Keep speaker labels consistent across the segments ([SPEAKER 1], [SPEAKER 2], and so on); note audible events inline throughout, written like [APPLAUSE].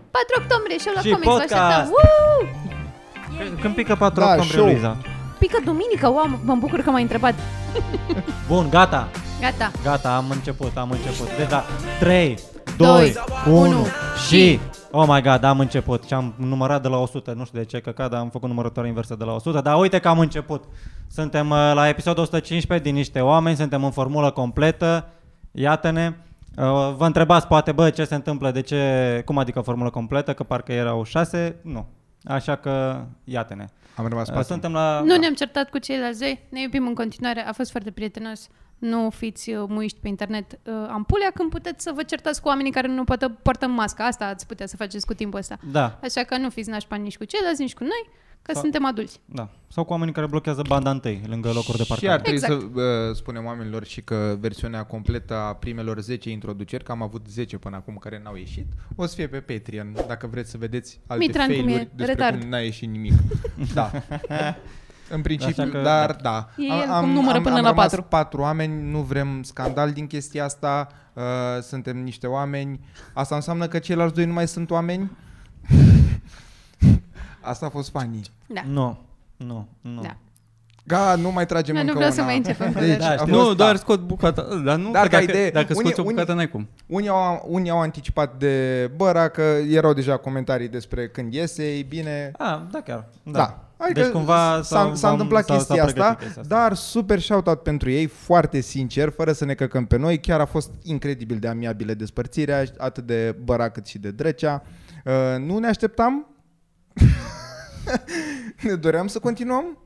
[SPEAKER 1] 4 octombrie, show la
[SPEAKER 2] Și
[SPEAKER 1] Comics, vă așteptăm.
[SPEAKER 2] podcast.
[SPEAKER 1] Woo!
[SPEAKER 2] Când- Când pică 4
[SPEAKER 3] Da,
[SPEAKER 2] octombrie,
[SPEAKER 3] show.
[SPEAKER 2] Luiza.
[SPEAKER 1] Pică duminică, wow, mă bucur că m-ai întrebat.
[SPEAKER 2] Bun, gata.
[SPEAKER 1] Gata.
[SPEAKER 2] Gata, am început, am început. Deci da, 3,
[SPEAKER 1] Doi,
[SPEAKER 2] 2, 1
[SPEAKER 1] unu, și-
[SPEAKER 2] și... Oh my god, am început și am numărat de la 100, nu știu de ce căcat, dar am făcut numărătoare inversă de la 100, dar uite că am început. Suntem uh, la episodul 115 din niște oameni, suntem în formulă completă, iată-ne. Uh, Vă întrebați poate, bă, ce se întâmplă, de ce, cum adică formulă completă, că parcă erau 6, nu. Așa că, iată-ne.
[SPEAKER 3] Am rămas
[SPEAKER 2] Uh,
[SPEAKER 3] patru.
[SPEAKER 2] Suntem la...
[SPEAKER 4] Nu ne-am certat cu ceilalți doi, ne iubim în continuare, a fost foarte prietenos. Nu fiți uh, muiști pe internet uh, ampulea când puteți să vă certați cu oamenii care nu poată poartă masca. Asta ați putea să faceți cu timpul ăsta.
[SPEAKER 2] Da,
[SPEAKER 4] Așa că nu fiți nașpa nici cu ceilalți, nici cu noi, că
[SPEAKER 2] Sau-
[SPEAKER 4] suntem adulți.
[SPEAKER 2] da. Sau cu oamenii care blochează banda întâi, lângă locuri de
[SPEAKER 3] Și ar
[SPEAKER 2] parcare.
[SPEAKER 3] trebui
[SPEAKER 4] Exact.
[SPEAKER 3] să uh, spunem oamenilor și că versiunea completă a primelor 10 introduceri, că am avut 10 până acum care n-au ieșit, o să fie pe Patreon, dacă vreți să vedeți alte
[SPEAKER 4] Mitran, cum e,
[SPEAKER 3] failuri despre
[SPEAKER 4] retard.
[SPEAKER 3] cum n-a ieșit nimic. da. În principiu,
[SPEAKER 2] Așa că-
[SPEAKER 3] dar da.
[SPEAKER 4] E el cum numără până
[SPEAKER 3] am
[SPEAKER 4] la
[SPEAKER 3] rămas
[SPEAKER 4] patru.
[SPEAKER 3] patru oameni, nu vrem scandal din chestia asta, uh, suntem niște oameni. Asta înseamnă că ceilalți doi nu mai sunt oameni? asta a fost funny.
[SPEAKER 4] Da.
[SPEAKER 2] Nu, nu, nu.
[SPEAKER 4] Da.
[SPEAKER 3] Ga, nu mai tragem
[SPEAKER 4] Noi nu
[SPEAKER 3] încă
[SPEAKER 4] vreau
[SPEAKER 3] una.
[SPEAKER 4] să mai începem cu
[SPEAKER 3] Deci,
[SPEAKER 4] Da,
[SPEAKER 3] a
[SPEAKER 5] Da,
[SPEAKER 3] fost,
[SPEAKER 5] nu,
[SPEAKER 3] da.
[SPEAKER 5] doar scot bucata. Dar nu,
[SPEAKER 3] Dar
[SPEAKER 5] că
[SPEAKER 3] ca
[SPEAKER 5] dacă,
[SPEAKER 3] idee,
[SPEAKER 5] dacă
[SPEAKER 3] unii-
[SPEAKER 5] scoți o bucată, n-ai cum.
[SPEAKER 3] Unii au, unii au anticipat de băra că erau deja comentarii despre când iese, ei bine.
[SPEAKER 2] Ah, da chiar. Da.
[SPEAKER 3] Da. Adică
[SPEAKER 2] deci cumva
[SPEAKER 3] s-a, s-a întâmplat chestia, asta,
[SPEAKER 2] chestia asta.
[SPEAKER 3] dar super shout-out pentru ei, foarte sincer, fără să ne căcăm pe noi. Chiar a fost incredibil de amiabilă despărțirea, atât de băra cât și de drăcea. Uh, nu ne așteptam. [LAUGHS] ne doream să continuăm.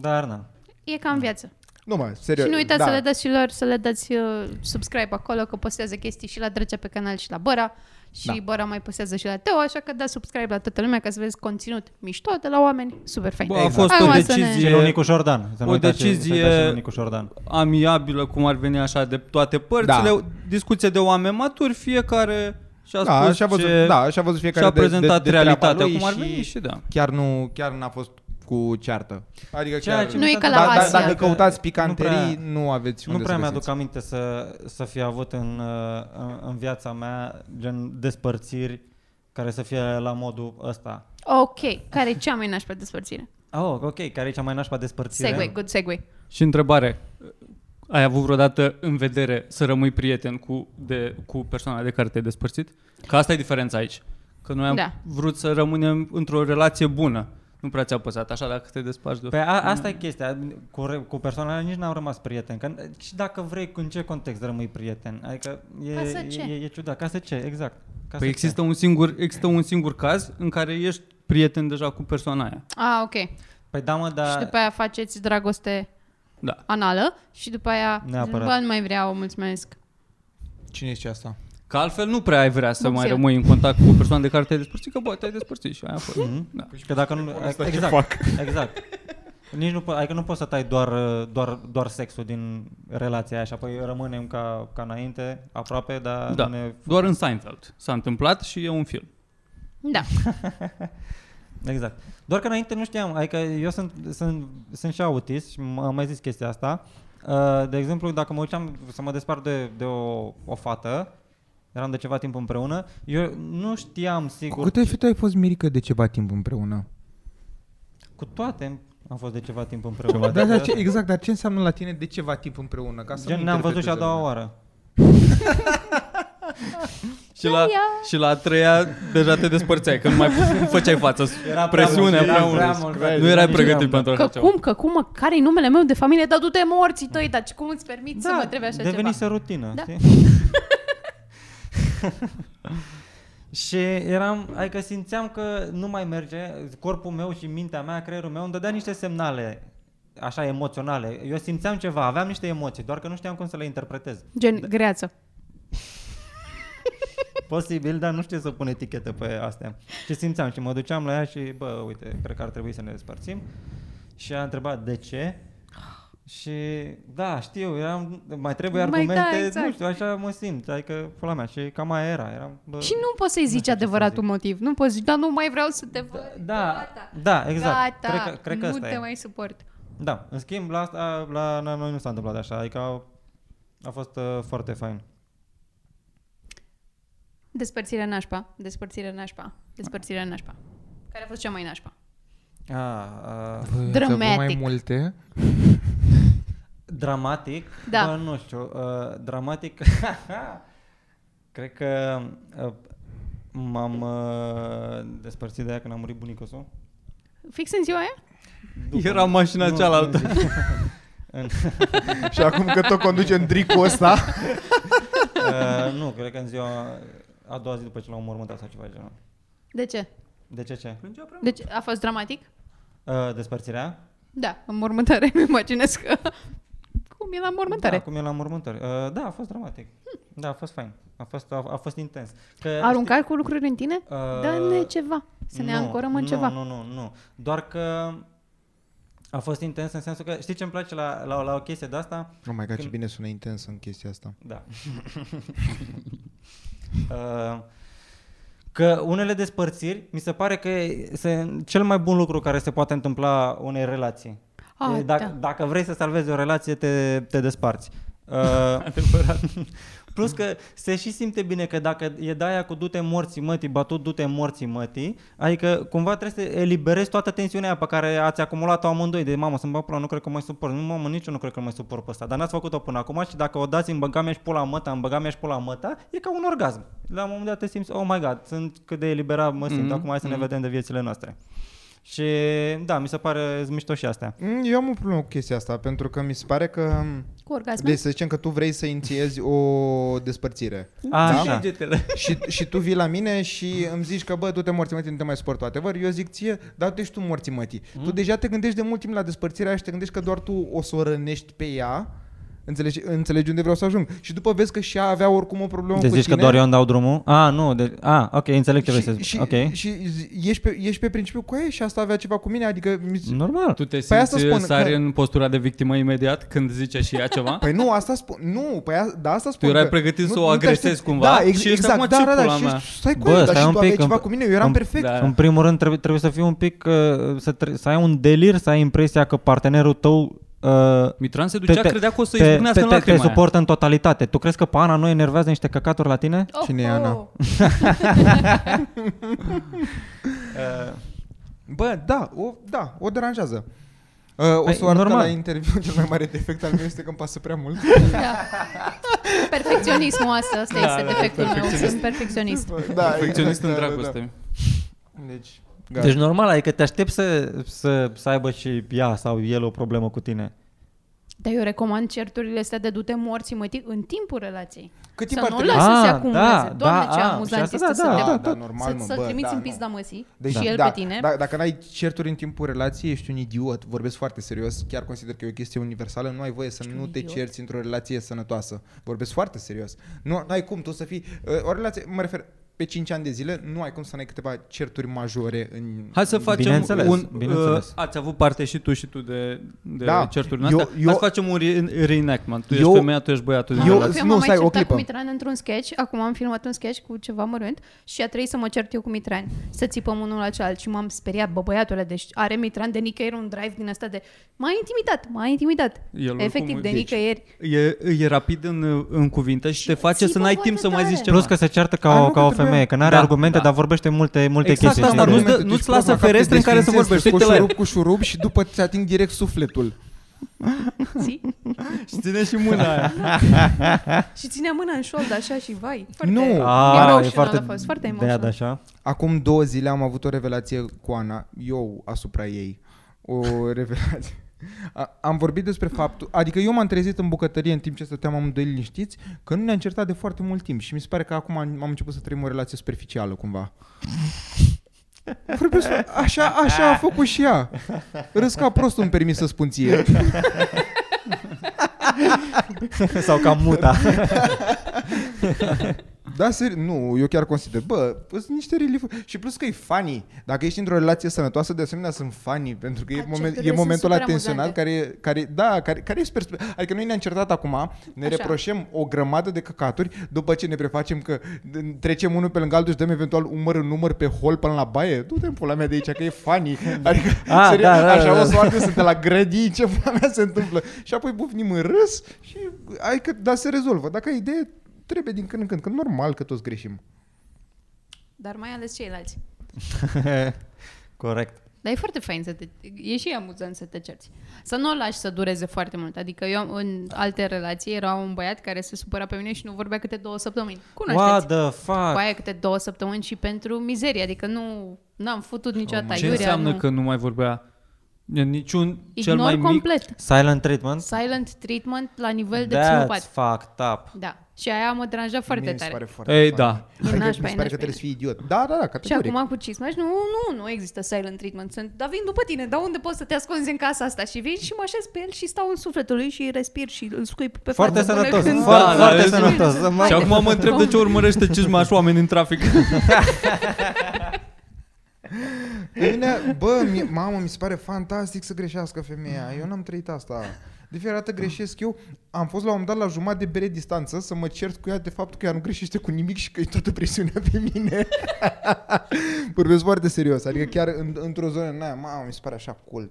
[SPEAKER 2] Dar na.
[SPEAKER 4] E ca în viață.
[SPEAKER 3] Nu mă, serios.
[SPEAKER 4] Și nu uitați
[SPEAKER 3] da.
[SPEAKER 4] da. să le dați și lor, să le dați uh, subscribe acolo, că postează chestii și la Drăcea pe canal și la Băra. Și da. Băra mai postează și la Teo, așa că dați subscribe la toată lumea ca să vezi conținut mișto de la oameni super fain.
[SPEAKER 5] Bă, a fost
[SPEAKER 4] Acum
[SPEAKER 5] o
[SPEAKER 4] să ne-
[SPEAKER 2] Și
[SPEAKER 5] decizie
[SPEAKER 2] lui Nicu Jordan. Să nu
[SPEAKER 5] o
[SPEAKER 2] uitați și- să
[SPEAKER 5] decizie-
[SPEAKER 2] uitați și lui Nicu Jordan.
[SPEAKER 5] amiabilă, cum ar veni așa, de toate părțile.
[SPEAKER 3] Da.
[SPEAKER 5] Da. Discuție de oameni maturi, fiecare și-a
[SPEAKER 3] Da,
[SPEAKER 5] spus
[SPEAKER 3] și-a văzut,
[SPEAKER 5] ce...
[SPEAKER 3] da, și-a văzut fiecare
[SPEAKER 5] și-a
[SPEAKER 3] de-
[SPEAKER 5] prezentat
[SPEAKER 3] de, de, treaba
[SPEAKER 5] realitatea
[SPEAKER 3] lui
[SPEAKER 5] cum ar veni
[SPEAKER 3] și,
[SPEAKER 5] și da.
[SPEAKER 3] chiar nu chiar n-a fost cu ceartă. Adică
[SPEAKER 2] Ceea
[SPEAKER 3] chiar
[SPEAKER 2] ce
[SPEAKER 4] Nu e ca la
[SPEAKER 3] da, da,
[SPEAKER 4] Asia.
[SPEAKER 3] dacă căutați
[SPEAKER 2] Nu
[SPEAKER 3] picanterii,
[SPEAKER 2] prea-
[SPEAKER 3] nu, aveți
[SPEAKER 2] Nu
[SPEAKER 3] Deci unde
[SPEAKER 2] prea
[SPEAKER 3] să
[SPEAKER 2] mi-aduc
[SPEAKER 3] găsiți.
[SPEAKER 2] aminte să, să fi avut în, uh, în, în viața mea gen despărțiri care să fie la modul ăsta.
[SPEAKER 4] Ok, care e cea mai nașpa despărțire?
[SPEAKER 2] Oh, ok, care e cea mai nașpa despărțire?
[SPEAKER 4] Segway, good segway.
[SPEAKER 5] Și întrebare. Ai avut vreodată în vedere să rămâi prieten cu, de, cu persoana de care te-ai despărțit? Că asta e diferența aici. Că noi am
[SPEAKER 4] Da.
[SPEAKER 5] da. vrut să rămânem într-o relație bună. Nu prea ți-a păsat așa dacă te desparți de
[SPEAKER 2] Pe Păi a, asta e chestia, cu, re- cu persoana nici n-am rămas prieten. Că, și dacă vrei, în ce context rămâi prieten? Adică e,
[SPEAKER 4] Ca să ce?
[SPEAKER 2] e, e, e ciudat. Ca să ce, exact. Ca să
[SPEAKER 5] Păi există un, singur, există un singur caz în care ești prieten deja cu persoana aia.
[SPEAKER 4] Ah, ok.
[SPEAKER 2] ce. Păi da, mă,
[SPEAKER 4] Da. Și
[SPEAKER 2] dar...
[SPEAKER 4] după aia faceți dragoste
[SPEAKER 5] Da.
[SPEAKER 4] anală și după aia
[SPEAKER 2] Neapărat.
[SPEAKER 4] bă, nu mai vreau, mulțumesc.
[SPEAKER 3] Cine este asta?
[SPEAKER 5] Că altfel nu prea ai vrea să
[SPEAKER 4] Nu
[SPEAKER 5] mai
[SPEAKER 4] știu.
[SPEAKER 5] rămâi în contact cu o persoană de care te-ai despărțit, că bă, te-ai despărțit și aia a fost. Da.
[SPEAKER 2] Păi că dacă nu... exact, exact. Nici nu, po- adică nu poți să tai doar, doar, doar sexul din relația aia și apoi rămânem ca, ca înainte, aproape, dar
[SPEAKER 5] Da.
[SPEAKER 2] nu ne...
[SPEAKER 5] Doar în Seinfeld s-a întâmplat și e un film.
[SPEAKER 4] Da.
[SPEAKER 2] [LAUGHS] Exact. Doar că înainte nu știam, adică eu sunt, sunt, sunt și autist și m- am mai zis chestia asta. Uh, De exemplu, dacă mă duceam să mă despart de, de o, o fată, eram de ceva timp împreună, eu nu știam
[SPEAKER 3] Cu
[SPEAKER 2] sigur...
[SPEAKER 3] câte fi tu ai fost mirică de ceva timp împreună?
[SPEAKER 2] Cu toate am fost de ceva timp împreună. Adică
[SPEAKER 3] Da, da, ce, exact, dar ce înseamnă la tine de ceva timp împreună? Ca să
[SPEAKER 2] Gen,
[SPEAKER 3] nu
[SPEAKER 2] ne-am văzut și a
[SPEAKER 3] interpreteze
[SPEAKER 2] doua
[SPEAKER 3] lumea.
[SPEAKER 2] oară.
[SPEAKER 5] Și la, și la a treia deja te despărțeai, că nu mai [LAUGHS] nu făceai față.
[SPEAKER 2] Era prea
[SPEAKER 5] presiune,
[SPEAKER 2] mult, era
[SPEAKER 5] prea
[SPEAKER 2] prea
[SPEAKER 5] mult.
[SPEAKER 2] mult.
[SPEAKER 5] Nu erai
[SPEAKER 2] Nici
[SPEAKER 5] pregătit
[SPEAKER 2] n-am,
[SPEAKER 5] pentru
[SPEAKER 4] Că
[SPEAKER 5] așa ceva.
[SPEAKER 4] cum, că cum, mă, care-i numele meu de familie? Dar du-te morții tăi, dar cum îți permiți
[SPEAKER 5] Da,
[SPEAKER 4] să mă trebuie așa
[SPEAKER 2] Da, devenise
[SPEAKER 4] ceva?
[SPEAKER 2] rutină,
[SPEAKER 4] Da. [LAUGHS]
[SPEAKER 2] știi? și eram, adică simțeam că nu mai merge, corpul meu și mintea mea, creierul meu îmi dădea niște semnale așa emoționale. Eu simțeam ceva, aveam niște emoții, doar că nu știam cum să le interpretez.
[SPEAKER 4] Gen, greață.
[SPEAKER 2] Posibil, dar nu știu să pun etichetă pe astea. Și simțeam și mă duceam la ea și, bă, uite, cred că ar trebui să ne despărțim. Și a întrebat de ce. Și da, știu, eram, mai trebuie
[SPEAKER 4] Mai da,
[SPEAKER 2] argumente,
[SPEAKER 4] exact.
[SPEAKER 2] nu știu, așa mă simt, adică pula mea, și cam aia era. Eram, bă,
[SPEAKER 4] Și nu poți să-i zici
[SPEAKER 2] știu ce să
[SPEAKER 4] adevăratul motiv. Nu poți zici, dar nu mai vreau să te văd.
[SPEAKER 2] da,
[SPEAKER 4] Gata.
[SPEAKER 2] da, exact.
[SPEAKER 4] Gata,
[SPEAKER 2] Cred că, cred că
[SPEAKER 4] nu
[SPEAKER 2] asta
[SPEAKER 4] te
[SPEAKER 2] e.
[SPEAKER 4] mai suport.
[SPEAKER 2] Da, în schimb, la, asta, la, la noi nu s-a întâmplat așa, adică a, a fost uh, foarte fain.
[SPEAKER 4] Despărțirea nașpa, despărțirea nașpa, despărțirea nașpa. Care a fost cea mai nașpa?
[SPEAKER 2] A, a,
[SPEAKER 4] Dramatic.
[SPEAKER 3] Să avem mai multe. [LAUGHS]
[SPEAKER 2] dramatic?
[SPEAKER 4] Da.
[SPEAKER 2] Bă, nu știu. Uh, dramatic? [LAUGHS] Cred că uh, m-am uh, despărțit de aia când a murit bunicul său.
[SPEAKER 4] Fix în ziua aia?
[SPEAKER 2] După-
[SPEAKER 5] Era mașina
[SPEAKER 2] nu,
[SPEAKER 5] cealaltă.
[SPEAKER 2] nu zic. În-
[SPEAKER 3] Și acum că tot conducem dricul ăsta,
[SPEAKER 2] Uh, nu, cred că în ziua a doua zi după ce l-am mormântat sau ceva de genul.
[SPEAKER 4] De ce?
[SPEAKER 2] De ce ce?
[SPEAKER 4] Deci a fost dramatic?
[SPEAKER 2] Uh, despărțirea?
[SPEAKER 4] Da, în mormântare, [LAUGHS] îmi imaginez că... Cum e la mormântare? Hm.
[SPEAKER 2] Da, cum e la mormântări. Uh, da, a fost dramatic. Da, a fost fain. A fost, a, a fost intens. Că,
[SPEAKER 4] Aruncar cu lucruri în tine?
[SPEAKER 2] Uh,
[SPEAKER 4] Dă-ne ceva, să ne
[SPEAKER 2] nu,
[SPEAKER 4] ancorăm în
[SPEAKER 2] nu,
[SPEAKER 4] ceva.
[SPEAKER 2] Nu, nu, nu. Doar că a fost intens în sensul că, știi ce îmi place la, la, la o chestie de asta?
[SPEAKER 3] [LAUGHS] Oh my god, ce
[SPEAKER 2] Când-
[SPEAKER 3] bine sună intens în chestia asta.
[SPEAKER 4] [LAUGHS]
[SPEAKER 2] Da. uh, că unele despărțiri, mi se pare că e se, cel mai bun lucru care se poate întâmpla unei relații.
[SPEAKER 4] Ah,
[SPEAKER 2] E, dacă,
[SPEAKER 4] da.
[SPEAKER 2] dacă vrei să salvezi o relație, te, te
[SPEAKER 5] [LAUGHS]
[SPEAKER 2] desparți. Uh,
[SPEAKER 5] Adevărat.
[SPEAKER 2] plus că se și simte bine că dacă e de aia cu du-te morții mătii, batut du-te morții mătii, adică cumva trebuie să eliberezi toată tensiunea aia pe care ați acumulat-o amândoi de mamă, să-mi bag pula, nu cred că mai suport, nu mamă, nici eu nu cred că mai suport pe ăsta, dar n-ați făcut-o până acum și dacă o dați în băga mea și pula măta, în băga mea și pula măta, e ca un orgasm. La un moment dat te simți, oh my god, sunt cât de eliberat mă simt,
[SPEAKER 5] Mhm,
[SPEAKER 2] mm-hmm. acum hai să ne
[SPEAKER 5] mhm.
[SPEAKER 2] vedem de viețile noastre. Și da, mi se pare mișto și astea.
[SPEAKER 3] Mm, Eu am o problemă cu chestia asta, pentru că mi se pare că...
[SPEAKER 4] Cu orgasme?
[SPEAKER 3] Deci să zicem că tu vrei să inițiezi o despărțire.
[SPEAKER 2] Așa.
[SPEAKER 5] Degetele.
[SPEAKER 3] și, și tu vii la mine și îmi zici că, bă, tu te morți mătii, nu te mai suport, adevăr. Eu zic ție, dar tu ești tu morți mătii. Mm? Tu deja te gândești de mult timp la despărțirea aia și te gândești că doar tu o să o rănești pe ea. Înțelegi, înțelegi unde vreau să ajung. Și după vezi că și ea avea oricum o problemă
[SPEAKER 2] Deci
[SPEAKER 3] cu
[SPEAKER 2] zici
[SPEAKER 3] tine.
[SPEAKER 2] că doar eu îmi dau drumul? A, nu, de, a, ok, înțeleg ce vrei să
[SPEAKER 3] și,
[SPEAKER 2] zici. Ok.
[SPEAKER 3] și zi- ești, pe, ești pe principiu cu ei și asta avea ceva cu mine, adică... Mi,
[SPEAKER 2] Normal.
[SPEAKER 5] Tu te
[SPEAKER 3] Păi asta
[SPEAKER 5] simți
[SPEAKER 3] spun,
[SPEAKER 5] sari
[SPEAKER 3] că-
[SPEAKER 5] în postura de victimă imediat când zice și ea ceva?
[SPEAKER 3] Păi nu, asta spun. Nu, păi a, da, asta spun.
[SPEAKER 5] erai
[SPEAKER 3] că
[SPEAKER 5] pregătit să o
[SPEAKER 3] te
[SPEAKER 5] agresezi
[SPEAKER 3] aștepți-
[SPEAKER 5] cumva
[SPEAKER 3] Da,
[SPEAKER 5] și
[SPEAKER 3] ex-
[SPEAKER 5] ești
[SPEAKER 3] exact.
[SPEAKER 5] acum,
[SPEAKER 3] Da,
[SPEAKER 5] ce
[SPEAKER 3] da, da,
[SPEAKER 5] pula
[SPEAKER 3] și
[SPEAKER 5] mea?
[SPEAKER 3] ești- stai cu
[SPEAKER 2] Bă,
[SPEAKER 3] el, dar
[SPEAKER 2] stai
[SPEAKER 3] și
[SPEAKER 2] un
[SPEAKER 3] tu aveai
[SPEAKER 2] pic,
[SPEAKER 3] ceva
[SPEAKER 2] îmi-
[SPEAKER 3] cu mine, eu eram
[SPEAKER 2] îmi-
[SPEAKER 3] perfect.
[SPEAKER 5] Da.
[SPEAKER 2] În primul rând trebuie, trebuie să fii un pic, uh, să, tre- să ai un delir, să ai impresia că partenerul tău uh,
[SPEAKER 5] Mitran se ducea, credea că o să îi
[SPEAKER 2] te,
[SPEAKER 5] spunească
[SPEAKER 2] te,
[SPEAKER 5] în
[SPEAKER 2] te, te
[SPEAKER 5] lacrima aia.
[SPEAKER 2] suportă în totalitate. Tu crezi că pe Ana nu enervează niște căcaturi la tine?
[SPEAKER 3] Cine e Ana?
[SPEAKER 4] Oh,
[SPEAKER 3] Bă, da, o, da, o deranjează. Uh, o
[SPEAKER 2] Păi,
[SPEAKER 3] să o arăt ca
[SPEAKER 2] normal.
[SPEAKER 3] la interviu, [LAUGHS] cel mai mare defect al meu este că îmi pasă prea [LAUGHS] mult.
[SPEAKER 4] Da. Perfecționismul asta, asta
[SPEAKER 5] Da,
[SPEAKER 4] este
[SPEAKER 5] da,
[SPEAKER 4] defectul meu,
[SPEAKER 5] perfecționist.
[SPEAKER 4] sunt perfecționist.
[SPEAKER 3] da,
[SPEAKER 5] Perfecționist în
[SPEAKER 3] exact, da, da,
[SPEAKER 5] dragoste.
[SPEAKER 3] Da. Deci,
[SPEAKER 2] Da.
[SPEAKER 3] gata.
[SPEAKER 2] Deci normal, adică te aștepți să, să, să aibă și ea sau el o problemă cu tine.
[SPEAKER 4] Dar eu recomand certurile astea de du-te morții mătii în timpul relației.
[SPEAKER 3] Cât
[SPEAKER 4] Să
[SPEAKER 3] timp ar
[SPEAKER 4] nu
[SPEAKER 3] trebui?
[SPEAKER 2] lăs-
[SPEAKER 4] lasă să se
[SPEAKER 2] Ah,
[SPEAKER 4] acumuleze.
[SPEAKER 2] da,
[SPEAKER 4] Doamne,
[SPEAKER 2] da,
[SPEAKER 4] ce
[SPEAKER 2] ah,
[SPEAKER 4] amuzant
[SPEAKER 2] și
[SPEAKER 4] este
[SPEAKER 2] asta, da,
[SPEAKER 4] să
[SPEAKER 2] da,
[SPEAKER 4] te
[SPEAKER 3] da, da, normal, mă,
[SPEAKER 4] să,
[SPEAKER 3] bă,
[SPEAKER 4] să-l trimiți
[SPEAKER 3] da,
[SPEAKER 4] în
[SPEAKER 3] nu.
[SPEAKER 4] pis la măsii
[SPEAKER 3] Deci,
[SPEAKER 4] și el
[SPEAKER 3] da,
[SPEAKER 4] pe tine.
[SPEAKER 3] Da, dacă n-ai certuri în timpul relației, ești un idiot. Vorbesc foarte serios, chiar consider că e o chestie universală. Nu ai voie să
[SPEAKER 4] Ești un
[SPEAKER 3] nu te
[SPEAKER 4] idiot.
[SPEAKER 3] cerți într-o relație sănătoasă. Vorbesc foarte serios. Nu ai cum tu să fii... uh, O relație, mă refer, pe 5 ani de zile, nu ai cum să n-ai câteva certuri majore în...
[SPEAKER 5] Hai să
[SPEAKER 3] în-
[SPEAKER 5] facem
[SPEAKER 2] Bineînțeles,
[SPEAKER 5] un...
[SPEAKER 2] bineînțeles.
[SPEAKER 5] Uh, ați avut parte și tu și tu de, de
[SPEAKER 3] Da.
[SPEAKER 5] certuri
[SPEAKER 3] Eu-
[SPEAKER 5] astea.
[SPEAKER 3] eu-
[SPEAKER 5] Hai să facem un re- reenactment. Tu ești
[SPEAKER 3] Eu-
[SPEAKER 5] femeia, tu ești băiatul. din
[SPEAKER 3] Eu-
[SPEAKER 5] relație.
[SPEAKER 4] eu
[SPEAKER 3] nu,
[SPEAKER 4] m-am mai
[SPEAKER 3] stai, o
[SPEAKER 4] certat
[SPEAKER 3] clipă.
[SPEAKER 4] cu Mitran într-un sketch, acum am filmat un sketch cu ceva mărunt și a trebuit să mă cert eu cu Mitran, să țipăm unul la celălalt și m-am speriat, bă băiatule, deci are Mitran de nicăieri un drive din asta de m-a intimidat, m-a intimidat,
[SPEAKER 5] El oricum-
[SPEAKER 4] efectiv de
[SPEAKER 5] deci-
[SPEAKER 3] [LAUGHS]
[SPEAKER 4] nicăieri.
[SPEAKER 5] E, e rapid în, în cuvinte și te face
[SPEAKER 4] țipă
[SPEAKER 5] să n-ai
[SPEAKER 4] foarte
[SPEAKER 5] timp să mai
[SPEAKER 4] tare.
[SPEAKER 5] zici ceva.
[SPEAKER 2] Plus că se ceartă
[SPEAKER 3] Dar
[SPEAKER 2] ca, o,
[SPEAKER 3] nu
[SPEAKER 2] ca
[SPEAKER 3] că
[SPEAKER 2] o
[SPEAKER 3] trebuie-
[SPEAKER 2] femeie, că n-are
[SPEAKER 5] Da,
[SPEAKER 2] argumente,
[SPEAKER 5] da.
[SPEAKER 2] dar vorbește multe, multe
[SPEAKER 5] Exact
[SPEAKER 2] chestii.
[SPEAKER 5] asta,
[SPEAKER 2] și-
[SPEAKER 5] dar nu-ți dă-
[SPEAKER 3] Momentul, tu
[SPEAKER 5] nu-ți
[SPEAKER 3] ești
[SPEAKER 5] lasă
[SPEAKER 3] prost la cap,
[SPEAKER 5] ferestre în
[SPEAKER 3] te
[SPEAKER 5] care să
[SPEAKER 3] desfințezi
[SPEAKER 5] vorbești,
[SPEAKER 3] Cu
[SPEAKER 5] uite la el.
[SPEAKER 3] șurub, cu șurub și după ți ating direct sufletul.
[SPEAKER 4] Zi?
[SPEAKER 5] Și ține și mâna aia.
[SPEAKER 4] și ținea mâna în șold așa și vai.
[SPEAKER 3] Nu.
[SPEAKER 2] Ah,
[SPEAKER 4] emotional
[SPEAKER 2] e foarte,
[SPEAKER 4] a fost, foarte
[SPEAKER 2] de
[SPEAKER 4] emotional.
[SPEAKER 2] ad așa. [LAUGHS]
[SPEAKER 3] Acum două zile am avut o revelație cu Ana, eu asupra ei. O revelație. A, am vorbit despre faptul, adică eu m-am trezit în bucătărie în timp ce stăteam amândoi liniștiți, că nu ne-am certat de foarte mult timp și mi se pare că acum am am început să trăim o relație superficială cumva. Vorbesc, așa, așa a făcut și ea. Râs ca prost, îmi permis să spun ție.
[SPEAKER 2] sau ca [LAUGHS] muta.
[SPEAKER 3] Da, seri, nu, eu chiar consider, bă, sunt niște reliefuri. Și plus că e funny. Dacă ești într-o relație sănătoasă, de asemenea sunt funny, pentru că e,
[SPEAKER 4] Accepturile
[SPEAKER 3] moment, e
[SPEAKER 4] sunt
[SPEAKER 3] momentul ăla
[SPEAKER 4] super
[SPEAKER 3] tensionat
[SPEAKER 4] amuzante.
[SPEAKER 3] care, care, da, care, care e super, Adică noi ne-am certat acum,
[SPEAKER 4] Așa.
[SPEAKER 3] ne Așa. reproșăm o grămadă de căcaturi, după ce ne prefacem că trecem unul pe lângă altul și dăm eventual umăr în număr pe hol până la baie. Du-te în pula mea de aici, că e funny. Adică,
[SPEAKER 2] Ah,
[SPEAKER 3] seri,
[SPEAKER 2] da, da,
[SPEAKER 3] așa
[SPEAKER 2] da,
[SPEAKER 3] o să
[SPEAKER 2] da.
[SPEAKER 3] oameni sunt de la [LAUGHS] grădii, ce pula mea se întâmplă. Și apoi bufnim în râs și, adică, dar se rezolvă. Dacă ai idee, trebuie din când în când, că normal că toți greșim.
[SPEAKER 4] dar mai ales ceilalți.
[SPEAKER 2] [LAUGHS] Corect.
[SPEAKER 4] Dar e foarte fain să te... E și amuzant să te cerți. Să nu o lași să dureze foarte mult. Adică eu în alte relații era un băiat care se supăra pe mine și nu vorbea câte două săptămâni.
[SPEAKER 2] What
[SPEAKER 4] Cunoașteți. Păi-
[SPEAKER 2] the fuck?
[SPEAKER 4] Cu aia câte două săptămâni și pentru mizerie. Adică nu... N-am futut niciodată
[SPEAKER 5] Ce
[SPEAKER 4] aiurea.
[SPEAKER 5] înseamnă
[SPEAKER 4] nu.
[SPEAKER 5] că nu mai vorbea niciun
[SPEAKER 4] Ignor
[SPEAKER 5] cel mai mic?
[SPEAKER 4] complet.
[SPEAKER 2] Silent treatment?
[SPEAKER 4] Silent treatment la nivel de
[SPEAKER 2] That's
[SPEAKER 4] ținupat.
[SPEAKER 2] fucked up.
[SPEAKER 4] Da. Și aia mă deranja foarte
[SPEAKER 3] Mie mi se
[SPEAKER 4] tare.
[SPEAKER 3] pare foarte
[SPEAKER 5] Ei,
[SPEAKER 3] funny.
[SPEAKER 5] da.
[SPEAKER 4] E nașpa, e
[SPEAKER 3] Adică, mi se
[SPEAKER 4] nașpa,
[SPEAKER 3] pare
[SPEAKER 4] e
[SPEAKER 3] că trebuie
[SPEAKER 4] nașpa.
[SPEAKER 3] să fii idiot. Da, da, da,
[SPEAKER 4] Și
[SPEAKER 3] categoric.
[SPEAKER 4] acum cu cismaș, nu, nu, nu există silent treatment. Sunt, dar vin după tine, dar unde poți să te ascunzi în casa asta? Și vin și mă așez pe el și stau în sufletul lui și respir și îl scuip pe
[SPEAKER 2] Foarte
[SPEAKER 4] față. până
[SPEAKER 2] sănătos,
[SPEAKER 4] când-
[SPEAKER 2] foarte,
[SPEAKER 5] Da,
[SPEAKER 2] foarte
[SPEAKER 5] da,
[SPEAKER 2] sănătos. Să mă-
[SPEAKER 5] Și acum mă întreb de ce urmărește cizmaș oameni în trafic. [LAUGHS]
[SPEAKER 3] Pe mine, bă, mie, mamă, mi se pare fantastic să greșească femeia. Eu n-am trăit asta. De fiecare dată greșesc eu. Am fost la un moment dat la jumătate de bere distanță să mă cert cu ea de faptul că ea nu greșește cu nimic și că e toată presiunea pe mine. [LAUGHS] Vorbesc foarte serios. Adică chiar în, într-o zonă în aia, mamă, mi se pare așa cool.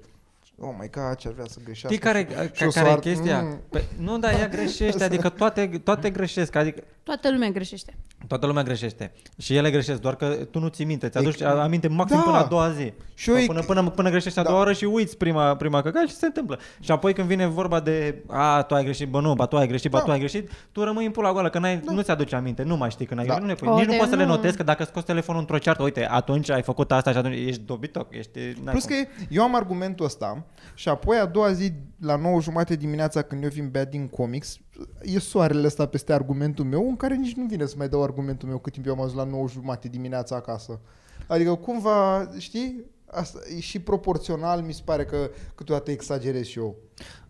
[SPEAKER 3] Oh my god, ce-aș vrea să greșească.
[SPEAKER 2] Știi care,
[SPEAKER 3] și o
[SPEAKER 2] ca,
[SPEAKER 3] să
[SPEAKER 2] care e
[SPEAKER 3] ard-
[SPEAKER 2] chestia?
[SPEAKER 3] Mm.
[SPEAKER 2] Pe, nu, dar ea greșește, adică toate, toate greșesc, adică
[SPEAKER 4] Toată lumea greșește.
[SPEAKER 2] toată lumea greșește. Și ele greșesc, doar că tu nu ți minte, ți aduci
[SPEAKER 3] E-
[SPEAKER 2] aminte maxim
[SPEAKER 3] Da.
[SPEAKER 2] până a doua zi.
[SPEAKER 3] Și eu e-
[SPEAKER 2] până, până, până greșești a
[SPEAKER 3] Da.
[SPEAKER 2] doua oară și uiți prima, prima căcat și se întâmplă. Și apoi când vine vorba de, a, tu ai greșit, bă nu, ba tu ai greșit, ba
[SPEAKER 3] Da.
[SPEAKER 2] tu ai greșit, tu rămăi în pula goală, că n-ai, nu ți aduci aminte, nu mai știi când ai
[SPEAKER 3] Da.
[SPEAKER 2] greșit, nu le pui.
[SPEAKER 4] O,
[SPEAKER 2] Nici nu
[SPEAKER 4] de
[SPEAKER 2] poți să le
[SPEAKER 4] nu.
[SPEAKER 2] notezi, că dacă scoți telefonul într-o ceartă, uite, atunci ai făcut asta și atunci ești dobitoc, ești... n-ai
[SPEAKER 3] Plus
[SPEAKER 2] cum.
[SPEAKER 3] că eu am argumentul ăsta și apoi a doua zi la 9 jumate dimineața când eu vin bea din comics, e soarele ăsta peste argumentul meu în care nici nu vine să mai dau argumentul meu cât timp eu am ajuns la 9 jumate dimineața acasă. Adică cumva, știi, asta, e și proporțional mi se pare că câteodată exagerez și eu.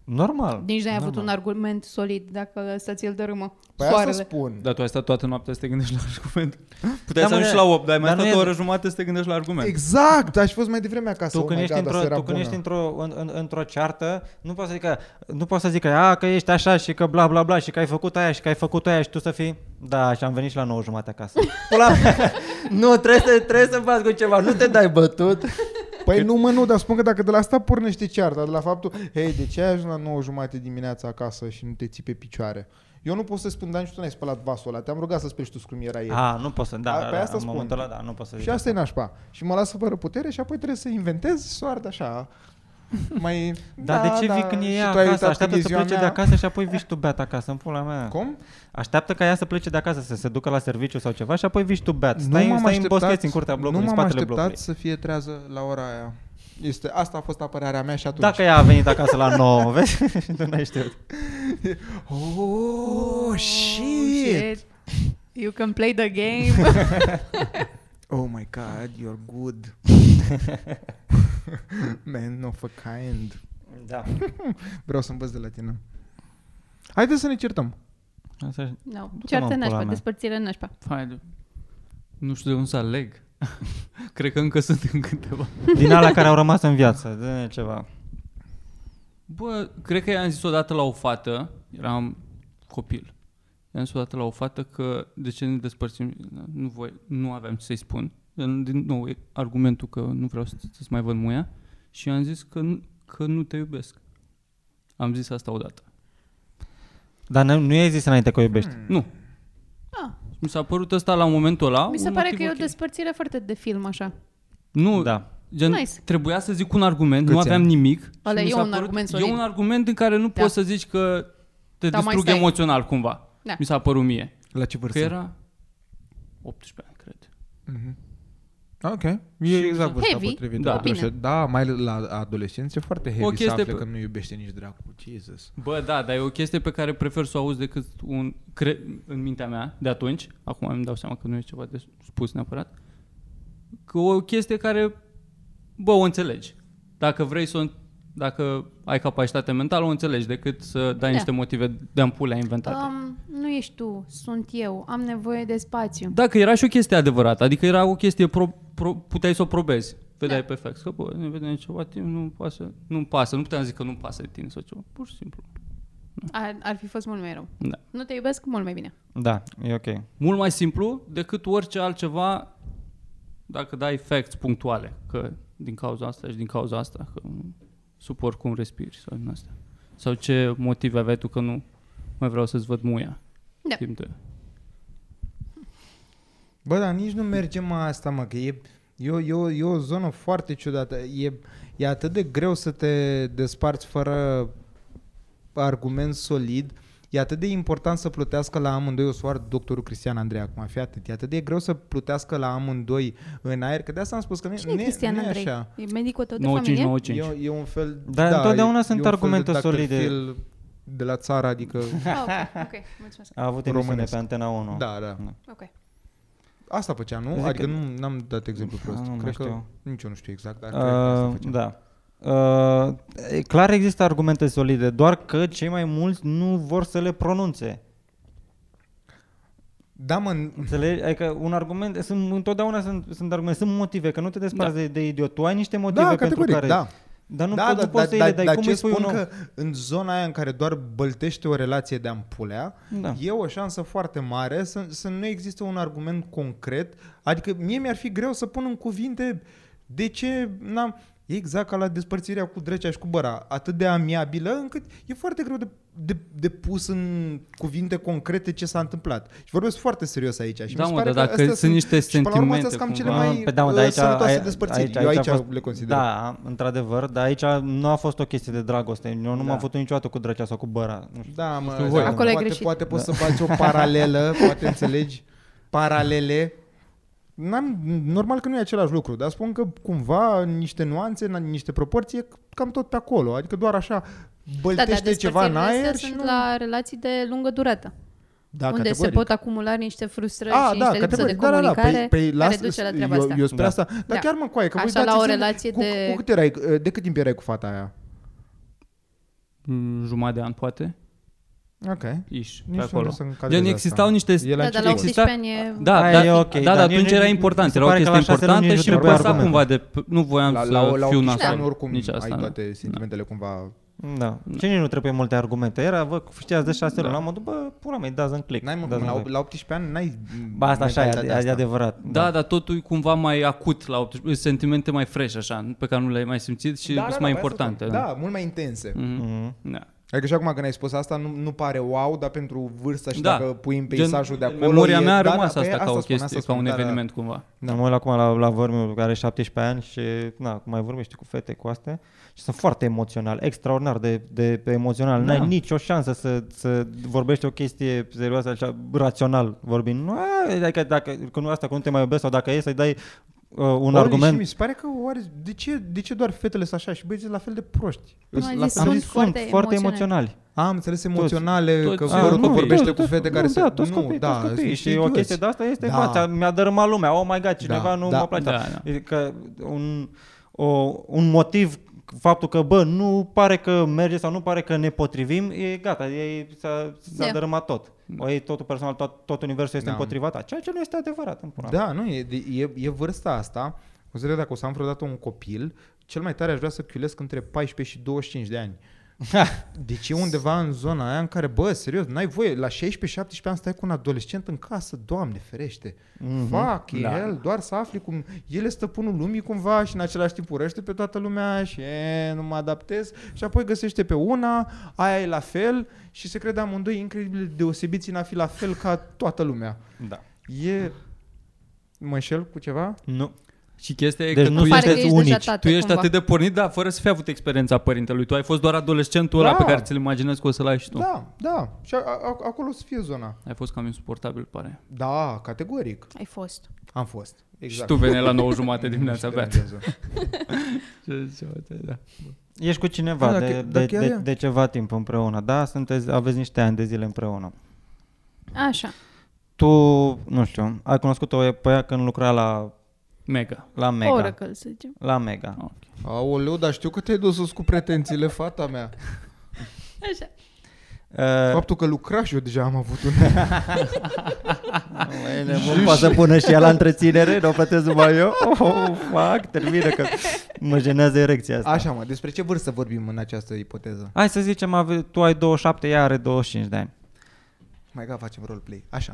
[SPEAKER 2] Normal.
[SPEAKER 4] Nici n-ai avut
[SPEAKER 2] Da. normal.
[SPEAKER 4] un argument solid dacă să ți-l dărâmă.
[SPEAKER 3] Păi
[SPEAKER 4] Soarele.
[SPEAKER 3] asta spun.
[SPEAKER 5] Dar tu ai stat toată noaptea să te gândești la argument. Puteai
[SPEAKER 2] Da,
[SPEAKER 5] să
[SPEAKER 2] mă,
[SPEAKER 5] ajungi
[SPEAKER 2] da.
[SPEAKER 5] la 8, dar ai mai
[SPEAKER 2] Dar nu
[SPEAKER 5] stat o
[SPEAKER 2] e-
[SPEAKER 5] oră jumate să te gândești la
[SPEAKER 2] da.
[SPEAKER 5] argument.
[SPEAKER 3] Exact, aș fi fost mai devreme acasă.
[SPEAKER 2] Tu
[SPEAKER 3] oh
[SPEAKER 2] când
[SPEAKER 3] my
[SPEAKER 2] ești
[SPEAKER 3] God, asta
[SPEAKER 2] într-o,
[SPEAKER 3] era
[SPEAKER 2] tu când
[SPEAKER 3] bună.
[SPEAKER 2] ești într-o, în, în, într-o ceartă, nu poți să zică, nu poți să zică, a, că ești așa și că bla bla bla și că ai făcut aia și că ai făcut aia și tu să fii, da, și am venit și la 9 jumate
[SPEAKER 3] [LAUGHS]
[SPEAKER 2] acasă. Pula mea. nu, trebuie să, trebuie să faci cu ceva, nu te dai bătut.
[SPEAKER 3] Păi nu mă, nu, dar spun că dacă de la asta pornește cearta, de la faptul, hei, de ce ai ajuns la 9 jumate dimineața acasă și nu te ții pe picioare? Eu nu pot să spun, dar nici tu n-ai spălat vasul ăla, te-am rugat să speli și tu scrumiera ieri.
[SPEAKER 2] A, nu poți să, da,
[SPEAKER 3] A,
[SPEAKER 2] da,
[SPEAKER 3] pe
[SPEAKER 2] da,
[SPEAKER 3] asta
[SPEAKER 2] în
[SPEAKER 3] spun.
[SPEAKER 2] momentul ăla, da, nu poți să zici.
[SPEAKER 3] și asta e nașpa. Și mă lasă fără putere și apoi trebuie să inventez soarta așa. Mai,
[SPEAKER 2] Dar da, de ce vii când e
[SPEAKER 3] și
[SPEAKER 2] ea
[SPEAKER 3] tu ai
[SPEAKER 2] acasă?
[SPEAKER 3] uitat când
[SPEAKER 2] Așteaptă
[SPEAKER 3] e
[SPEAKER 2] să
[SPEAKER 3] ziua
[SPEAKER 2] plece de
[SPEAKER 3] mea?
[SPEAKER 2] acasă și apoi vii și tu beat acasă, în pula mea.
[SPEAKER 3] Cum?
[SPEAKER 2] Așteaptă ca ea să plece de acasă, să se ducă la serviciu sau ceva și apoi vii și tu beat. Stai,
[SPEAKER 3] nu m-am
[SPEAKER 2] stai în
[SPEAKER 3] așteptat,
[SPEAKER 2] boscheți, în curtea blocului,
[SPEAKER 3] nu
[SPEAKER 2] în
[SPEAKER 3] m-am
[SPEAKER 2] spatele
[SPEAKER 3] așteptat
[SPEAKER 2] blocului.
[SPEAKER 3] să fie trează la ora aia. Este, asta a fost apărarea mea și atunci.
[SPEAKER 2] Dacă ea a venit acasă la 9, [LAUGHS] vezi? Și tu n-ai știut.
[SPEAKER 3] Oh,
[SPEAKER 4] Oh,
[SPEAKER 3] shit!
[SPEAKER 4] shit. You can play the
[SPEAKER 2] [LAUGHS]
[SPEAKER 4] game.
[SPEAKER 3] Oh my god, you're [LAUGHS] good. Man of a kind.
[SPEAKER 2] Da.
[SPEAKER 3] Vreau să învăț de la tine. Haideți să ne certăm.
[SPEAKER 2] Asta
[SPEAKER 4] no.
[SPEAKER 2] Du-te, mă,
[SPEAKER 4] Ceartă
[SPEAKER 2] în pula
[SPEAKER 4] nașpa,
[SPEAKER 2] mea.
[SPEAKER 4] despărțire nașpa.
[SPEAKER 5] Hai, de- nu știu de unde să aleg. [LAUGHS] Cred că încă sunt în câteva.
[SPEAKER 2] Din alea care au rămas în viață, de ceva.
[SPEAKER 5] Bă, cred că i-am zis odată la o fată, eram copil, i-am zis odată la o fată că de ce ne despărțim, nu, voi, nu aveam ce să-i spun. Din nou, e argumentul că nu vreau să- să-ți mai văd muia și i-am zis că, nu- că nu te iubesc. Am zis asta odată.
[SPEAKER 2] Dar nu, nu i-ai zis înainte că o iubești.
[SPEAKER 5] Nu.
[SPEAKER 4] Ah.
[SPEAKER 5] Mi s-a părut ăsta la momentul ăla.
[SPEAKER 4] Mi se
[SPEAKER 5] un
[SPEAKER 4] pare
[SPEAKER 5] motiv
[SPEAKER 4] că e o
[SPEAKER 5] ok.
[SPEAKER 4] despărțire foarte de film, așa.
[SPEAKER 5] Nu, da.
[SPEAKER 2] Da.
[SPEAKER 5] gen,
[SPEAKER 4] Nice.
[SPEAKER 5] nice. trebuia să zic un argument,
[SPEAKER 3] Câți
[SPEAKER 5] nu aveam
[SPEAKER 3] ani?
[SPEAKER 5] nimic. și
[SPEAKER 4] Ăla
[SPEAKER 5] mi
[SPEAKER 4] e
[SPEAKER 5] s-a
[SPEAKER 4] un argument solid.
[SPEAKER 5] E un argument în care nu
[SPEAKER 4] Da.
[SPEAKER 5] da. poți să zici că te
[SPEAKER 4] Da, mai
[SPEAKER 5] distrug
[SPEAKER 4] stai.
[SPEAKER 5] emoțional cumva.
[SPEAKER 4] Da.
[SPEAKER 5] Mi s-a părut mie.
[SPEAKER 3] La ce
[SPEAKER 5] Că era 18 ani, cred.
[SPEAKER 3] Mhm. Ok, e exact vârsta
[SPEAKER 4] Heavy,
[SPEAKER 3] potrivită.
[SPEAKER 5] da.
[SPEAKER 3] Da. da, mai ales la adolescență e foarte heavy
[SPEAKER 5] O
[SPEAKER 3] să
[SPEAKER 5] chestie
[SPEAKER 3] afle
[SPEAKER 5] pe-
[SPEAKER 3] că nu iubește nici dracu. Jesus.
[SPEAKER 5] Bă, da, dar e o chestie pe care prefer să o auzi decât un, cre- în mintea mea de atunci. Acum îmi dau seama că nu e ceva de spus neapărat. Că o chestie care, bă, o înțelegi. Dacă vrei să o, dacă ai capacitate mentală, o înțelegi, decât să dai
[SPEAKER 4] Da.
[SPEAKER 5] da. niște motive de ampulea inventate. Um,
[SPEAKER 4] Um, nu ești tu, sunt eu, am nevoie de spațiu.
[SPEAKER 5] Dacă era și o chestie adevărată, adică era o chestie, pro, pro, puteai să o probezi. Vedeai
[SPEAKER 4] Da.
[SPEAKER 5] da. pe fax că, bă, ne vedem ceva timp, nu-mi pasă, nu-mi pasă, nu puteam zic că nu-mi pasă de tine sau ceva, pur și simplu.
[SPEAKER 4] Ar, ar fi fost mult mai rău.
[SPEAKER 5] Da.
[SPEAKER 4] Nu te iubesc mult mai bine.
[SPEAKER 2] Da, e ok.
[SPEAKER 5] Mult mai simplu decât orice altceva dacă dai facts punctuale, că din cauza asta și din cauza asta, că nu suport cum respiri sau din asta. Sau ce motive aveai tu că nu mai vreau să-ți văd muia
[SPEAKER 4] Da.
[SPEAKER 5] timp de...
[SPEAKER 6] Bă, dar nici nu mergem mai asta, mă, că e, e, o- e, o- e o zonă foarte ciudată. E, e atât de greu să te desparți fără argument solid. E atât de important să plutească la amândoi, o soară doctorul Cristian Andrei acum, fii atent. E atât de greu să plutească la amândoi în aer, că de asta am spus că nu,
[SPEAKER 4] Cine e
[SPEAKER 6] nu,
[SPEAKER 4] Cristian
[SPEAKER 6] nu e
[SPEAKER 4] Andrei?
[SPEAKER 6] așa.
[SPEAKER 4] E medicul tău de familie?
[SPEAKER 5] 9595.
[SPEAKER 6] E, e un fel... da,
[SPEAKER 2] Dar Da, întotdeauna
[SPEAKER 6] e-
[SPEAKER 2] sunt
[SPEAKER 6] e un fel de
[SPEAKER 2] argumente
[SPEAKER 6] Dr.
[SPEAKER 2] solide.
[SPEAKER 6] Phil De la țară,
[SPEAKER 2] [LAUGHS]
[SPEAKER 6] adică...
[SPEAKER 4] Ah, ok, ok, mulțumesc.
[SPEAKER 2] A avut emisiune
[SPEAKER 6] Românesc.
[SPEAKER 2] pe Antena 1.
[SPEAKER 6] da, da.
[SPEAKER 4] Ok.
[SPEAKER 6] Asta făcea, nu?
[SPEAKER 2] Zic
[SPEAKER 6] adică
[SPEAKER 2] că-
[SPEAKER 6] nu am dat exemplu
[SPEAKER 2] Ah,
[SPEAKER 6] prost.
[SPEAKER 2] nu mai
[SPEAKER 6] cred că
[SPEAKER 2] știu.
[SPEAKER 6] nici eu nu știu exact, dar cred că asta
[SPEAKER 2] Uh,
[SPEAKER 6] făcea.
[SPEAKER 2] da. Uh, e clar există argumente solide, doar că cei mai mulți nu vor să le pronunțe.
[SPEAKER 6] Da, mă,
[SPEAKER 2] Înțelegi? Adică un argument, sunt, întotdeauna sunt, sunt argumente, sunt motive, că nu te desparți da. de, de idiot. Tu ai niște motive
[SPEAKER 6] da,
[SPEAKER 2] pentru
[SPEAKER 6] categoric,
[SPEAKER 2] care...
[SPEAKER 6] da.
[SPEAKER 2] Dar nu,
[SPEAKER 6] da,
[SPEAKER 2] poți,
[SPEAKER 6] da,
[SPEAKER 2] nu poți să îi le dai.
[SPEAKER 6] dar
[SPEAKER 2] Cum
[SPEAKER 6] ce
[SPEAKER 2] îi spui
[SPEAKER 6] spun
[SPEAKER 2] un om?
[SPEAKER 6] că în zona aia în care doar băltește o relație de ampulea,
[SPEAKER 2] Da.
[SPEAKER 6] e o șansă foarte mare să, să nu există un argument concret. Adică mie mi-ar fi greu să pun în cuvinte de ce n-am... E exact ca la despărțirea cu Drecea și cu Băra, atât de amiabilă încât e foarte greu de, de, de pus în cuvinte concrete ce s-a întâmplat. Și vorbesc foarte serios aici. Și
[SPEAKER 5] Da,
[SPEAKER 6] mi se
[SPEAKER 5] mă,
[SPEAKER 6] pare
[SPEAKER 5] dar
[SPEAKER 6] că
[SPEAKER 5] dacă
[SPEAKER 6] astea
[SPEAKER 5] sunt niște
[SPEAKER 6] și până la urmă, astea
[SPEAKER 5] sentimente,
[SPEAKER 6] sunt cam cele
[SPEAKER 5] cumva.
[SPEAKER 6] mai uh,
[SPEAKER 2] Pe da, mă, dar aici,
[SPEAKER 6] sănătoase
[SPEAKER 2] ai-
[SPEAKER 6] despărțiri. eu aici,
[SPEAKER 2] a fost-
[SPEAKER 6] le consider.
[SPEAKER 2] Da, într-adevăr, dar aici nu a fost o chestie de dragoste. Eu nu
[SPEAKER 6] Da.
[SPEAKER 2] m-am făcut niciodată cu drăcea sau cu băra. Nu știu.
[SPEAKER 6] Da, mă,
[SPEAKER 5] voi. Da.
[SPEAKER 6] da,
[SPEAKER 4] Acolo e
[SPEAKER 6] poate,
[SPEAKER 4] greșit.
[SPEAKER 6] poate poți să faci o
[SPEAKER 5] [LAUGHS]
[SPEAKER 6] paralelă, poate înțelegi paralele. N-am, normal că nu e același lucru, dar spun că cumva niște nuanțe, na- niște proporții, e cam tot pe acolo. Adică doar așa
[SPEAKER 4] Da, da,
[SPEAKER 6] băltește Păi ceva în
[SPEAKER 4] despărțirile
[SPEAKER 6] aer
[SPEAKER 4] astea
[SPEAKER 6] și
[SPEAKER 4] sunt
[SPEAKER 6] nu...
[SPEAKER 4] la relații de lungă durată.
[SPEAKER 6] da,
[SPEAKER 4] unde
[SPEAKER 6] categoric. Ah, da,
[SPEAKER 4] se pot acumula niște frustrări
[SPEAKER 6] A,
[SPEAKER 4] și niște lipsă de comunicare
[SPEAKER 6] Păi- păi
[SPEAKER 4] care
[SPEAKER 6] las-
[SPEAKER 4] duce la
[SPEAKER 6] eu-
[SPEAKER 4] treaba asta.
[SPEAKER 6] Eu, spre
[SPEAKER 2] Da.
[SPEAKER 6] asta, dar
[SPEAKER 4] Da.
[SPEAKER 6] chiar mă coaie, că
[SPEAKER 4] Așa,
[SPEAKER 6] voi dați
[SPEAKER 4] la o
[SPEAKER 6] exemplu,
[SPEAKER 4] relație
[SPEAKER 6] cu,
[SPEAKER 4] de-
[SPEAKER 6] Cu, cu cât erai, ă, de cât timp erai cu fata aia?
[SPEAKER 5] Mm, Jumătate de an, poate.
[SPEAKER 6] Ok.
[SPEAKER 5] Iși,
[SPEAKER 6] Nici
[SPEAKER 5] pe
[SPEAKER 6] nu
[SPEAKER 5] acolo.
[SPEAKER 6] să-mi cadrez
[SPEAKER 5] Gen,
[SPEAKER 6] asta.
[SPEAKER 5] existau niște...
[SPEAKER 6] E la
[SPEAKER 4] Da, dar la
[SPEAKER 6] început.
[SPEAKER 4] 18 ani e...
[SPEAKER 5] Da,
[SPEAKER 2] Aia
[SPEAKER 5] da,
[SPEAKER 2] e ok,
[SPEAKER 5] da,
[SPEAKER 2] dar
[SPEAKER 5] dar
[SPEAKER 2] nici-
[SPEAKER 5] atunci era
[SPEAKER 2] nici- mi
[SPEAKER 5] important,
[SPEAKER 2] se
[SPEAKER 5] era o
[SPEAKER 2] pare că
[SPEAKER 5] chestie
[SPEAKER 2] la șase luni
[SPEAKER 5] importantă
[SPEAKER 2] nici nu
[SPEAKER 5] și
[SPEAKER 2] trebuia
[SPEAKER 5] trebuia
[SPEAKER 2] argumente.
[SPEAKER 5] cumva de... Nu voiam
[SPEAKER 6] La,
[SPEAKER 5] să
[SPEAKER 6] la, la
[SPEAKER 5] fiu
[SPEAKER 6] 18 ani
[SPEAKER 5] nasol.
[SPEAKER 6] oricum
[SPEAKER 5] Nici
[SPEAKER 6] ai
[SPEAKER 5] asta, nu. Da.
[SPEAKER 6] toate sentimentele cumva
[SPEAKER 2] Da. Și nici nu trebuie multe argumente. Era, vă, știați de șase luni, la modul, bă, pula mea, dați în click.
[SPEAKER 6] Da. N-ai mă,
[SPEAKER 2] dați
[SPEAKER 6] cum,
[SPEAKER 2] în
[SPEAKER 6] la,
[SPEAKER 2] click.
[SPEAKER 6] la 18 ani n-ai m,
[SPEAKER 2] Da, Ba, asta așa, e,
[SPEAKER 6] mentalitatea
[SPEAKER 2] e adevărat.
[SPEAKER 5] Da, dar totul e cumva mai acut, la 18, sentimente mai fresh, așa, pe care nu le-ai mai simțit și
[SPEAKER 6] Da,
[SPEAKER 5] sunt
[SPEAKER 6] da,
[SPEAKER 5] mai
[SPEAKER 6] da, asta
[SPEAKER 5] importante.
[SPEAKER 6] spun. Da, mult mai intense. Mm.
[SPEAKER 5] Mhm.
[SPEAKER 2] Mhm.
[SPEAKER 5] Da.
[SPEAKER 6] Adică și acum când ai spus asta, nu, nu pare wow, dar pentru vârsta și da.
[SPEAKER 5] Da.
[SPEAKER 6] dacă pui
[SPEAKER 5] Gen,
[SPEAKER 6] în peisajul de
[SPEAKER 5] în
[SPEAKER 6] acolo...
[SPEAKER 5] Memoria
[SPEAKER 6] e-
[SPEAKER 5] mea a
[SPEAKER 6] da,
[SPEAKER 5] rămas
[SPEAKER 6] da, păi
[SPEAKER 5] asta ca o
[SPEAKER 6] spun,
[SPEAKER 5] chestie, ca
[SPEAKER 6] spun,
[SPEAKER 5] un
[SPEAKER 6] da, da.
[SPEAKER 5] eveniment cumva.
[SPEAKER 2] Da. Mă uit acum la, la vărmiu care are 17 ani și na, cum mai vorbește cu fete cu astea și sunt foarte emoțional, extraordinar de, de emoțional.
[SPEAKER 5] Da.
[SPEAKER 2] N-ai nicio șansă să, să vorbești o chestie serioasă, așa, rațional vorbind. Nu, a, adică dacă, că nu asta, că nu te mai iubesc sau dacă e să-i dai uh, un
[SPEAKER 6] Ori,
[SPEAKER 2] argument.
[SPEAKER 6] Și mi se pare că oare, de, ce, de ce doar fetele sunt așa și băieții sunt la fel de proști?
[SPEAKER 4] Nu,
[SPEAKER 2] Păi
[SPEAKER 6] Sunt
[SPEAKER 4] ai
[SPEAKER 6] la
[SPEAKER 4] zis
[SPEAKER 6] fel-
[SPEAKER 2] Am
[SPEAKER 4] Sunt
[SPEAKER 2] zis, sunt
[SPEAKER 4] foarte
[SPEAKER 2] foarte
[SPEAKER 4] emoționali.
[SPEAKER 2] emoționali.
[SPEAKER 6] A, am înțeles emoționale,
[SPEAKER 5] toți-
[SPEAKER 6] că
[SPEAKER 5] toți-
[SPEAKER 6] vorul
[SPEAKER 5] nu,
[SPEAKER 6] că
[SPEAKER 5] nu,
[SPEAKER 6] vorbește
[SPEAKER 2] toți-
[SPEAKER 6] cu fete
[SPEAKER 2] Ah, nu,
[SPEAKER 6] care se...
[SPEAKER 2] Da, toți
[SPEAKER 6] nu,
[SPEAKER 2] copii,
[SPEAKER 6] da,
[SPEAKER 2] toți copii.
[SPEAKER 6] sunt
[SPEAKER 2] Și o
[SPEAKER 6] idioți.
[SPEAKER 2] chestie de asta este,
[SPEAKER 6] Da.
[SPEAKER 2] da. gata, mi-a dărâmat lumea, oh my god, cineva
[SPEAKER 6] Da,
[SPEAKER 2] nu
[SPEAKER 6] da,
[SPEAKER 2] mă place.
[SPEAKER 5] da, da.
[SPEAKER 2] Adică un, o, un motiv faptul că, bă, nu pare că merge sau nu pare că ne potrivim, e gata, e, s-a, s-a
[SPEAKER 4] Da.
[SPEAKER 2] dărâmat tot. O iei totul personal, tot, tot universul este da.
[SPEAKER 6] Da.
[SPEAKER 2] împotriva ta, ceea ce nu este adevărat în pula mea.
[SPEAKER 6] Da, nu, e, de- e, e vârsta asta. O să zic, dacă o să am vreodată un copil, cel mai tare aș vrea să chiulesc între 14 și 25 de ani. Deci e undeva în zona aia în care, bă, serios, n-ai voie, la 16-17 ani stai cu un adolescent în casă, doamne ferește. Mm-hmm. Fac
[SPEAKER 5] Da.
[SPEAKER 6] el, doar să afli cum el e stăpânul lumii cumva și în același timp urăște pe toată lumea și e, nu mă adaptez și apoi găsește pe una, aia e la fel și se crede amândoi incredibil de deosebiți în a fi la fel ca toată lumea.
[SPEAKER 2] da.
[SPEAKER 6] E... Mă înșel cu ceva?
[SPEAKER 2] Nu.
[SPEAKER 5] Și chestia e
[SPEAKER 2] Deci
[SPEAKER 5] că
[SPEAKER 2] nu
[SPEAKER 5] tu
[SPEAKER 2] sunt
[SPEAKER 5] ești,
[SPEAKER 4] Pare că
[SPEAKER 2] sunteți
[SPEAKER 4] ești deja
[SPEAKER 2] unici.
[SPEAKER 4] tată,
[SPEAKER 5] tu ești
[SPEAKER 4] cumva.
[SPEAKER 5] atât de pornit, dar fără să fi avut experiența părintelui. Tu ai fost doar adolescentul ăla
[SPEAKER 6] Da.
[SPEAKER 5] pe care ți-l imaginezi că o să-l ai și tu.
[SPEAKER 6] Da, da. Și a, a, acolo o să fie zona.
[SPEAKER 5] Ai fost cam insuportabil, pare.
[SPEAKER 6] Da, categoric.
[SPEAKER 4] Ai fost.
[SPEAKER 6] Am fost.
[SPEAKER 5] Exact.
[SPEAKER 6] Exact.
[SPEAKER 5] Și tu veneai la 9 jumate dimineața
[SPEAKER 6] Nu știu
[SPEAKER 5] abia.
[SPEAKER 6] de la zona.
[SPEAKER 5] Da.
[SPEAKER 2] Ești cu cineva
[SPEAKER 6] Da,
[SPEAKER 2] da,
[SPEAKER 6] dacă-
[SPEAKER 2] de, de,
[SPEAKER 6] dacă ea
[SPEAKER 2] de,
[SPEAKER 6] e.
[SPEAKER 2] de, ceva timp împreună, da? Sunteți, aveți niște ani de zile împreună.
[SPEAKER 4] Așa.
[SPEAKER 2] Tu, nu știu, ai cunoscut-o pe ea când lucra la,
[SPEAKER 5] Mega.
[SPEAKER 2] la Mega.
[SPEAKER 4] Oracle, să zicem.
[SPEAKER 2] La Mega.
[SPEAKER 6] Aoleu, dar știu că te-ai dus sus cu pretențiile, fata mea.
[SPEAKER 4] Așa.
[SPEAKER 2] Uh,
[SPEAKER 6] Faptul că lucra și eu deja am avut un...
[SPEAKER 2] nu poate să pună și ea la întreținere, nu o plătesc numai eu. [LAUGHS] Oh, fac, termină că mă jenează erecția asta.
[SPEAKER 6] Așa mă, despre ce vârstă vorbim în această ipoteză?
[SPEAKER 2] Hai să zicem, ave- tu ai 27, ea are 25 de ani.
[SPEAKER 6] Mai gata, facem roleplay. Așa.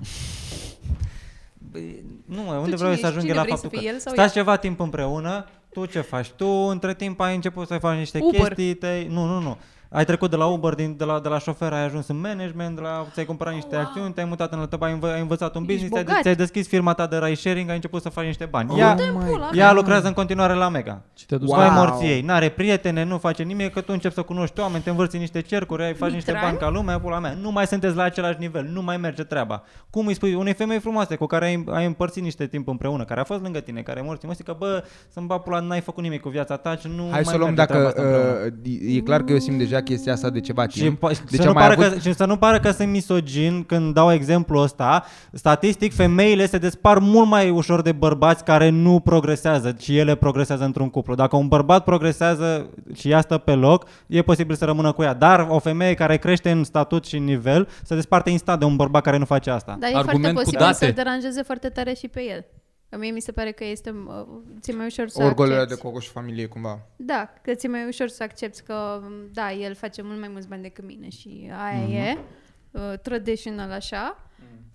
[SPEAKER 2] Băi, Nu, mă,
[SPEAKER 4] cine
[SPEAKER 2] unde vreau eu
[SPEAKER 4] ești?
[SPEAKER 2] să ajung
[SPEAKER 4] Cine
[SPEAKER 2] eu la
[SPEAKER 4] vrei să
[SPEAKER 2] faptul că
[SPEAKER 4] fii el sau
[SPEAKER 2] stați ceva timp împreună, tu ce faci tu, între timp ai început să faci niște
[SPEAKER 4] Uber.
[SPEAKER 2] chestii, te nu, nu, nu. Ai trecut de la Uber, din, de, la, de la șofer, ai ajuns în management, de la, ți-ai cumpărat niște wow. acțiuni, te-ai mutat în altă bai, ai, învă, ai învățat un
[SPEAKER 4] Ești
[SPEAKER 2] business, ți-ai,
[SPEAKER 4] bogat.
[SPEAKER 2] ți-ai deschis firma ta de ride sharing, ai început să faci niște bani.
[SPEAKER 6] Oh
[SPEAKER 2] ea,
[SPEAKER 6] my
[SPEAKER 4] pula mea.
[SPEAKER 2] ea lucrează în continuare la Mega.
[SPEAKER 5] Și te-a dus
[SPEAKER 2] Wow. Mai
[SPEAKER 6] Wow.
[SPEAKER 2] morții ei, n-are prietene, nu face nimic, că tu începi să cunoști oameni, te învârți în niște cercuri, ai faci niște
[SPEAKER 4] Mitran?
[SPEAKER 2] bani ca lumea, pula mea. Nu mai sunteți la același nivel, nu mai merge treaba. Cum îi spui unei femei frumoase cu care ai, ai împărțit niște timp împreună, care a fost lângă tine, care e morții, mă zic că bă, să-mi ba pula, n-ai făcut nimic cu viața ta și nu
[SPEAKER 6] Hai
[SPEAKER 2] mai
[SPEAKER 6] să luăm
[SPEAKER 2] merge treaba
[SPEAKER 6] dacă...
[SPEAKER 2] asta împreună."
[SPEAKER 6] uh, e clar că eu simt deja chestia asta de ceva
[SPEAKER 2] Și
[SPEAKER 6] timp.
[SPEAKER 2] po-
[SPEAKER 6] Deci
[SPEAKER 2] să,
[SPEAKER 6] am
[SPEAKER 2] nu
[SPEAKER 6] mai
[SPEAKER 2] pară
[SPEAKER 6] avut-
[SPEAKER 2] că, și să nu pară că sunt misogin când dau exemplu ăsta, statistic femeile se despar mult mai ușor de bărbați care nu progresează și ele progresează într-un cuplu. Dacă un bărbat progresează și ea stă pe loc, e posibil să rămână cu ea. Dar o femeie care crește în statut și în nivel se desparte instant de un bărbat care nu face asta.
[SPEAKER 4] Dar e
[SPEAKER 5] Argument
[SPEAKER 4] foarte
[SPEAKER 5] cu
[SPEAKER 4] posibil
[SPEAKER 5] date.
[SPEAKER 4] să-l deranjeze foarte tare și pe el. Că mie mi se pare că este uh, ți mai ușor să
[SPEAKER 6] Orgolul ăla de
[SPEAKER 4] accepti.
[SPEAKER 6] coco și familie, cumva.
[SPEAKER 4] Da, că ți-e mai ușor să accepti că, m, da, el face mult mai mulți bani decât mine și aia mm-hmm.
[SPEAKER 6] Mhm.
[SPEAKER 4] e, uh, traditional așa,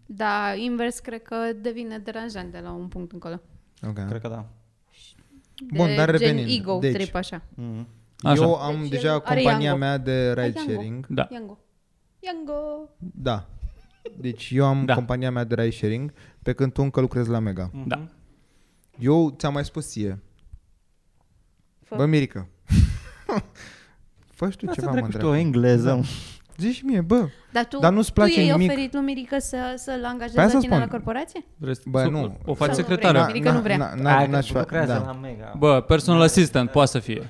[SPEAKER 4] dar invers cred că devine deranjant de la un punct încolo.
[SPEAKER 6] Okay.
[SPEAKER 2] Cred că da.
[SPEAKER 4] De
[SPEAKER 6] Bun, dar revenind.
[SPEAKER 4] Gen ego
[SPEAKER 6] Deci-
[SPEAKER 4] trip așa.
[SPEAKER 2] Mm.
[SPEAKER 5] Așa.
[SPEAKER 6] Eu am
[SPEAKER 4] Deci
[SPEAKER 6] deja
[SPEAKER 4] el are
[SPEAKER 6] compania
[SPEAKER 4] Yango.
[SPEAKER 6] mea de
[SPEAKER 4] Ai
[SPEAKER 6] ride
[SPEAKER 4] Yango?
[SPEAKER 6] sharing.
[SPEAKER 5] Da.
[SPEAKER 4] Yango. Yango.
[SPEAKER 6] Da. Deci eu am
[SPEAKER 5] Da.
[SPEAKER 6] da. compania mea de ride sharing, pe când tu încă lucrezi la Mega.
[SPEAKER 5] Da.
[SPEAKER 6] Eu ți-am mai spus ție.
[SPEAKER 4] Fă.
[SPEAKER 6] Bă, Mirica. [LAUGHS] Fă și tu
[SPEAKER 2] Asta
[SPEAKER 6] ceva,
[SPEAKER 2] dracu
[SPEAKER 6] mă
[SPEAKER 2] știu o
[SPEAKER 6] întreabă.
[SPEAKER 2] engleză.
[SPEAKER 6] Da.
[SPEAKER 2] mă.
[SPEAKER 6] Zici și mie, bă.
[SPEAKER 4] Dar tu,
[SPEAKER 6] Dar nu-ți place
[SPEAKER 4] tu i-ai
[SPEAKER 6] nimic.
[SPEAKER 4] oferit lui Mirica să, să-l
[SPEAKER 6] Pe
[SPEAKER 4] angajezi
[SPEAKER 6] asta
[SPEAKER 4] la tine
[SPEAKER 6] spun.
[SPEAKER 4] la corporație?
[SPEAKER 5] Vrei să-
[SPEAKER 6] Bă,
[SPEAKER 5] să-
[SPEAKER 6] nu.
[SPEAKER 5] O
[SPEAKER 4] Sau
[SPEAKER 5] faci
[SPEAKER 4] nu
[SPEAKER 5] secretară.
[SPEAKER 4] vrei? Mirica nu vrea.
[SPEAKER 6] Na, na,
[SPEAKER 2] Hai că
[SPEAKER 6] n-aș fa-
[SPEAKER 2] lucrează
[SPEAKER 6] da.
[SPEAKER 2] la mega.
[SPEAKER 5] Bă, personal assistant poate să fie.
[SPEAKER 2] Ah.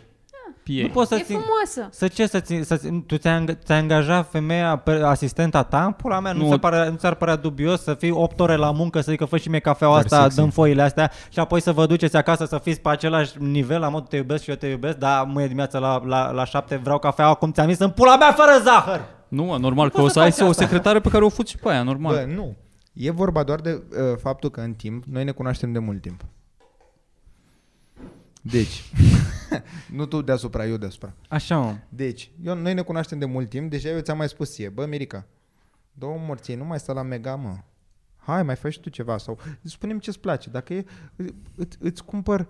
[SPEAKER 2] nu
[SPEAKER 5] PA.
[SPEAKER 2] poți
[SPEAKER 4] E
[SPEAKER 2] să ții,
[SPEAKER 4] frumoasă.
[SPEAKER 2] Să ce, să, ți, să ți- tu ți-ai, ang- ți-ai angajat femeia, pe- asistenta ta? Pula mea, nu,
[SPEAKER 5] Nu.
[SPEAKER 2] nu. Se pare, nu ți-ar părea dubios să fii 8 ore la muncă, să zică fă și mie cafeaua
[SPEAKER 6] Dar
[SPEAKER 2] asta,
[SPEAKER 6] sexy.
[SPEAKER 2] dăm foile astea și apoi să vă duceți acasă să fiți pe același nivel, la modul te iubesc și eu te iubesc, dar mâine dimineața la, la, la 7 vreau cafeaua, cum ți-am zis, în pula mea fără zahăr!
[SPEAKER 5] Nu, mă, normal, că
[SPEAKER 2] poți
[SPEAKER 5] o
[SPEAKER 2] să
[SPEAKER 5] să ai
[SPEAKER 2] faci
[SPEAKER 5] o
[SPEAKER 2] asta.
[SPEAKER 5] secretară pe care o fuți și pe aia, normal.
[SPEAKER 6] Bă, nu. E vorba doar de uh, faptul că în timp, noi ne cunoaștem de mult timp. Deci, [LAUGHS] nu tu deasupra, eu deasupra.
[SPEAKER 2] Așa, mă.
[SPEAKER 6] Deci, eu, noi ne cunoaștem de mult timp, deja eu ți-am mai spus ție, bă, Mirica, două morții, nu mai sta la mega, mă. Hai, mai faci și tu ceva sau spune ce-ți place. Dacă e, îți, îți cumpăr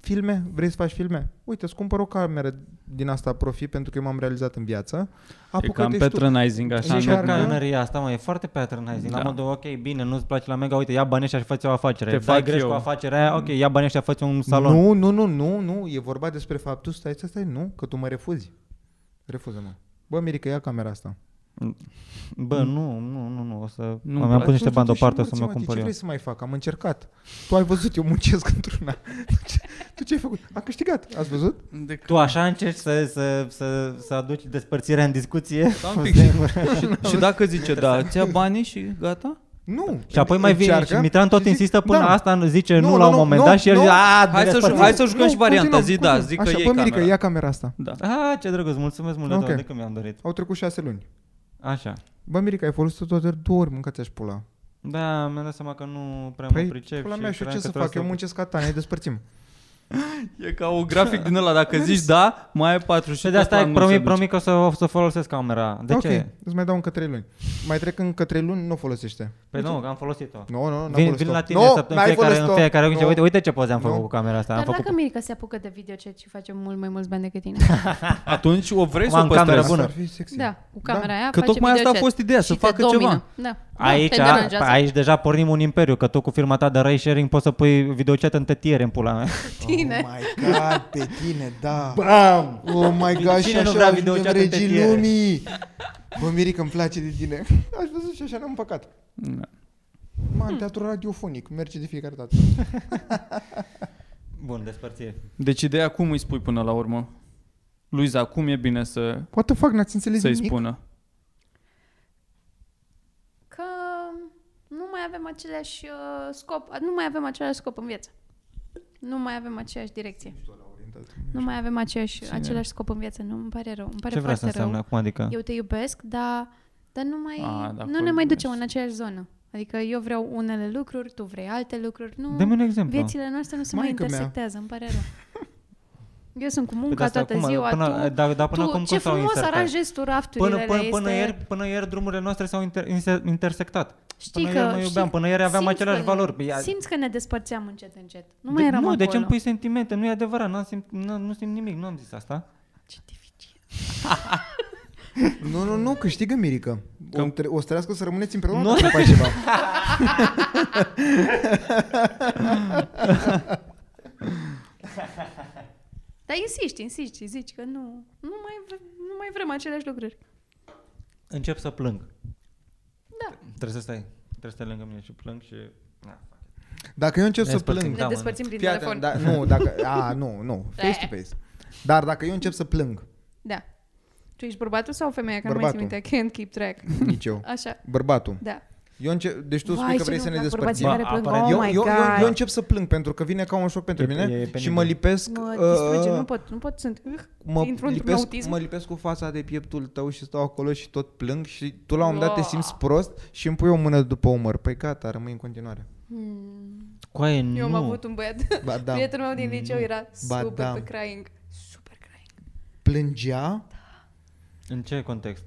[SPEAKER 6] filme, vrei să faci filme? Uite, îți cumpăr o cameră din asta profi pentru că eu m-am realizat în viață.
[SPEAKER 5] e cam
[SPEAKER 6] Apucă-te și tu.
[SPEAKER 5] patronizing, așa.
[SPEAKER 2] Și
[SPEAKER 6] Și
[SPEAKER 5] nu?
[SPEAKER 6] chiar-
[SPEAKER 2] călănăria asta, mă, e foarte patronizing. Da.
[SPEAKER 5] Da.
[SPEAKER 2] La modul, ok, bine, nu-ți place la mega, uite, ia bani ăștia și fă-ți o afacere.
[SPEAKER 5] Te
[SPEAKER 2] Te Dai
[SPEAKER 5] fac
[SPEAKER 2] greș
[SPEAKER 5] eu.
[SPEAKER 2] cu afacerea aia, ok, ia bani ăștia, fă-ți un salon.
[SPEAKER 6] Nu, nu, nu, nu, nu, e vorba despre faptul, stai, stai, stai, nu, că tu mă refuzi. Refuză-mă. Bă, Mirica, ia camera asta.
[SPEAKER 2] Bă, nu, nu, nu, Păi, nu, o să...
[SPEAKER 5] Nu-mi
[SPEAKER 2] mi-am pus
[SPEAKER 5] place.
[SPEAKER 2] niște
[SPEAKER 6] Nu,
[SPEAKER 2] bani
[SPEAKER 6] du-te și
[SPEAKER 2] deoparte, o să
[SPEAKER 6] morți,
[SPEAKER 2] mi-o
[SPEAKER 6] mă,
[SPEAKER 2] cumpăr
[SPEAKER 6] Ce
[SPEAKER 2] eu.
[SPEAKER 6] vrei să mai fac? Am încercat. Tu ai văzut, eu muncesc [LAUGHS] într-una. Tu ce- Tu ce ai făcut? A câștigat. Ați văzut?
[SPEAKER 2] Tu așa încerci să, să, să, să aduci despărțirea în discuție?
[SPEAKER 5] Stai un pic și, [LAUGHS] și, și dacă zice da, ți-a banii și gata?
[SPEAKER 6] Nu.
[SPEAKER 2] Și apoi mai vine
[SPEAKER 6] Încearcă
[SPEAKER 2] și Mitran tot
[SPEAKER 6] și zic,
[SPEAKER 2] insistă până
[SPEAKER 6] da.
[SPEAKER 2] asta zice nu,
[SPEAKER 6] Nu,
[SPEAKER 2] la
[SPEAKER 6] nu,
[SPEAKER 2] un
[SPEAKER 6] nu,
[SPEAKER 2] moment
[SPEAKER 6] nu,
[SPEAKER 2] dat și el
[SPEAKER 6] nu.
[SPEAKER 2] zice a,
[SPEAKER 5] Hai să
[SPEAKER 2] despărțim."
[SPEAKER 5] jucăm. Hai să jucăm
[SPEAKER 6] Nu,
[SPEAKER 5] și varianta,
[SPEAKER 6] continuăm,
[SPEAKER 5] zi da,
[SPEAKER 6] continuăm.
[SPEAKER 5] zic că
[SPEAKER 6] Așa,
[SPEAKER 5] ei
[SPEAKER 6] bă, Mirica,
[SPEAKER 5] camera.
[SPEAKER 6] ia camera asta.
[SPEAKER 5] Da.
[SPEAKER 2] A, Ah, ce drăguț, mulțumesc mult
[SPEAKER 6] Ok.
[SPEAKER 2] de tot, de că mi-am dorit.
[SPEAKER 6] Au trecut șase luni.
[SPEAKER 2] Așa.
[SPEAKER 6] Bă, Mirica, ai folosit-o doar două ori, mâncați aș pula.
[SPEAKER 2] Da, mi-am dat seama că nu prea mă
[SPEAKER 6] Păi,
[SPEAKER 2] pricep.
[SPEAKER 6] pula mea, și eu
[SPEAKER 2] cream că
[SPEAKER 6] ce să
[SPEAKER 2] trebuie
[SPEAKER 6] fac? Eu muncesc ca ta, ne despărțim.
[SPEAKER 5] E ca un grafic din ăla, dacă zici da, mai ai 40
[SPEAKER 2] Și Păi de asta ai promit, promit că o să, o să folosesc camera. De
[SPEAKER 6] ok,
[SPEAKER 2] ce?
[SPEAKER 6] îți mai dau încă trei luni. Mai trec încă trei luni, nu o folosește.
[SPEAKER 2] Păi nu, că am folosit-o.
[SPEAKER 6] Nu, nu, nu,
[SPEAKER 2] Vin, vin la tine
[SPEAKER 6] nu,
[SPEAKER 2] să, în fiecare, în fiecare no. uite, uite ce poze am
[SPEAKER 6] Nu.
[SPEAKER 2] făcut cu camera asta.
[SPEAKER 4] Dar
[SPEAKER 2] Am făcut
[SPEAKER 4] dacă Mirica se apucă de video chat și face mult mai mulți bani decât tine.
[SPEAKER 5] Atunci o vrei să
[SPEAKER 2] M-am
[SPEAKER 5] o păstrezi.
[SPEAKER 2] cameră bună.
[SPEAKER 4] da, cu camera aia
[SPEAKER 5] Că
[SPEAKER 4] face
[SPEAKER 5] tocmai asta a
[SPEAKER 4] videochat.
[SPEAKER 5] fost ideea, să
[SPEAKER 4] Și te
[SPEAKER 5] facă
[SPEAKER 4] domină.
[SPEAKER 5] ceva.
[SPEAKER 4] Da.
[SPEAKER 2] Aici,
[SPEAKER 4] te deranjează.
[SPEAKER 2] aici deja pornim un imperiu, că tu cu firma ta de ride sharing poți să pui videochat în tătiere în pula mea.
[SPEAKER 4] Tine.
[SPEAKER 7] Oh my god, pe tine, da.
[SPEAKER 6] Bam!
[SPEAKER 7] Oh my god, și
[SPEAKER 2] Cine nu
[SPEAKER 7] așa
[SPEAKER 2] vrea
[SPEAKER 7] ajungem
[SPEAKER 2] videochat în
[SPEAKER 7] regii
[SPEAKER 2] tetiere?
[SPEAKER 7] lumii. Bă, Mirica, îmi place de
[SPEAKER 6] [LAUGHS]
[SPEAKER 7] tine.
[SPEAKER 6] Aș văzut și așa n-am păcat.
[SPEAKER 5] Da.
[SPEAKER 6] Mă,
[SPEAKER 4] Hmm.
[SPEAKER 6] în teatru radiofonic, merge de fiecare dată.
[SPEAKER 2] [LAUGHS] Bun, despărțire.
[SPEAKER 5] Deci ideea cum îi spui până la urmă? Luiza, cum e bine să,
[SPEAKER 6] What the fuck, n-ați înțeles
[SPEAKER 5] să-i
[SPEAKER 6] nimic?
[SPEAKER 5] spună?
[SPEAKER 4] Că nu mai avem același uh, scop, nu mai avem același scop în viață. Nu mai avem aceeași direcție. Nu mai avem aceeași,
[SPEAKER 5] Cine?
[SPEAKER 4] același scop în viață. Nu, îmi pare rău. Îmi pare
[SPEAKER 2] Ce vrea să
[SPEAKER 4] foarte rău.
[SPEAKER 2] înseamnă acum? Adică,
[SPEAKER 4] Eu te iubesc, dar, dar nu mai,
[SPEAKER 5] A, da,
[SPEAKER 4] nu ne
[SPEAKER 5] acolo
[SPEAKER 4] mai
[SPEAKER 5] iubesc.
[SPEAKER 4] ducem în aceeași zonă. Adică eu vreau unele lucruri, tu vrei alte lucruri. Nu,
[SPEAKER 2] dă-mi un exemplu.
[SPEAKER 4] Viețile noastre nu se mai
[SPEAKER 6] Maică mea.
[SPEAKER 4] intersectează, îmi pare rău. Eu sunt cu
[SPEAKER 2] Păi de
[SPEAKER 4] munca
[SPEAKER 2] asta
[SPEAKER 4] toată
[SPEAKER 2] acum,
[SPEAKER 4] ziua,
[SPEAKER 2] până,
[SPEAKER 4] tu,
[SPEAKER 2] da, da, până
[SPEAKER 4] tu
[SPEAKER 2] acum
[SPEAKER 4] ce
[SPEAKER 2] cum s-au
[SPEAKER 4] frumos
[SPEAKER 2] insertat?
[SPEAKER 4] aranjezi tu rafturile,
[SPEAKER 2] Până, până, până,
[SPEAKER 4] este...
[SPEAKER 2] ieri, până ieri drumurile noastre s-au inter, inter, intersectat.
[SPEAKER 4] Știi
[SPEAKER 2] până
[SPEAKER 4] că,
[SPEAKER 2] ieri mă iubeam,
[SPEAKER 4] știi,
[SPEAKER 2] până ieri aveam
[SPEAKER 4] simți
[SPEAKER 2] aceleași
[SPEAKER 4] că,
[SPEAKER 2] valori. Păi, a-
[SPEAKER 4] Simți că ne despărțeam încet, încet. Nu
[SPEAKER 2] de,
[SPEAKER 4] mai eram
[SPEAKER 2] nu,
[SPEAKER 4] acolo.
[SPEAKER 2] de ce îmi pui sentimente? Nu e adevărat, n-am simt, n- nu simt nimic, nu am zis asta.
[SPEAKER 4] Ce dificil.
[SPEAKER 6] [LAUGHS] Nu, nu, nu, câștigă Mirica. O,
[SPEAKER 5] Cam-
[SPEAKER 6] tre- o să trească să rămâneți împreună
[SPEAKER 2] Nu
[SPEAKER 6] nu
[SPEAKER 2] o
[SPEAKER 6] dacă faci ceva.
[SPEAKER 4] Dar insisti, insisti, zici că nu, nu mai, v- nu mai vrem aceleași
[SPEAKER 2] Da,
[SPEAKER 4] lucruri.
[SPEAKER 2] Încep să plâng.
[SPEAKER 4] Da.
[SPEAKER 2] Trebuie să stai. Trebuie să stai lângă mine și plâng și... Na, fuck it.
[SPEAKER 6] Dacă eu încep să
[SPEAKER 2] Ne-ai
[SPEAKER 6] plâng...
[SPEAKER 2] spățit.
[SPEAKER 4] Ne
[SPEAKER 2] Da, mă,
[SPEAKER 4] despărțim prin
[SPEAKER 6] Fii
[SPEAKER 4] telefon.
[SPEAKER 6] atent, da, nu,
[SPEAKER 4] [LAUGHS]
[SPEAKER 6] dacă, a, nu, nu, face to face. Dar dacă eu încep să plâng,
[SPEAKER 4] Da. Tu ești bărbatul sau femeia? Că nu mai țin
[SPEAKER 6] Bărbatul.
[SPEAKER 4] minte. Can't keep track.
[SPEAKER 6] nici eu,
[SPEAKER 4] Așa,
[SPEAKER 6] bărbatul,
[SPEAKER 4] da.
[SPEAKER 6] eu încep, deci tu spui
[SPEAKER 4] Vai,
[SPEAKER 6] că
[SPEAKER 4] ce
[SPEAKER 6] vrei să
[SPEAKER 4] nu-mi
[SPEAKER 6] ne
[SPEAKER 4] plac bărbații
[SPEAKER 2] Ba,
[SPEAKER 4] care
[SPEAKER 2] despărțim.
[SPEAKER 4] plâng.
[SPEAKER 2] apare-
[SPEAKER 4] Oh
[SPEAKER 6] eu,
[SPEAKER 4] my
[SPEAKER 6] eu, eu,
[SPEAKER 4] God.
[SPEAKER 6] eu încep să plâng pentru că vine ca un șoc pentru
[SPEAKER 2] E-
[SPEAKER 6] mine
[SPEAKER 2] e penibil.
[SPEAKER 6] și mă lipesc
[SPEAKER 4] Mă
[SPEAKER 6] uh,
[SPEAKER 4] distrage, nu pot, nu pot, sunt... uh,
[SPEAKER 3] mă
[SPEAKER 4] Intru într-un
[SPEAKER 3] lipesc,
[SPEAKER 4] autism.
[SPEAKER 3] mă lipesc cu fața de pieptul tău și stau acolo și tot plâng și tu la un moment dat te simți prost și îmi pui o mână după umăr. Păi gata, rămâi în continuare.
[SPEAKER 2] Coaie,
[SPEAKER 4] Eu am
[SPEAKER 2] nu.
[SPEAKER 4] avut un băiat,
[SPEAKER 6] [LAUGHS] Ba da,
[SPEAKER 4] prietenul meu din liceu era
[SPEAKER 6] Ba
[SPEAKER 4] super
[SPEAKER 6] da.
[SPEAKER 4] pe crying. Super crying.
[SPEAKER 6] plângea,
[SPEAKER 2] În ce context?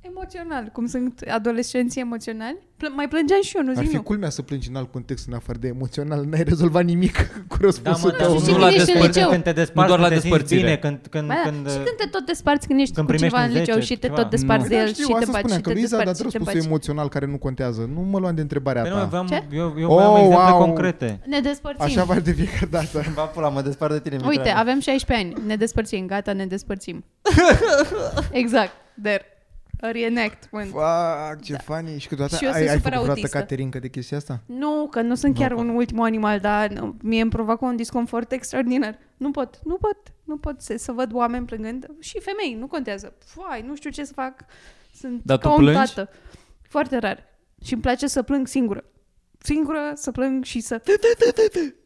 [SPEAKER 4] Emoțional, cum sunt adolescenții emoționali. Pl- mai plângeam și eu, nu
[SPEAKER 6] ar
[SPEAKER 4] zic
[SPEAKER 6] fi
[SPEAKER 4] nu.
[SPEAKER 6] culmea să plângi în alt context în afară de emoțional, n-ai rezolvat nimic [LAUGHS] cu
[SPEAKER 3] Da,
[SPEAKER 6] răspunsul
[SPEAKER 2] Da, mă,
[SPEAKER 6] tău.
[SPEAKER 4] și
[SPEAKER 5] nu
[SPEAKER 4] când
[SPEAKER 5] la
[SPEAKER 4] ești în
[SPEAKER 5] despărțire.
[SPEAKER 4] liceu.
[SPEAKER 2] Când te desparți,
[SPEAKER 5] doar la
[SPEAKER 2] când te simți
[SPEAKER 5] despărțire.
[SPEAKER 2] Bine, când, când,
[SPEAKER 4] Ba da,
[SPEAKER 2] când,
[SPEAKER 4] și când te tot desparți, când ești
[SPEAKER 2] când
[SPEAKER 4] cu
[SPEAKER 2] primești
[SPEAKER 4] cineva
[SPEAKER 2] un
[SPEAKER 4] în liceu
[SPEAKER 2] 10,
[SPEAKER 4] și te
[SPEAKER 2] ceva.
[SPEAKER 4] tot desparți de
[SPEAKER 6] Da,
[SPEAKER 4] el și
[SPEAKER 6] știu,
[SPEAKER 4] te
[SPEAKER 6] asta
[SPEAKER 4] împaci
[SPEAKER 6] spuneam,
[SPEAKER 4] și
[SPEAKER 6] că
[SPEAKER 4] te
[SPEAKER 6] Luiza a dat
[SPEAKER 4] desparți și te
[SPEAKER 6] răspunsul
[SPEAKER 4] împaci.
[SPEAKER 6] emoțional care nu contează. Nu mă luam de întrebarea
[SPEAKER 2] Păi nu, eu
[SPEAKER 6] ta.
[SPEAKER 2] voiam,
[SPEAKER 4] Ce?
[SPEAKER 2] eu, eu
[SPEAKER 6] Oh,
[SPEAKER 2] voiam exemple
[SPEAKER 6] wow.
[SPEAKER 2] concrete.
[SPEAKER 1] Ne despărțim.
[SPEAKER 6] Așa faci [LAUGHS] de fiecare dată.
[SPEAKER 2] Ba, pula, mă despart de tine,
[SPEAKER 4] Uite,
[SPEAKER 2] Mitran.
[SPEAKER 4] avem 16 ani, ne despărțim, gata, ne
[SPEAKER 6] [LAUGHS]
[SPEAKER 4] despărțim. exact, there. A Reenactment.
[SPEAKER 6] Fuck, ce da. funny. Și câteodată
[SPEAKER 4] Și eu
[SPEAKER 6] ai,
[SPEAKER 4] sunt
[SPEAKER 6] ai
[SPEAKER 4] super
[SPEAKER 6] făcut vreodată
[SPEAKER 4] autistă.
[SPEAKER 6] caterincă de chestia asta?
[SPEAKER 4] Nu, că nu sunt chiar un ultimul animal, dar nu, mie îmi provoacă un disconfort extraordinar. Nu pot, nu pot, nu pot să, să văd oameni plângând și femei, nu contează. Fai, nu știu ce să fac. Sunt
[SPEAKER 5] Dar
[SPEAKER 4] ca
[SPEAKER 5] tu
[SPEAKER 4] un
[SPEAKER 5] plângi?
[SPEAKER 4] tată. Foarte rar. Și îmi place să plâng singură. Singură să plâng și să...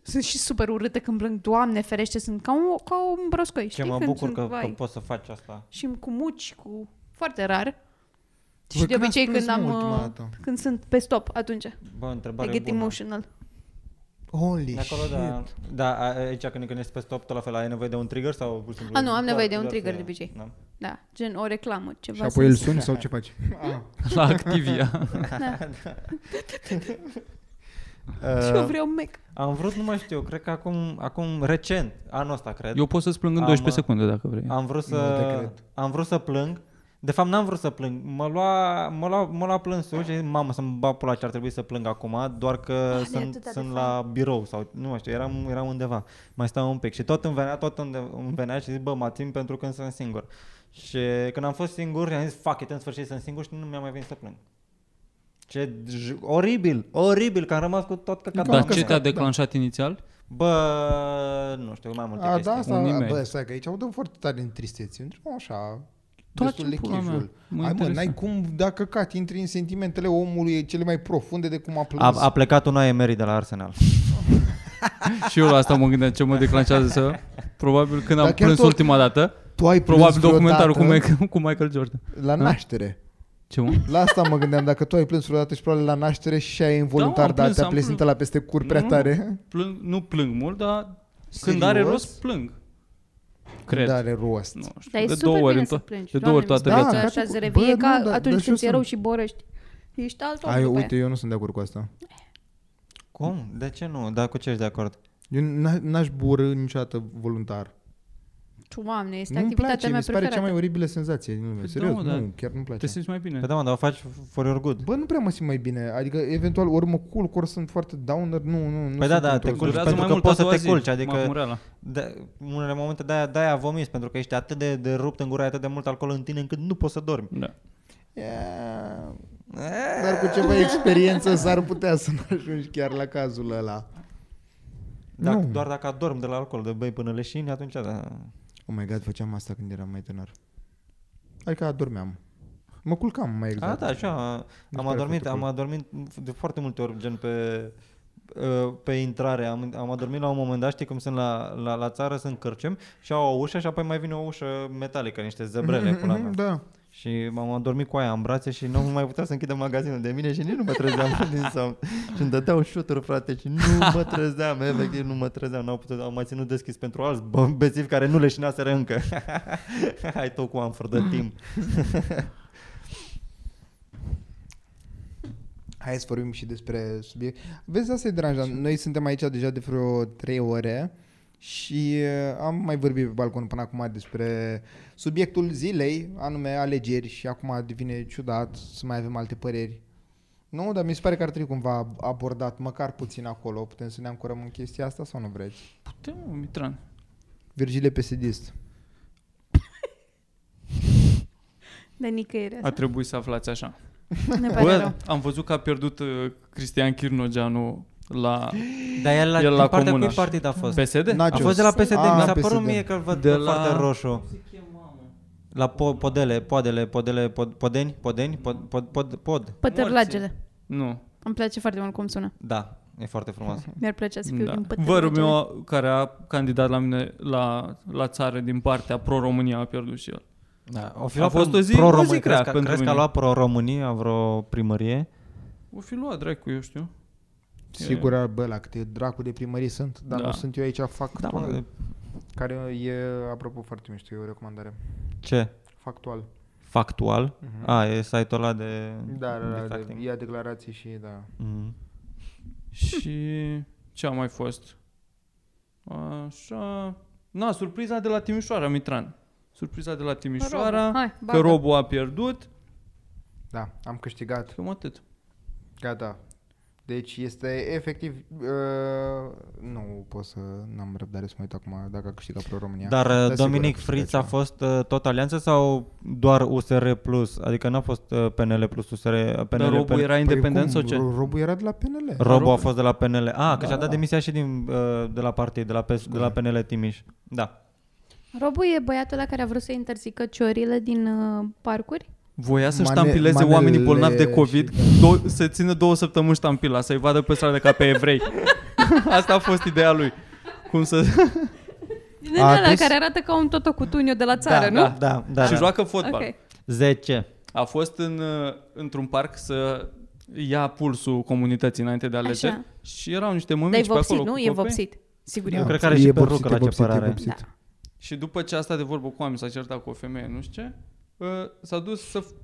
[SPEAKER 4] Sunt și super urâtă când plâng. Doamne ferește, sunt ca un, ca un broscoi.
[SPEAKER 2] Ce
[SPEAKER 4] știi
[SPEAKER 2] mă
[SPEAKER 4] când
[SPEAKER 2] bucur
[SPEAKER 4] sunt,
[SPEAKER 2] că, că
[SPEAKER 4] vai.
[SPEAKER 2] poți să faci asta.
[SPEAKER 4] și cu muci, cu foarte rar.
[SPEAKER 2] Păi
[SPEAKER 4] Și
[SPEAKER 6] Voi
[SPEAKER 4] de
[SPEAKER 6] când ați
[SPEAKER 4] obicei
[SPEAKER 6] plâns,
[SPEAKER 4] când am
[SPEAKER 6] mă, ultima
[SPEAKER 4] uh,
[SPEAKER 6] dată?
[SPEAKER 4] când sunt pe stop, atunci. I
[SPEAKER 2] Bă, întrebare
[SPEAKER 4] get
[SPEAKER 2] bună.
[SPEAKER 4] emotional.
[SPEAKER 6] Holy
[SPEAKER 2] De Acolo,
[SPEAKER 6] shit.
[SPEAKER 2] da, da, a- aici când, când ești pe stop, tot la fel, ai nevoie de un trigger sau pur și simplu?
[SPEAKER 4] A, nu, am
[SPEAKER 2] doar-
[SPEAKER 4] nevoie de un
[SPEAKER 2] doar
[SPEAKER 4] trigger
[SPEAKER 2] să-
[SPEAKER 4] de obicei.
[SPEAKER 2] Da.
[SPEAKER 4] Da, gen o reclamă, ceva.
[SPEAKER 6] Și apoi îl
[SPEAKER 4] să-
[SPEAKER 6] suni sau ce
[SPEAKER 5] [LAUGHS]
[SPEAKER 6] faci? Ah.
[SPEAKER 5] La Activia.
[SPEAKER 4] Și
[SPEAKER 5] Uh,
[SPEAKER 4] eu vreau un mec.
[SPEAKER 2] Am vrut, nu mai știu, cred că acum, acum recent, anul ăsta, cred.
[SPEAKER 5] Eu pot să-ți plâng în
[SPEAKER 2] Am,
[SPEAKER 5] 12
[SPEAKER 2] uh,
[SPEAKER 5] secunde dacă vrei.
[SPEAKER 2] Am vrut
[SPEAKER 6] Nu te
[SPEAKER 2] să
[SPEAKER 6] cred.
[SPEAKER 2] am vrut să plâng. De fapt n-am vrut să plâng. Mă lua mă lua mă lua plânsul și zic, mamă, să-mi bag pula ce ar trebui să plâng acum, doar că
[SPEAKER 4] Ah, de
[SPEAKER 2] sunt,
[SPEAKER 4] atâta de
[SPEAKER 2] sunt
[SPEAKER 4] fain.
[SPEAKER 2] la birou sau nu mai știu, eram, eram undeva. Mai stau un pic și tot îmi venea, tot unde- îmi venea și zic, bă, mă ating pentru când sunt singur. Și când am fost singur, am zis, fuck it, în sfârșit sunt singur și nu mi-a mai venit să plâng. Ce j- oribil, oribil că am rămas cu tot căcatul.
[SPEAKER 5] Dar
[SPEAKER 2] în
[SPEAKER 5] ce
[SPEAKER 2] mână.
[SPEAKER 5] te-a declanșat inițial?
[SPEAKER 2] Bă, nu știu, mai multe
[SPEAKER 6] A, da,
[SPEAKER 2] chestii.
[SPEAKER 6] asta,
[SPEAKER 5] Un
[SPEAKER 6] a,
[SPEAKER 5] e-mail.
[SPEAKER 6] bă, stai că aici audăm foarte tare în tristețe. Într-o așa,
[SPEAKER 5] Toate
[SPEAKER 6] destul de
[SPEAKER 5] în pula mea.
[SPEAKER 6] casual.
[SPEAKER 5] Mă
[SPEAKER 6] Hai, mă,
[SPEAKER 5] interesează.
[SPEAKER 6] n-ai cum, dacă cat, intri în sentimentele omului cele mai profunde de cum a
[SPEAKER 2] A,
[SPEAKER 6] plâns.
[SPEAKER 2] a plecat un Emery de la Arsenal.
[SPEAKER 5] Și eu la asta mă gândeam
[SPEAKER 2] [LAUGHS]
[SPEAKER 5] ce mă declanșează să... Probabil când
[SPEAKER 6] Dar
[SPEAKER 5] am
[SPEAKER 6] chiar
[SPEAKER 5] plâns
[SPEAKER 6] tot-
[SPEAKER 5] ultima dată,
[SPEAKER 6] tu ai plâns
[SPEAKER 5] probabil documentarul cu,
[SPEAKER 6] vreodată
[SPEAKER 5] Michael, cu Michael Jordan.
[SPEAKER 6] La
[SPEAKER 5] [LAUGHS]
[SPEAKER 6] naștere.
[SPEAKER 5] Ce mă?
[SPEAKER 6] La asta mă gândeam, dacă tu ai plâns vreodată și probabil la naștere și ai involuntar,
[SPEAKER 5] Da, am
[SPEAKER 6] dar
[SPEAKER 5] plâns,
[SPEAKER 6] te-a
[SPEAKER 5] am
[SPEAKER 6] plesnită
[SPEAKER 5] plâns.
[SPEAKER 6] la peste cur prea
[SPEAKER 5] Nu.
[SPEAKER 6] tare.
[SPEAKER 5] Plâng, nu plâng mult, dar Serios? când
[SPEAKER 6] Serios?
[SPEAKER 5] are rost, plâng. Cred.
[SPEAKER 6] Dar are rost.
[SPEAKER 5] Nu știu.
[SPEAKER 4] Dar e
[SPEAKER 5] de
[SPEAKER 4] super
[SPEAKER 5] două ori,
[SPEAKER 4] bine
[SPEAKER 5] în
[SPEAKER 4] să
[SPEAKER 5] to-
[SPEAKER 4] plângi.
[SPEAKER 5] de două ori
[SPEAKER 4] Doamne,
[SPEAKER 5] toată
[SPEAKER 6] mi se
[SPEAKER 5] viața.
[SPEAKER 4] Da,
[SPEAKER 6] pare Da,
[SPEAKER 4] așa
[SPEAKER 6] cate-
[SPEAKER 4] se
[SPEAKER 6] bă,
[SPEAKER 4] revie
[SPEAKER 6] nu,
[SPEAKER 4] ca
[SPEAKER 6] dar- dar
[SPEAKER 4] atunci
[SPEAKER 6] și eu
[SPEAKER 4] când ți-e rău
[SPEAKER 6] sunt.
[SPEAKER 4] și borăști. Ești alt om
[SPEAKER 6] Ai,
[SPEAKER 4] după
[SPEAKER 6] uite,
[SPEAKER 4] aia.
[SPEAKER 6] eu nu sunt de acord cu asta.
[SPEAKER 2] Cum? De ce nu? Dar cu ce ești de acord?
[SPEAKER 6] Eu n- n-aș bură niciodată voluntar.
[SPEAKER 4] Doamne, este
[SPEAKER 6] Nu-mi place,
[SPEAKER 4] activitatea mea
[SPEAKER 6] mi se pare cea
[SPEAKER 4] preferată.
[SPEAKER 6] mai oribilă senzație din lume.
[SPEAKER 5] Păi
[SPEAKER 6] Serios,
[SPEAKER 5] da, mă,
[SPEAKER 6] nu,
[SPEAKER 5] dar
[SPEAKER 6] chiar nu-mi place.
[SPEAKER 5] Te simți mai bine.
[SPEAKER 2] Păi da, mă, dar o faci for your good.
[SPEAKER 6] Bă, nu prea mă simt mai bine. Adică, eventual, ori mă culc, ori sunt foarte downer. Nu, nu, nu
[SPEAKER 2] Păi da,
[SPEAKER 6] sunt
[SPEAKER 2] da,
[SPEAKER 6] într-o
[SPEAKER 2] te
[SPEAKER 6] zonă.
[SPEAKER 2] culci
[SPEAKER 5] Durează
[SPEAKER 2] pentru
[SPEAKER 5] mai
[SPEAKER 2] că
[SPEAKER 5] mult,
[SPEAKER 2] poți
[SPEAKER 5] a
[SPEAKER 2] să
[SPEAKER 5] doua
[SPEAKER 2] te
[SPEAKER 5] zi.
[SPEAKER 2] culci, adică-
[SPEAKER 5] M-am murat la-
[SPEAKER 2] De, în unele momente de-aia, de-aia vomiți, pentru că ești atât de, de rupt în gură, ai atât de mult alcool în tine, încât nu poți să dormi.
[SPEAKER 5] Da.
[SPEAKER 6] Yeah. Dar cu ceva experiență s-ar putea să nu ajungi chiar la cazul ăla.
[SPEAKER 2] Dacă,
[SPEAKER 6] Nu.
[SPEAKER 2] Doar dacă adormi de la alcool, de bei până leșini, atunci da.
[SPEAKER 6] Oh my god, făceam asta când eram mai tânăr. Adică adormeam. Mă culcam mai
[SPEAKER 2] Exact. A,
[SPEAKER 6] exact.
[SPEAKER 2] da, așa.
[SPEAKER 6] Mi se
[SPEAKER 2] Am
[SPEAKER 6] pare
[SPEAKER 2] adormit,
[SPEAKER 6] foarte
[SPEAKER 2] am
[SPEAKER 6] cool.
[SPEAKER 2] adormit de foarte multe ori, gen pe uh, pe intrare. Am, am adormit la un moment dat, știi cum sunt la, la, la țară, sunt cărcem și au o ușă și apoi mai vine o ușă metalică, niște zebrele,
[SPEAKER 6] Mhm,
[SPEAKER 2] pula
[SPEAKER 6] mhm,
[SPEAKER 2] mea.
[SPEAKER 6] [LAUGHS] Da.
[SPEAKER 2] Și m-am adormit cu aia în brațe și nu mai putea să închidem magazinul de mine și nici nu mă trezeam [LAUGHS] din somn. Și îmi dădeau șuturi, frate, și nu mă trezeam, efectiv nu mă trezeam. N-au putut, am mai ținut deschis pentru alți bă- bețivi care nu leșinaseră încă. [LAUGHS] Hai tu cu am for the team.
[SPEAKER 6] Hai să vorbim și despre subiect. Vezi, asta e deranjant. Noi suntem aici deja de vreo 3 ore Și uh, am mai vorbit pe balcon până acum despre subiectul zilei, anume alegeri și acum devine ciudat să mai avem alte păreri. Nu, dar mi se pare că ar trebui cumva abordat măcar puțin acolo. Putem să ne ancorăm în chestia asta sau nu vreți?
[SPEAKER 5] Putem, mă, Mitran.
[SPEAKER 6] Virgile Pesedist.
[SPEAKER 4] De nicăieri
[SPEAKER 5] A
[SPEAKER 4] asta.
[SPEAKER 5] trebuit să aflați așa.
[SPEAKER 4] Ne pare rău.
[SPEAKER 5] Bă, am văzut că a pierdut uh, Cristian Chirnogeanu la
[SPEAKER 2] Dar el la,
[SPEAKER 5] El
[SPEAKER 2] din
[SPEAKER 5] la
[SPEAKER 2] partea
[SPEAKER 5] comună.
[SPEAKER 2] cui partid a fost? Da.
[SPEAKER 5] PSD?
[SPEAKER 6] Na-
[SPEAKER 2] A fost de la PSD,
[SPEAKER 6] Ah,
[SPEAKER 2] mi s-a
[SPEAKER 6] PSD.
[SPEAKER 2] părut mie că îl văd
[SPEAKER 5] De
[SPEAKER 2] de
[SPEAKER 5] la-
[SPEAKER 2] la... foarte roșu. La po- podele, poadele, podele, pod, podeni, podeni, pod, pod, pod, pod.
[SPEAKER 4] Pătârlagele.
[SPEAKER 5] Nu,
[SPEAKER 4] Îmi place foarte mult cum sună.
[SPEAKER 2] Da, e foarte frumos.
[SPEAKER 4] Mi-ar plăcea să fiu
[SPEAKER 5] da.
[SPEAKER 4] din pătârlagele.
[SPEAKER 5] Vărul meu care a candidat la mine la, la țară din partea pro-România a pierdut și el.
[SPEAKER 2] Da, o fi
[SPEAKER 5] A
[SPEAKER 2] luat
[SPEAKER 5] fost o zi-
[SPEAKER 2] pro
[SPEAKER 5] o zi
[SPEAKER 2] român,
[SPEAKER 5] grea
[SPEAKER 2] crezi, că-
[SPEAKER 5] pentru
[SPEAKER 2] crezi că a
[SPEAKER 5] mine.
[SPEAKER 2] luat pro România vreo primărie?
[SPEAKER 5] O fi luat dracu, eu știu.
[SPEAKER 6] Sigur, ar- bă, la câte dracu de primării sunt, dar
[SPEAKER 5] Da.
[SPEAKER 6] nu sunt eu aici, fac
[SPEAKER 2] Da, mă,
[SPEAKER 6] Care e, apropo, foarte mișto, e o recomandare.
[SPEAKER 2] ce?
[SPEAKER 6] Factual.
[SPEAKER 2] Factual? A, e site-ul ăla de...
[SPEAKER 6] Da, da, da, de,
[SPEAKER 2] facting.
[SPEAKER 6] ia declarații și da.
[SPEAKER 2] Mhm.
[SPEAKER 5] Și ce a mai fost? Așa... Na, surpriza de la Timișoara, Mitran. Surpriza de la Timișoara,
[SPEAKER 4] Robu, hai,
[SPEAKER 5] că
[SPEAKER 4] bagă.
[SPEAKER 5] Robu a pierdut.
[SPEAKER 6] Da, am câștigat.
[SPEAKER 5] Cam atât.
[SPEAKER 6] Gata. Deci este efectiv... Uh, nu pot să... N-am răbdare să mă uit acum dacă a câștigat pro-România.
[SPEAKER 2] Dar
[SPEAKER 6] Da,
[SPEAKER 2] da,
[SPEAKER 6] sigur,
[SPEAKER 2] Dominic
[SPEAKER 6] a câștigat
[SPEAKER 2] Friț a
[SPEAKER 6] ceva.
[SPEAKER 2] fost uh, tot alianță sau doar USR plus? Adică n-a fost uh, PNL plus USR, PNL
[SPEAKER 5] Dar Robu
[SPEAKER 2] PNL.
[SPEAKER 5] era independent
[SPEAKER 6] Păi cum?
[SPEAKER 5] sau ce?
[SPEAKER 6] Ro- Robu era de la PNL.
[SPEAKER 2] Robo a
[SPEAKER 5] Robu.
[SPEAKER 2] fost de la PNL. Ah, că
[SPEAKER 6] Da,
[SPEAKER 2] și-a
[SPEAKER 6] da.
[SPEAKER 2] dat demisia și din, uh, de la partid, de la, PS, de la PNL Timiș. Da.
[SPEAKER 4] Robu e băiatul ăla care a vrut să interzică ciorile din uh, parcuri?
[SPEAKER 5] Voia să
[SPEAKER 6] Mane-
[SPEAKER 5] ștampileze
[SPEAKER 6] manele
[SPEAKER 5] oamenii bolnavi de
[SPEAKER 6] și-
[SPEAKER 5] COVID, do- să țină două săptămâni ștampila, să-i vadă pe stradă ca pe
[SPEAKER 6] [LAUGHS]
[SPEAKER 5] evrei. Asta a fost ideea lui. Cum să...
[SPEAKER 6] Da,
[SPEAKER 4] Din
[SPEAKER 2] A
[SPEAKER 4] ăla
[SPEAKER 2] adus-
[SPEAKER 4] care arată ca un totocutuniu de la țară, nu?
[SPEAKER 2] da, da, da.
[SPEAKER 5] și
[SPEAKER 2] da.
[SPEAKER 5] joacă fotbal.
[SPEAKER 4] Ok.
[SPEAKER 2] 10.
[SPEAKER 5] A fost în, uh, într-un parc să ia pulsul comunității înainte de alegeri
[SPEAKER 4] Așa.
[SPEAKER 5] și erau niște
[SPEAKER 4] Dar e
[SPEAKER 5] mămici pe
[SPEAKER 4] vopsit,
[SPEAKER 5] acolo.
[SPEAKER 4] nu?
[SPEAKER 5] cu
[SPEAKER 4] E
[SPEAKER 5] copii.
[SPEAKER 4] vopsit. Sigur
[SPEAKER 2] Eu
[SPEAKER 4] e
[SPEAKER 2] Da.
[SPEAKER 4] vopsit.
[SPEAKER 2] cred că are
[SPEAKER 6] E
[SPEAKER 2] și pe
[SPEAKER 6] vopsit,
[SPEAKER 2] Rucă la
[SPEAKER 6] e
[SPEAKER 2] ce
[SPEAKER 6] vopsit, e
[SPEAKER 2] părere are.
[SPEAKER 6] vopsit.
[SPEAKER 4] Da.
[SPEAKER 5] Și după ce asta de vorbă cu oameni s-a certat cu o femeie, nu știu ce, uh, s-a dus să f-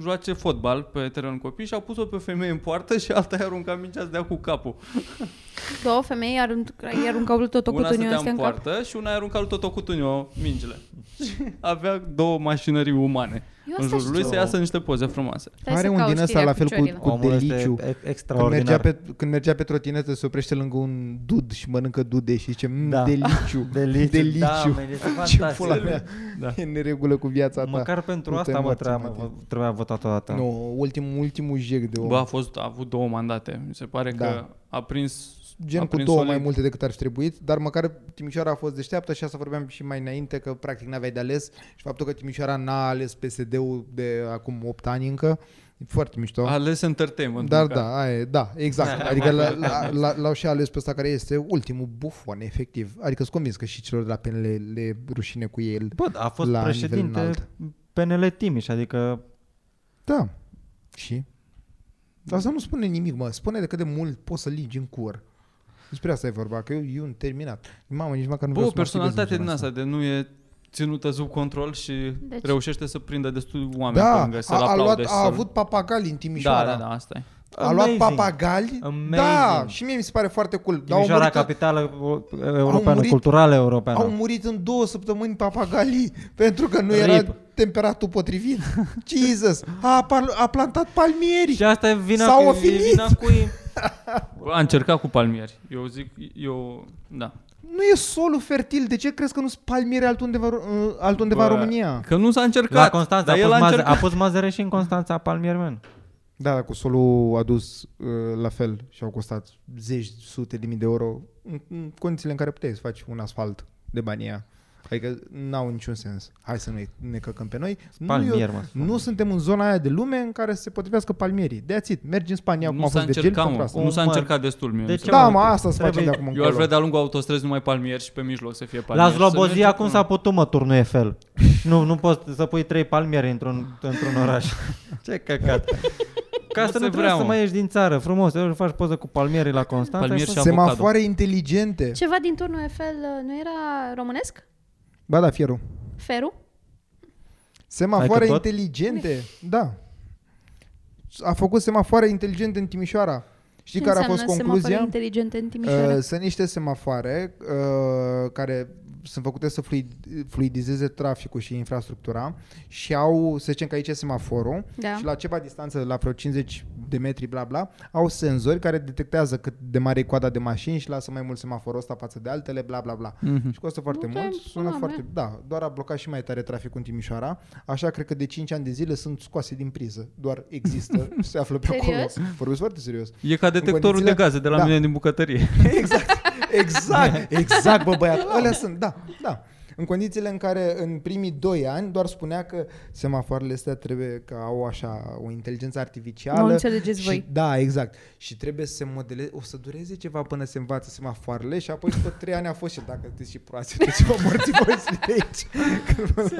[SPEAKER 5] joace fotbal pe terenul copii și a pus-o pe o femeie în poartă și alta i-a aruncat mingea să dea cu capul.
[SPEAKER 4] Două femei arunc, aruncau lui
[SPEAKER 5] una
[SPEAKER 4] totocutuniu
[SPEAKER 5] stătea
[SPEAKER 4] ăsta
[SPEAKER 5] în
[SPEAKER 4] în cap.
[SPEAKER 5] poartă și una i-a aruncat lui Totocutuniu mingile.
[SPEAKER 4] [LAUGHS]
[SPEAKER 5] Avea două mașinării umane
[SPEAKER 4] Eu
[SPEAKER 5] în
[SPEAKER 4] asta
[SPEAKER 5] jurul lui
[SPEAKER 4] știu.
[SPEAKER 5] să iasă niște poze frumoase.
[SPEAKER 4] Stai
[SPEAKER 6] Are
[SPEAKER 4] să
[SPEAKER 6] un
[SPEAKER 4] caut
[SPEAKER 6] din ăsta
[SPEAKER 4] știrea
[SPEAKER 6] la
[SPEAKER 4] cu
[SPEAKER 6] fel cu-
[SPEAKER 4] ciorile.
[SPEAKER 6] cu-
[SPEAKER 2] Omul ăsta
[SPEAKER 6] deliciu.
[SPEAKER 2] e e-
[SPEAKER 6] Când mergea,
[SPEAKER 2] extraordinar.
[SPEAKER 6] pe, când mergea pe trotinetă se oprește lângă un dud și mănâncă dude și zice "Mm,
[SPEAKER 2] Da.
[SPEAKER 6] deliciu,
[SPEAKER 2] [LAUGHS] Deliciu.
[SPEAKER 6] deliciu.
[SPEAKER 2] Da, mă, este
[SPEAKER 6] [LAUGHS] ce
[SPEAKER 2] fantastic.
[SPEAKER 6] pula mea,
[SPEAKER 5] Da.
[SPEAKER 6] e în neregulă cu viața ta.
[SPEAKER 2] Măcar pentru
[SPEAKER 6] Nu te
[SPEAKER 2] asta mă da.
[SPEAKER 6] învață,
[SPEAKER 2] trebuia,
[SPEAKER 6] Matin.
[SPEAKER 2] trebuia votat o dată.
[SPEAKER 6] Nu, ultimul, ultimul jec de om.
[SPEAKER 5] Bă, a, fost, a avut două mandate. Mi se pare
[SPEAKER 6] Da.
[SPEAKER 5] că a prins a
[SPEAKER 6] Gen cu
[SPEAKER 5] prins
[SPEAKER 6] două
[SPEAKER 5] solid.
[SPEAKER 6] mai multe decât ar fi trebuit, dar măcar Timișoara a fost deșteaptă și asta vorbeam și mai înainte că practic n-aveai de ales și faptul că Timișoara n-a ales PSD-ul de acum 8 ani încă, e foarte mișto.
[SPEAKER 5] A ales entertainment.
[SPEAKER 6] Dar
[SPEAKER 5] măcar.
[SPEAKER 6] da, aia, e, da, exact. Adică la, la, la, l-au și ales pe ăsta care este ultimul bufon, efectiv. Adică sunt convins că și celor de la PNL le rușine cu el.
[SPEAKER 2] Bă, a fost
[SPEAKER 6] La nivel
[SPEAKER 2] președinte
[SPEAKER 6] înalt.
[SPEAKER 2] PNL Timiș, adică
[SPEAKER 6] Da. Și? Dar asta nu spune nimic, mă. Spune de cât de mult poți să ligi în cur. Despre asta e vorba, că eu, eu un terminat. Mamă, nici măcar nu
[SPEAKER 5] Bă,
[SPEAKER 6] vreau
[SPEAKER 5] o
[SPEAKER 6] să mă activez
[SPEAKER 5] personalitate
[SPEAKER 6] în
[SPEAKER 5] din
[SPEAKER 6] zona
[SPEAKER 5] asta de nu e ținută sub control și deci...
[SPEAKER 4] Deci-
[SPEAKER 5] reușește să prindă destul oameni pe
[SPEAKER 6] Da,
[SPEAKER 5] lângă, să-l
[SPEAKER 6] a, a, luat,
[SPEAKER 5] aplaude. și
[SPEAKER 6] a
[SPEAKER 5] să-l-
[SPEAKER 6] avut papagali în Timișoara.
[SPEAKER 5] Da, da, da, asta e.
[SPEAKER 6] A luat
[SPEAKER 2] Amazing.
[SPEAKER 6] papagali. Da,
[SPEAKER 2] Amazing.
[SPEAKER 6] și mie mi se pare foarte cool. Dar au
[SPEAKER 2] Timișoara
[SPEAKER 6] murit-
[SPEAKER 2] capitală o- europeană,
[SPEAKER 6] murit-
[SPEAKER 2] culturală europeană.
[SPEAKER 6] Au murit în două săptămâni papagalii [LAUGHS] pentru că nu
[SPEAKER 2] Rip.
[SPEAKER 6] era temperatul
[SPEAKER 2] [LAUGHS]
[SPEAKER 6] potrivit. Jesus! A, par- a plantat palmieri!
[SPEAKER 2] Și asta e vina,
[SPEAKER 6] S-au
[SPEAKER 2] cu, e
[SPEAKER 6] ofilit.
[SPEAKER 2] vina cui?
[SPEAKER 5] Bă, A încercat cu palmieri. Eu zic, eu... Da.
[SPEAKER 6] Nu e solul fertil. De ce crezi că nu sunt palmieri altundeva, uh, altundeva în
[SPEAKER 5] Bă,
[SPEAKER 6] România?
[SPEAKER 5] Că nu s-a încercat.
[SPEAKER 2] La Constanța, a pus,
[SPEAKER 5] dar el a
[SPEAKER 2] maze, a
[SPEAKER 5] încercat.
[SPEAKER 2] pus mazăre și în Constanța Palmierman.
[SPEAKER 6] Da, dar cu solul adus uh, la fel și au costat zeci, sute de mii de euro în, în condițiile în care puteai să faci un asfalt de bania. Adică n-au niciun sens. Hai să nu ne căcăm pe noi. nu,
[SPEAKER 2] Palmier,
[SPEAKER 6] eu-
[SPEAKER 2] mă, spune.
[SPEAKER 6] nu suntem în zona aia de lume în care să se potrivească palmierii. De it. Mergi în Spania, cum
[SPEAKER 5] Nu
[SPEAKER 6] a
[SPEAKER 5] s-a
[SPEAKER 6] fost Virgil,
[SPEAKER 5] încercat,
[SPEAKER 6] pentru
[SPEAKER 5] mă.
[SPEAKER 6] asta.
[SPEAKER 5] Nu s-a
[SPEAKER 2] Mă,
[SPEAKER 5] încercat destul, mie.
[SPEAKER 2] de
[SPEAKER 5] mi
[SPEAKER 2] ce
[SPEAKER 5] se
[SPEAKER 6] Da,
[SPEAKER 2] mă,
[SPEAKER 6] mă,
[SPEAKER 2] că
[SPEAKER 6] asta se face de
[SPEAKER 2] trebuie-
[SPEAKER 6] acum
[SPEAKER 5] Eu aș
[SPEAKER 6] încolo.
[SPEAKER 5] vrea de-a lungul autostrăzi numai palmieri și pe mijloc să fie
[SPEAKER 2] La
[SPEAKER 5] palmieri.
[SPEAKER 2] Slobozia
[SPEAKER 5] Să mergi
[SPEAKER 2] acum
[SPEAKER 5] până-
[SPEAKER 2] s-a putut, mă, turnul Eiffel. nu, nu poți să pui trei palmieri într-un, într-un oraș. Ce căcat. Ca
[SPEAKER 5] Nu
[SPEAKER 2] să
[SPEAKER 5] se
[SPEAKER 2] nu trebuie
[SPEAKER 5] vrea,
[SPEAKER 2] să
[SPEAKER 5] mă.
[SPEAKER 2] mai ieși din țară, frumos, să faci poză cu palmierii la Constanța.
[SPEAKER 5] Palmieri
[SPEAKER 2] și
[SPEAKER 5] și avocado.
[SPEAKER 6] Semafoare inteligente.
[SPEAKER 4] Ceva din turnul Eiffel uh, nu era românesc?
[SPEAKER 6] Ba da, fierul.
[SPEAKER 4] Ferul?
[SPEAKER 6] Semafoare
[SPEAKER 2] Hai că tot?
[SPEAKER 6] inteligente. Da. A făcut semafoare inteligente în Timișoara. Știi
[SPEAKER 4] Ce
[SPEAKER 6] care a fost
[SPEAKER 4] înseamnă semafoare
[SPEAKER 6] concluzia?
[SPEAKER 4] inteligente în Timișoara?
[SPEAKER 6] Uh, sunt niște semafoare uh, care sunt făcute să fluid, fluidizeze traficul și infrastructura și au, să zicem că aici e semaforul
[SPEAKER 4] Da.
[SPEAKER 6] și la ceva distanță, la vreo 50 de metri, bla bla, au senzori care detectează cât de mare e coada de mașini și lasă mai mult semaforul ăsta față de altele, bla bla bla.
[SPEAKER 5] Mhm.
[SPEAKER 6] Și costă foarte
[SPEAKER 4] Du-te
[SPEAKER 6] mult,
[SPEAKER 4] în
[SPEAKER 6] sună
[SPEAKER 4] pula
[SPEAKER 6] foarte... Da, doar a blocat și mai tare traficul în Timișoara, așa cred că de 5 ani de zile sunt scoase din priză, doar
[SPEAKER 4] [LAUGHS]
[SPEAKER 6] există, se află pe
[SPEAKER 4] Serios?
[SPEAKER 6] acolo. Vorbesc foarte serios.
[SPEAKER 5] E ca detectorul de
[SPEAKER 6] condițiile-
[SPEAKER 5] gaze de la
[SPEAKER 6] Da.
[SPEAKER 5] mine din bucătărie. [LAUGHS]
[SPEAKER 6] Exact, exact, [LAUGHS] exact, bă băiat. Alea sunt, da, da. În condițiile în care în primii doi ani doar spunea că semafoarele astea trebuie că au așa o inteligență artificială.
[SPEAKER 4] Nu înțelegeți
[SPEAKER 6] și,
[SPEAKER 4] voi.
[SPEAKER 6] Da, exact. Și trebuie să se modeleze, o să dureze ceva până se învață semafoarele și apoi după trei ani a fost și dacă sunteți și proaste, deci vă morți voi sunteți de [LAUGHS]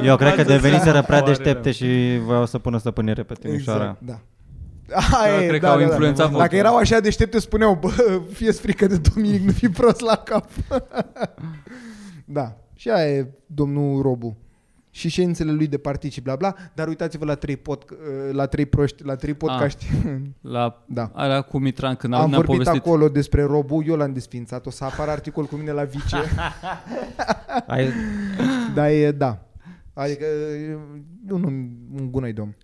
[SPEAKER 6] aici.
[SPEAKER 2] Eu cred că
[SPEAKER 5] Bază
[SPEAKER 2] deveniseră prea
[SPEAKER 5] semafoarele.
[SPEAKER 2] deștepte și voiau să pună stăpânire pe Timișoara.
[SPEAKER 6] Exact, da. Aia,
[SPEAKER 5] cred că au influențat
[SPEAKER 6] da. Dacă
[SPEAKER 5] votul.
[SPEAKER 6] erau așa deștepte, spuneau, bă, fie-ți frică de Dominic, nu fi prost la cap. [LAUGHS] da, și aia e domnul Robu. Și ședințele lui de partii și bla bla, dar uitați-vă la trei, pod, la trei proști, la
[SPEAKER 5] Ah,
[SPEAKER 6] trei podcaști.
[SPEAKER 5] La
[SPEAKER 6] Da.
[SPEAKER 5] alea cu Mitran, când
[SPEAKER 6] Am
[SPEAKER 5] am
[SPEAKER 6] vorbit
[SPEAKER 5] ne-am povestit.
[SPEAKER 6] acolo despre Robu, eu l-am desfințat, o să apară articol cu mine la vice,
[SPEAKER 5] [LAUGHS]
[SPEAKER 2] Ai,
[SPEAKER 6] dar e, da. Adică, eu nu, un gunoi domn.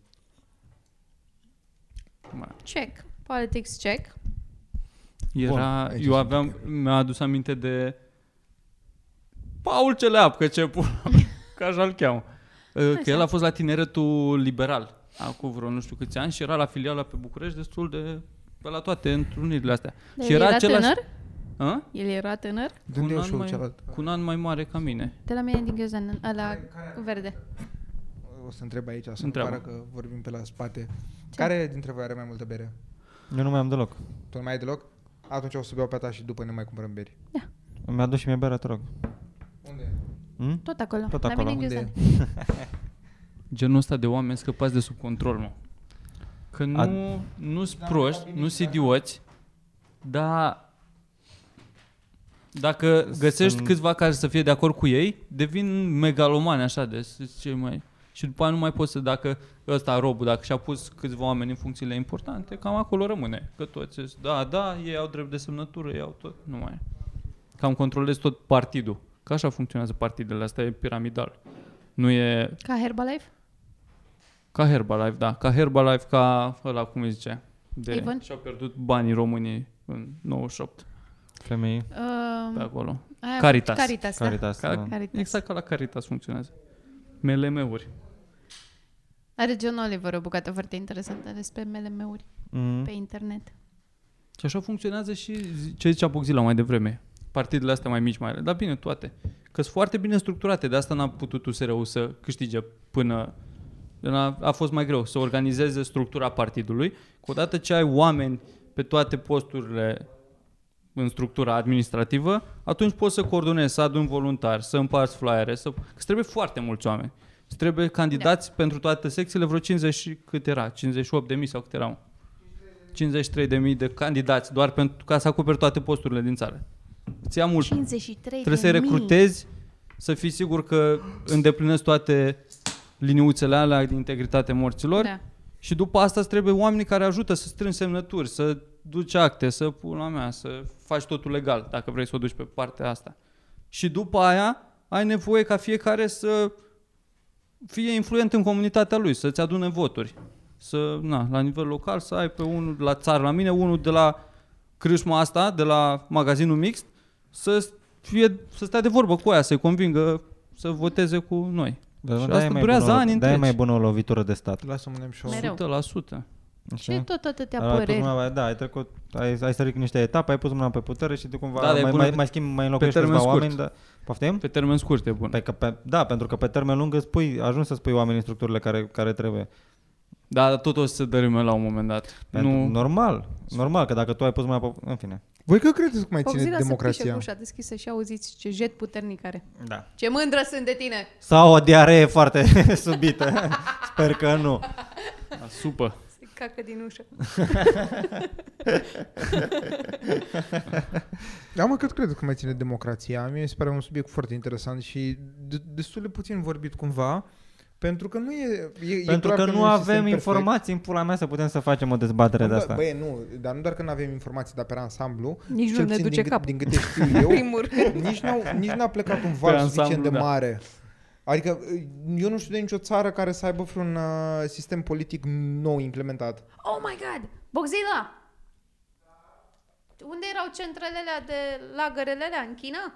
[SPEAKER 4] Check. Politics check.
[SPEAKER 5] Era,
[SPEAKER 6] Bun, aici
[SPEAKER 5] eu
[SPEAKER 6] sunt
[SPEAKER 5] aveam, mi-a adus aminte de Paul Celeap, că ce pula,
[SPEAKER 2] [LAUGHS]
[SPEAKER 5] mea, că așa îl cheamă. Uh, Că el a fost la tineretul liberal, acum vreo nu știu câți ani, și era la filiala pe București destul de pe la toate întrunirile astea.
[SPEAKER 4] Dar
[SPEAKER 5] și
[SPEAKER 4] el era
[SPEAKER 5] același-
[SPEAKER 4] tânăr?
[SPEAKER 5] A?
[SPEAKER 4] El era tânăr?
[SPEAKER 5] Cu
[SPEAKER 6] De
[SPEAKER 5] un
[SPEAKER 6] unde e
[SPEAKER 5] an
[SPEAKER 6] ușorul
[SPEAKER 5] mai-
[SPEAKER 6] cealaltă?
[SPEAKER 5] Cu un an mai mare ca mine.
[SPEAKER 4] De la mine din Ghiozan, ăla verde.
[SPEAKER 6] O să întreb aici, să nu
[SPEAKER 5] Întreabă.
[SPEAKER 6] pară că vorbim pe la spate. Care dintre voi are mai multă bere?
[SPEAKER 2] eu nu mai am deloc.
[SPEAKER 6] Tu nu mai ai deloc? Atunci o să beau pe a ta și după ne mai cumpărăm beri.
[SPEAKER 2] Mi-a adus și mie bere, te rog.
[SPEAKER 6] Unde e?
[SPEAKER 2] Hm?
[SPEAKER 4] Tot acolo.
[SPEAKER 2] Tot
[SPEAKER 4] La
[SPEAKER 2] acolo.
[SPEAKER 4] mine din
[SPEAKER 6] Unde
[SPEAKER 4] Ghiozan.
[SPEAKER 5] Genul ăsta de oameni scăpați de sub control, mă. Că
[SPEAKER 2] A-
[SPEAKER 5] nu, nu sunt proști, nu sunt idioți, dar dacă găsești
[SPEAKER 2] Sunt-
[SPEAKER 5] câțiva care să fie de acord cu ei, devin megalomani așa de sunt cei mai... Și după aia nu mai poți să, dacă ăsta robul, dacă și-a pus câțiva oameni în funcțiile importante, cam acolo rămâne. Că toți sunt, da, da, ei au drept de semnătură, ei au tot, nu mai e. Cam controlezi tot partidul. Că așa funcționează partidele, asta e piramidal. Nu e
[SPEAKER 4] Ca Herbalife?
[SPEAKER 5] ca Herbalife, da. Ca Herbalife, ca ăla, cum îi zice? De...
[SPEAKER 4] Avon?
[SPEAKER 5] Și-au pierdut banii românii în 98,
[SPEAKER 2] Femei,
[SPEAKER 5] pe
[SPEAKER 4] Uh,
[SPEAKER 5] acolo.
[SPEAKER 4] aia-
[SPEAKER 5] Da. Caritas.
[SPEAKER 4] Caritas, da.
[SPEAKER 2] Caritas.
[SPEAKER 5] Ca-
[SPEAKER 2] da.
[SPEAKER 4] Caritas.
[SPEAKER 5] Exact ca la Caritas funcționează. MLM-uri.
[SPEAKER 4] Are John Oliver o bucată foarte interesantă despre MLM-uri
[SPEAKER 2] Mm.
[SPEAKER 4] pe internet.
[SPEAKER 5] Și așa funcționează și zi- ce zicea Boxila mai devreme. Partidele astea mai mici, mai ale. Dar bine, toate. că sunt foarte bine structurate. De asta n-a putut USR-ul să câștige până... A, a fost mai greu să organizeze structura partidului. Că odată ce ai oameni pe toate posturile în structura administrativă, atunci poți să coordonezi, să aduni voluntari, să împarți flyere, să... că îți trebuie foarte mulți oameni. Îți trebuie candidați da. pentru toate secțiile, vreo 50 și cât era, 58.000 sau cât erau. 53.000 de candidați doar pentru ca să acoperi toate posturile din țară. Ți ia mult.
[SPEAKER 4] 53
[SPEAKER 5] Trebuie să-i recrutezi, să fii sigur că îndeplinesc toate liniuțele alea de integritate morților
[SPEAKER 4] Da.
[SPEAKER 5] și după asta îți trebuie oamenii care ajută să strângi semnături, să duci acte, să pula mea, să faci totul legal, dacă vrei să o duci pe partea asta. Și după aia ai nevoie ca fiecare să fie influent în comunitatea lui, să-ți adune voturi. Să, na, la nivel local să ai pe unul de la țară la mine, unul de la crâșma asta, de la magazinul mixt, să, fie, să stea de vorbă cu aia, să-i convingă să voteze cu noi.
[SPEAKER 2] Dar
[SPEAKER 5] Și
[SPEAKER 2] de-aia
[SPEAKER 5] asta
[SPEAKER 2] e mai
[SPEAKER 5] durează
[SPEAKER 2] bună o-
[SPEAKER 5] ani
[SPEAKER 2] de-aia e
[SPEAKER 5] întregi.
[SPEAKER 2] mai bună o lovitură de stat.
[SPEAKER 6] Lasă-mă ne și o...
[SPEAKER 4] Mereu.
[SPEAKER 5] 100%.
[SPEAKER 4] Și tot atâtea
[SPEAKER 2] Dar atunci
[SPEAKER 4] păreri.
[SPEAKER 2] mai- Da, ai trecut, ai, ai sărit niște etape, ai pus mâna pe putere și tu cumva
[SPEAKER 5] Da, dar e
[SPEAKER 2] mai,
[SPEAKER 5] bună
[SPEAKER 2] mai,
[SPEAKER 5] pe-
[SPEAKER 2] mai schimbi, mai înlocuiești
[SPEAKER 5] termen
[SPEAKER 2] câțiva
[SPEAKER 5] scurt.
[SPEAKER 2] oameni. Da. Poftim?
[SPEAKER 5] Pe termen scurt e bun.
[SPEAKER 2] Pe, că pe, da, pentru că pe termen lung îți pui, ajungi să spui oamenii structurile care, care trebuie.
[SPEAKER 5] Da, tot o să se dărâme la un moment dat.
[SPEAKER 2] Pentru,
[SPEAKER 5] nu,
[SPEAKER 2] Normal, normal, că dacă tu ai pus mai pe... În fine.
[SPEAKER 6] Voi că credeți cum mai ține
[SPEAKER 4] Boxila să pișe
[SPEAKER 6] democrația?
[SPEAKER 4] ușa deschisă și auziți ce jet puternic are.
[SPEAKER 2] Da.
[SPEAKER 4] Ce mândră sunt de tine!
[SPEAKER 2] Sau o diaree foarte [LAUGHS] subită. Sper că nu.
[SPEAKER 5] la supă.
[SPEAKER 4] Se cacă din ușă.
[SPEAKER 6] Da, mă, cât credeți că mai ține democrația? Mie mi se pare un subiect foarte interesant și de- destul de puțin vorbit cumva, Pentru că nu e, e e
[SPEAKER 2] Pentru
[SPEAKER 6] clar
[SPEAKER 2] că
[SPEAKER 6] e
[SPEAKER 2] nu Da,
[SPEAKER 6] un sistem
[SPEAKER 2] avem
[SPEAKER 6] perfect.
[SPEAKER 2] informații în pula mea să putem să facem o dezbatere de
[SPEAKER 6] Bă,
[SPEAKER 2] asta.
[SPEAKER 6] Băie, nu, dar nu doar că nu avem informații, dar pe ansamblu,
[SPEAKER 4] Nici nu
[SPEAKER 6] cel
[SPEAKER 4] ne
[SPEAKER 6] puțin
[SPEAKER 4] duce
[SPEAKER 6] din,
[SPEAKER 4] cap.
[SPEAKER 6] cât- din câte
[SPEAKER 4] [LAUGHS]
[SPEAKER 6] știu eu,
[SPEAKER 4] primul rând.
[SPEAKER 6] nici, n-au, nici n-a plecat un val
[SPEAKER 5] Pe
[SPEAKER 6] suficient de
[SPEAKER 5] ansamblu, da.
[SPEAKER 6] mare. Adică eu nu știu de nicio țară care să aibă vreun uh, sistem politic nou implementat.
[SPEAKER 4] Oh my god! Boxila! Unde erau centrele alea de lagărele alea? În China?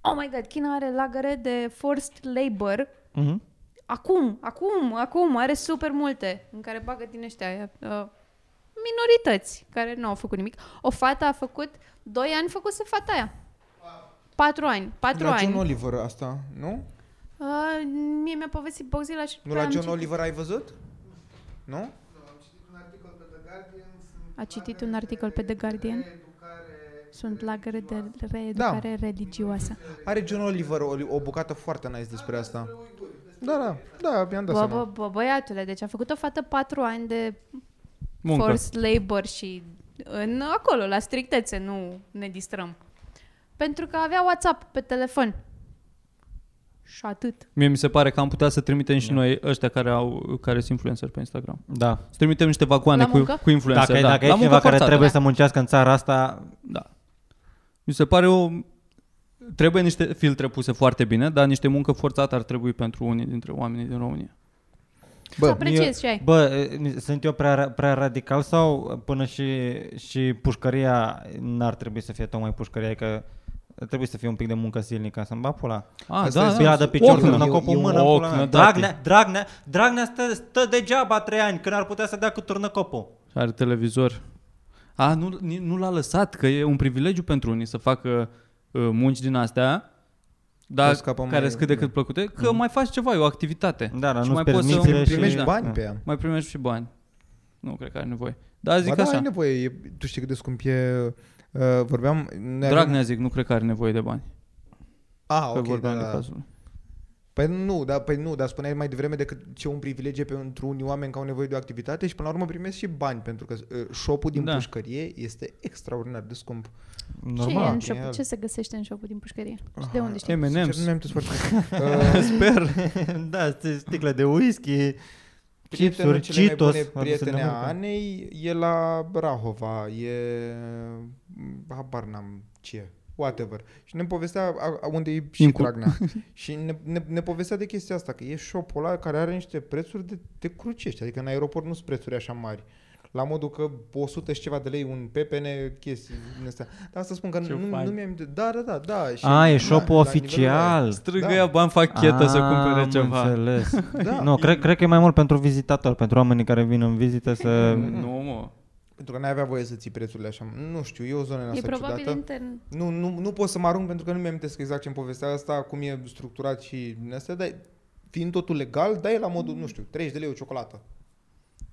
[SPEAKER 4] Oh my god, China are lagăre de forced labor.
[SPEAKER 2] Mhm.
[SPEAKER 4] Acum, acum, acum, are super multe în care bagă din ăștia uh, minorități care nu au făcut nimic. O fată a făcut, doi ani făcuse fata aia. Patru ani, patru
[SPEAKER 6] la
[SPEAKER 4] ani.
[SPEAKER 6] John Oliver asta, nu?
[SPEAKER 4] Uh, mie mi-a povestit Boxila și
[SPEAKER 6] Nu
[SPEAKER 4] după aia Da,
[SPEAKER 6] la
[SPEAKER 4] am
[SPEAKER 6] John
[SPEAKER 4] citit.
[SPEAKER 6] Oliver ai văzut? Nu?
[SPEAKER 4] A citit un articol pe The Guardian. Sunt lagăre de reeducare
[SPEAKER 6] Da.
[SPEAKER 4] religioasă.
[SPEAKER 6] Are John Oliver o, o bucată foarte nice despre asta. Da, da, da, mi-am dat
[SPEAKER 4] Bă, bă,
[SPEAKER 6] seama.
[SPEAKER 4] bă, băiatule, deci a făcut o fată patru ani de
[SPEAKER 5] Muncă.
[SPEAKER 4] forced labor și în, acolo, la strictețe, nu ne distrăm. Pentru că avea WhatsApp pe telefon. Și atât.
[SPEAKER 5] Mie mi se pare că am putea să trimitem și noi ăștia care au care sunt influencer pe Instagram.
[SPEAKER 2] Da.
[SPEAKER 5] Să trimitem niște vagoane
[SPEAKER 4] La
[SPEAKER 5] cu,
[SPEAKER 4] muncă?
[SPEAKER 5] cu influencer.
[SPEAKER 2] Dacă,
[SPEAKER 5] da.
[SPEAKER 2] dacă e
[SPEAKER 5] La
[SPEAKER 2] cineva
[SPEAKER 5] muncă da.
[SPEAKER 2] care
[SPEAKER 5] forțată.
[SPEAKER 2] trebuie să muncească în țara asta,
[SPEAKER 5] Da. Mi se pare o... Trebuie niște filtre puse foarte bine, dar niște muncă forțată ar trebui pentru unii dintre oamenii din România.
[SPEAKER 4] Bă, să
[SPEAKER 6] Bă,
[SPEAKER 4] apreciez și ai.
[SPEAKER 2] Bă, e, sunt eu prea, prea radical sau până și, și pușcăria n-ar trebui să fie tocmai pușcăria, că trebuie să fie un pic de muncă silnică, ca să-mi bag pula.
[SPEAKER 5] Ah,
[SPEAKER 6] Asta
[SPEAKER 5] da,
[SPEAKER 6] e
[SPEAKER 5] da.
[SPEAKER 2] Bila de picior,
[SPEAKER 5] Ochnă.
[SPEAKER 2] când n-o copul
[SPEAKER 6] E- e un
[SPEAKER 2] mână, pula
[SPEAKER 5] ochnă,
[SPEAKER 2] mea.
[SPEAKER 5] tati.
[SPEAKER 2] Dragnea, Dragnea, Dragnea stă, stă degeaba trei ani, când ar putea să dea cu turnă copul.
[SPEAKER 5] Are televizor. A, nu, ni- nu l-a lăsat, că e un privilegiu pentru unii să facă uh, munci din astea,
[SPEAKER 6] Să
[SPEAKER 5] dar
[SPEAKER 6] scapă mai- da. Mhm.
[SPEAKER 5] care sunt cât de cât plăcute, că mai faci ceva, e o activitate.
[SPEAKER 2] Da, dar
[SPEAKER 5] Și
[SPEAKER 2] nu-ți
[SPEAKER 5] mai poți să-
[SPEAKER 2] permiți și-
[SPEAKER 6] primești
[SPEAKER 5] da.
[SPEAKER 6] bani pe ea.
[SPEAKER 5] Mai primești și bani. Nu cred că are nevoie. Dar zic
[SPEAKER 6] Ba da,
[SPEAKER 5] așa,
[SPEAKER 6] ai nevoie. E, tu știi cât de scump e... Uh, vorbeam... Noi
[SPEAKER 5] Dragnea zic, nu cred că are nevoie de bani.
[SPEAKER 6] Ah,
[SPEAKER 5] că
[SPEAKER 6] ok,
[SPEAKER 5] vorbeam
[SPEAKER 6] da,
[SPEAKER 5] de
[SPEAKER 6] da.
[SPEAKER 5] cazul.
[SPEAKER 6] Păi nu, da, păi nu, dar spuneai mai devreme decât ce un privilegiu pentru unii oameni care au nevoie de o activitate și până la urmă primesc și bani, pentru că uh, șopul din
[SPEAKER 5] Da.
[SPEAKER 6] da. pușcărie este extraordinar de scump.
[SPEAKER 4] ce, e
[SPEAKER 2] Normal.
[SPEAKER 4] în
[SPEAKER 6] genial.
[SPEAKER 4] shop, ce se găsește în shop din pușcărie? Și de unde știi?
[SPEAKER 5] M&M's.
[SPEAKER 6] Sincer, Nu mi-am putut
[SPEAKER 5] [LAUGHS]
[SPEAKER 6] foarte uh,
[SPEAKER 2] Sper. da, st- sticle de whisky,
[SPEAKER 6] Prietenul
[SPEAKER 2] chipsuri,
[SPEAKER 6] cele mai
[SPEAKER 2] Cheetos.
[SPEAKER 6] bune
[SPEAKER 2] aduse din
[SPEAKER 6] prietene a
[SPEAKER 2] America.
[SPEAKER 6] Anei e la Rahova, e... Habar n-am ce e, whatever. Și ne povestea a- a- unde e și
[SPEAKER 2] [LAUGHS]
[SPEAKER 5] Incu.
[SPEAKER 6] Dragnea. și ne, ne, ne, povestea de chestia asta, că e shop-ul ăla care are niște prețuri de, de crucești, adică în aeroport nu sunt prețuri așa mari. La modul că 100 și ceva de lei un PPN, chestii din astea. Dar asta spun că
[SPEAKER 5] Ce
[SPEAKER 6] nu,
[SPEAKER 5] fain.
[SPEAKER 6] nu mi-am... Da, da, da, da. Și
[SPEAKER 2] A, e
[SPEAKER 6] da,
[SPEAKER 2] shop-ul
[SPEAKER 6] la nivelul ăla e.
[SPEAKER 2] oficial. Ah,
[SPEAKER 5] Strigă
[SPEAKER 6] Da.
[SPEAKER 5] ea bani fachetă să
[SPEAKER 2] Am
[SPEAKER 5] cumpere ceva.
[SPEAKER 2] înțeles.
[SPEAKER 6] [LAUGHS] Da.
[SPEAKER 2] Nu, cred, cred că e mai mult pentru vizitatori, pentru oamenii care vin în vizită să...
[SPEAKER 5] Nu, mă.
[SPEAKER 6] Pentru că n-ai avea voie să ții prețurile așa. Nu știu, e o zonă în
[SPEAKER 4] E
[SPEAKER 6] asta
[SPEAKER 4] probabil
[SPEAKER 6] ciudată.
[SPEAKER 4] intern.
[SPEAKER 6] Nu, nu, nu pot să mă arunc pentru că nu mi-am exact ce-mi povestea asta, cum e structurat și din astea, dar fiind totul legal, dai la modul, nu știu, 30 de lei o ciocolată.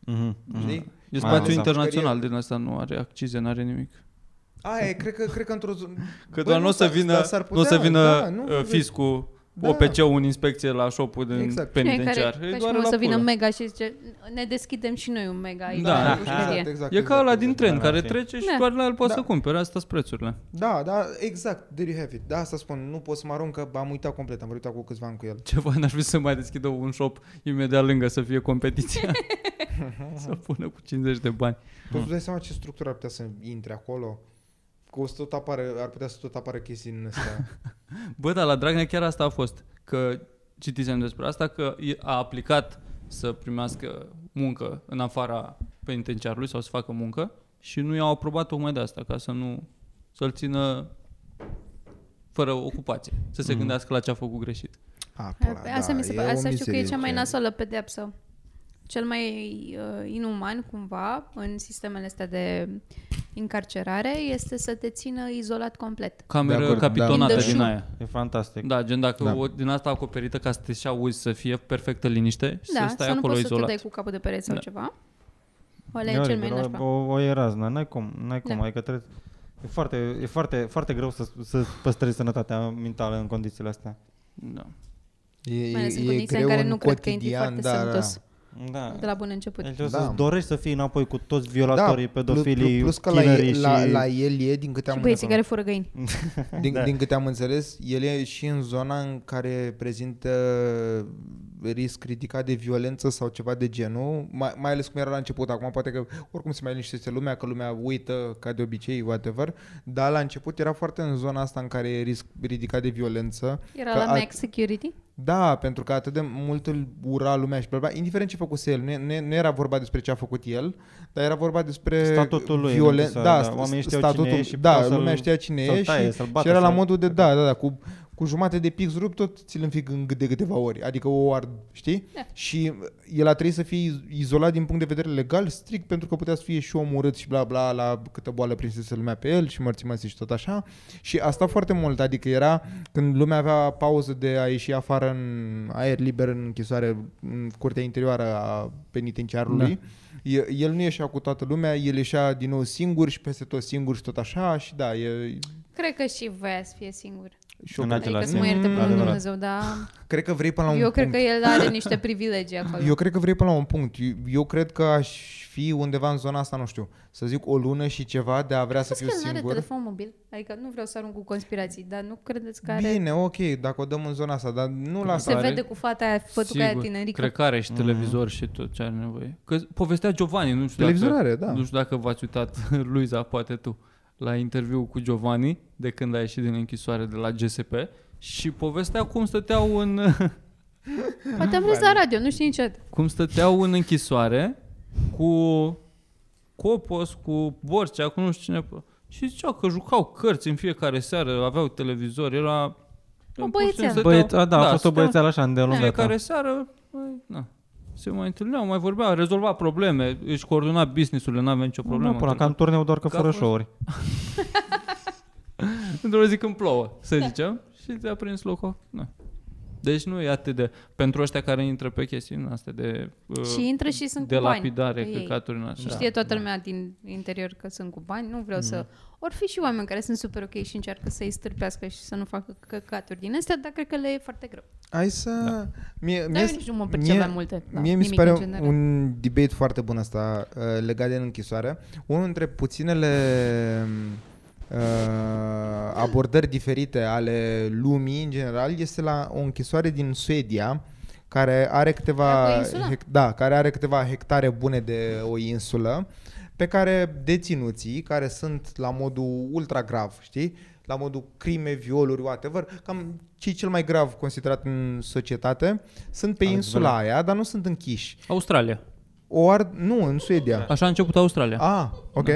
[SPEAKER 2] Mhm.
[SPEAKER 5] Mm.
[SPEAKER 6] Știi?
[SPEAKER 5] E
[SPEAKER 2] Mai
[SPEAKER 5] spațiu
[SPEAKER 2] ales la
[SPEAKER 5] internațional din asta, nu are accize, nu are nimic.
[SPEAKER 6] Aia, e, cred că, cred că într-o zonă...
[SPEAKER 5] Că
[SPEAKER 6] Băi,
[SPEAKER 5] doar nu o să
[SPEAKER 6] s-ar-
[SPEAKER 5] vină,
[SPEAKER 6] dar s-ar
[SPEAKER 5] nu o să
[SPEAKER 6] putea,
[SPEAKER 5] vină
[SPEAKER 6] da, nu,
[SPEAKER 5] uh, fiscul,
[SPEAKER 6] Da.
[SPEAKER 5] OPC-ul în inspecție la shopul din
[SPEAKER 6] Exact.
[SPEAKER 4] [LAUGHS]
[SPEAKER 5] penitenciar.
[SPEAKER 4] Fiecare-
[SPEAKER 5] E
[SPEAKER 4] ca și
[SPEAKER 5] doar
[SPEAKER 4] cum o
[SPEAKER 5] la
[SPEAKER 4] să vină
[SPEAKER 5] pulă.
[SPEAKER 4] mega și zice, ne deschidem și noi un mega aici.
[SPEAKER 5] Da.
[SPEAKER 4] în pușcărie."
[SPEAKER 6] Exact, exact,
[SPEAKER 5] E ca ăla din
[SPEAKER 6] exact.
[SPEAKER 5] tren
[SPEAKER 2] Da,
[SPEAKER 5] care
[SPEAKER 2] da.
[SPEAKER 5] trece și
[SPEAKER 4] Da.
[SPEAKER 5] doar la el poate
[SPEAKER 6] Da.
[SPEAKER 5] să cumpere. Asta sunt prețurile. [LAUGHS]
[SPEAKER 6] Da, da, exact, there you have it. Da, asta spun, nu pot să mă arunc că am uitat complet, am vorbit acum câțiva ani cu el.
[SPEAKER 5] Ceva n-aș vrea să mai deschidă un shop imediat lângă să fie
[SPEAKER 4] [LAUGHS]
[SPEAKER 5] competiția. să pună cu 50 de bani.
[SPEAKER 6] Tu
[SPEAKER 5] Mm.
[SPEAKER 6] îți dai seama ce structură ar putea să intre acolo? Că o să tot apare, ar putea să tot apară chestii din astea.
[SPEAKER 5] Bă, dar la Dragnea chiar asta a fost. Că citisem despre asta, că e- a aplicat să primească muncă în afara penitenciarului sau să facă muncă și nu i-au aprobat tocmai de asta, ca să nu să-l țină fără ocupație, să se gândească la ce a făcut greșit.
[SPEAKER 6] A,
[SPEAKER 4] A- Păi, Asta, mi se pare, asta știu că e cea mai nasolă pedeapsă. Cel mai uh, inuman, cumva, în sistemele astea de încarcerare, este să te țină izolat complet.
[SPEAKER 5] Cameră
[SPEAKER 3] De
[SPEAKER 5] acord,
[SPEAKER 3] acord, da.
[SPEAKER 5] capitonată
[SPEAKER 4] In
[SPEAKER 5] da.
[SPEAKER 4] the
[SPEAKER 5] din
[SPEAKER 4] shoe.
[SPEAKER 5] aia.
[SPEAKER 2] E fantastic.
[SPEAKER 5] Da, gen dacă da.
[SPEAKER 3] Da.
[SPEAKER 5] O, din asta acoperită ca să te și auzi, să fie perfectă liniște și
[SPEAKER 4] da,
[SPEAKER 5] să stai
[SPEAKER 4] să nu
[SPEAKER 5] acolo
[SPEAKER 4] poți să te
[SPEAKER 5] izolat.
[SPEAKER 4] dai cu capul de pereți sau
[SPEAKER 5] Da.
[SPEAKER 4] ceva. Ăla e
[SPEAKER 2] Iar,
[SPEAKER 4] cel mai
[SPEAKER 2] o-
[SPEAKER 4] nașpa.
[SPEAKER 2] o, o e razna, n-ai cum, n-ai cum,
[SPEAKER 4] Da.
[SPEAKER 2] adică trebuie... E foarte, e foarte, foarte greu să, să păstrezi sănătatea mentală în condițiile astea.
[SPEAKER 5] da.
[SPEAKER 6] E,
[SPEAKER 4] Mai ales în
[SPEAKER 6] e
[SPEAKER 4] condiții în
[SPEAKER 6] greu
[SPEAKER 4] care nu cred că intri foarte
[SPEAKER 6] da, da.
[SPEAKER 4] sănătos
[SPEAKER 2] Da.
[SPEAKER 5] Ah.
[SPEAKER 4] de la bun
[SPEAKER 5] Păi,
[SPEAKER 4] început.
[SPEAKER 2] Deci o
[SPEAKER 6] Da.
[SPEAKER 2] să-ți dorești să fii înapoi cu toți violatorii,
[SPEAKER 6] plu-
[SPEAKER 2] pedofilii,
[SPEAKER 6] plus că la,
[SPEAKER 2] tinerii
[SPEAKER 6] el,
[SPEAKER 2] și... Da.
[SPEAKER 6] la, la el e, din câte,
[SPEAKER 4] Și
[SPEAKER 6] am
[SPEAKER 4] băieții care fură găini.
[SPEAKER 6] Mm. [LAUGHS] din, din câte am înțeles, el e și în zona în care prezintă risc ridicat de violență sau ceva de genul, mai, mai ales cum era la început, acum poate că oricum se mai liniștește lumea, că lumea uită ca de obicei, whatever, dar la început era foarte în zona asta în care e risc ridicat de violență.
[SPEAKER 4] Era
[SPEAKER 6] că
[SPEAKER 4] la
[SPEAKER 6] a-
[SPEAKER 4] Max Security?
[SPEAKER 6] da, pentru că atât de mult îl ura lumea și bla, bla, indiferent ce făcuse el, nu, e- nu, e- nu era vorba despre ce a făcut el, dar era vorba despre
[SPEAKER 2] Statutul lui,
[SPEAKER 6] violen-
[SPEAKER 2] nu? Sau,
[SPEAKER 6] da,
[SPEAKER 2] da,
[SPEAKER 6] st-
[SPEAKER 2] oamenii știau
[SPEAKER 6] statutul,
[SPEAKER 2] cine e și
[SPEAKER 6] da,
[SPEAKER 2] puteau să-l-
[SPEAKER 6] lumea știa cine
[SPEAKER 2] să-l
[SPEAKER 6] e
[SPEAKER 2] taie,
[SPEAKER 6] și,
[SPEAKER 2] să-l
[SPEAKER 6] și
[SPEAKER 2] bată,
[SPEAKER 6] era la
[SPEAKER 2] să-l-
[SPEAKER 6] modul de, da, da, da, cu, cu jumate de pix rupt, tot ți-l înfig în- de câteva ori, adică o ard, știi?
[SPEAKER 4] Da.
[SPEAKER 6] Și el a trebuit să fie iz- izolat din punct de vedere legal, strict pentru că putea să fie și om urât și bla bla la câtă boală prinsese lumea pe el și mărțimăsi și tot așa. Și asta foarte mult, adică era când lumea avea pauză de a ieși afară în aer liber în închisoare, în curtea interioară a penitenciarului, da. el nu ieșea cu toată lumea, el ieșea din nou singur și peste tot singur și tot așa și da, e...
[SPEAKER 4] Cred că și voia să fie singur.
[SPEAKER 6] Și eu
[SPEAKER 2] În
[SPEAKER 6] cred-
[SPEAKER 2] același
[SPEAKER 4] Adică să mă
[SPEAKER 2] timp,
[SPEAKER 4] ierte bunul
[SPEAKER 2] adevărat.
[SPEAKER 4] Dumnezeu, dar
[SPEAKER 6] cred că vrei până la un
[SPEAKER 4] eu cred
[SPEAKER 6] punct.
[SPEAKER 4] că el are niște privilegii acolo.
[SPEAKER 6] Eu cred că vrei până la un punct. Eu, eu cred că aș fi undeva în zona asta, nu știu, să zic o lună și ceva de a vrea să
[SPEAKER 4] Crezi
[SPEAKER 6] fiu
[SPEAKER 4] că el nu are
[SPEAKER 6] singur.
[SPEAKER 4] telefon mobil? Adică nu vreau să arunc cu conspirații, dar nu credeți că are...
[SPEAKER 6] Bine, ok, dacă o dăm în zona asta, dar nu la
[SPEAKER 4] Se
[SPEAKER 6] asta.
[SPEAKER 5] Are.
[SPEAKER 4] vede cu fata aia, fătuca aia
[SPEAKER 5] Sigur,
[SPEAKER 4] tinerică.
[SPEAKER 5] Cred că are și televizor și tot ce are nevoie. Că povestea Giovanni, nu știu
[SPEAKER 6] Televizor
[SPEAKER 5] dacă,
[SPEAKER 6] are, da.
[SPEAKER 5] Nu știu dacă v-ați uitat, [LAUGHS] Luiza, poate tu, la interviu cu Giovanni, de când a ieșit din închisoare de la GSP și povestea cum stăteau în, [LAUGHS]
[SPEAKER 4] Poate am vrut la radio, nu știi niciodată.
[SPEAKER 5] cum stăteau în închisoare cu Copos, cu Borcea, cu nu știu cine. Și zicea că jucau cărți în fiecare seară, aveau televizor, era...
[SPEAKER 4] O băiețeală.
[SPEAKER 5] Stăteau-
[SPEAKER 2] Băieț, a, da, a fost o
[SPEAKER 5] stăteau-
[SPEAKER 2] băiețeală așa da. îndelungată.
[SPEAKER 5] fiecare seară, mai, na, se mai întâlneau, mai vorbeau, rezolva probleme, își coordona business-urile, n-avea nicio
[SPEAKER 2] Problemă,
[SPEAKER 5] problemă.
[SPEAKER 2] până ca în turneu doar că
[SPEAKER 5] Că a
[SPEAKER 2] fără
[SPEAKER 5] fost-
[SPEAKER 2] show-uri.
[SPEAKER 5] Într-o zi când plouă, să
[SPEAKER 4] Da.
[SPEAKER 5] zicem, și ți-a prins locul. Na. Deci nu e atât de... Pentru ăștia care intră pe chestii din astea de... uh, Da,
[SPEAKER 4] Și intră și sunt
[SPEAKER 5] de
[SPEAKER 4] cu bani
[SPEAKER 5] lapidare,
[SPEAKER 4] pe ei.
[SPEAKER 5] căcaturi în
[SPEAKER 4] Și
[SPEAKER 5] astea.
[SPEAKER 4] știe toată lumea din interior că sunt cu bani, nu
[SPEAKER 5] Mm.
[SPEAKER 4] vreau să... Ori fi și oameni care sunt super ok și încearcă să-i stârpească și să nu facă căcaturi din astea, dar cred că le e foarte greu.
[SPEAKER 6] Hai să... Da. Mie,
[SPEAKER 4] Dar eu nici nu mă percep
[SPEAKER 6] mie-
[SPEAKER 4] la multe. la
[SPEAKER 6] Mie mi se
[SPEAKER 4] nimic
[SPEAKER 6] pare
[SPEAKER 4] în general.
[SPEAKER 6] un debate foarte bun asta uh, legat de închisoare. Unul dintre puținele uh, abordări diferite ale lumii în general este la o închisoare din Suedia care are
[SPEAKER 4] Era
[SPEAKER 6] câteva
[SPEAKER 4] pe insulă?
[SPEAKER 6] hec- da, care are câteva hectare bune de o insulă pe care deținuții care sunt la modul ultra grav, știi? La modul crime, violuri, whatever, cam ce cel mai grav considerat în societate, sunt pe
[SPEAKER 2] Alt
[SPEAKER 6] insula aia, dar nu sunt închiși.
[SPEAKER 5] Australia.
[SPEAKER 6] O ard... Nu, în Suedia.
[SPEAKER 5] Așa a început Australia.
[SPEAKER 6] Ah, ok.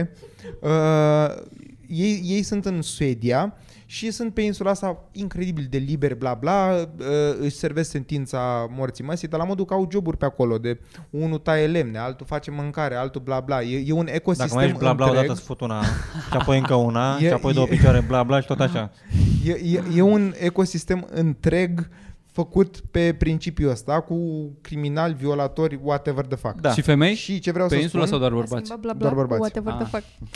[SPEAKER 2] Da.
[SPEAKER 6] Uh, ei, ei sunt în Suedia și sunt pe insula asta incredibil de liber, bla bla, uh, își servesc sentința morții măsii, dar la modul că au joburi pe acolo, de unul taie lemne, altul face mâncare, altul bla bla. E, e un ecosistem
[SPEAKER 2] Dacă mai ești bla bla
[SPEAKER 6] întreg.
[SPEAKER 2] odată, îți fut una, și apoi încă una,
[SPEAKER 6] E-
[SPEAKER 2] și apoi două
[SPEAKER 6] e-
[SPEAKER 2] picioare bla bla și
[SPEAKER 5] Da.
[SPEAKER 2] tot așa.
[SPEAKER 6] E, e, e un ecosistem întreg făcut pe principiul ăsta cu criminali, violatori, whatever the fuck.
[SPEAKER 2] Da.
[SPEAKER 5] Și femei?
[SPEAKER 6] Și ce vreau
[SPEAKER 5] pe
[SPEAKER 6] să
[SPEAKER 5] insulă
[SPEAKER 6] spun...
[SPEAKER 5] sau doar
[SPEAKER 4] A
[SPEAKER 5] bărbați?
[SPEAKER 4] schimbat bla, bla,
[SPEAKER 6] Doar bărbați.
[SPEAKER 4] Whatever the
[SPEAKER 5] Ah.
[SPEAKER 4] fuck.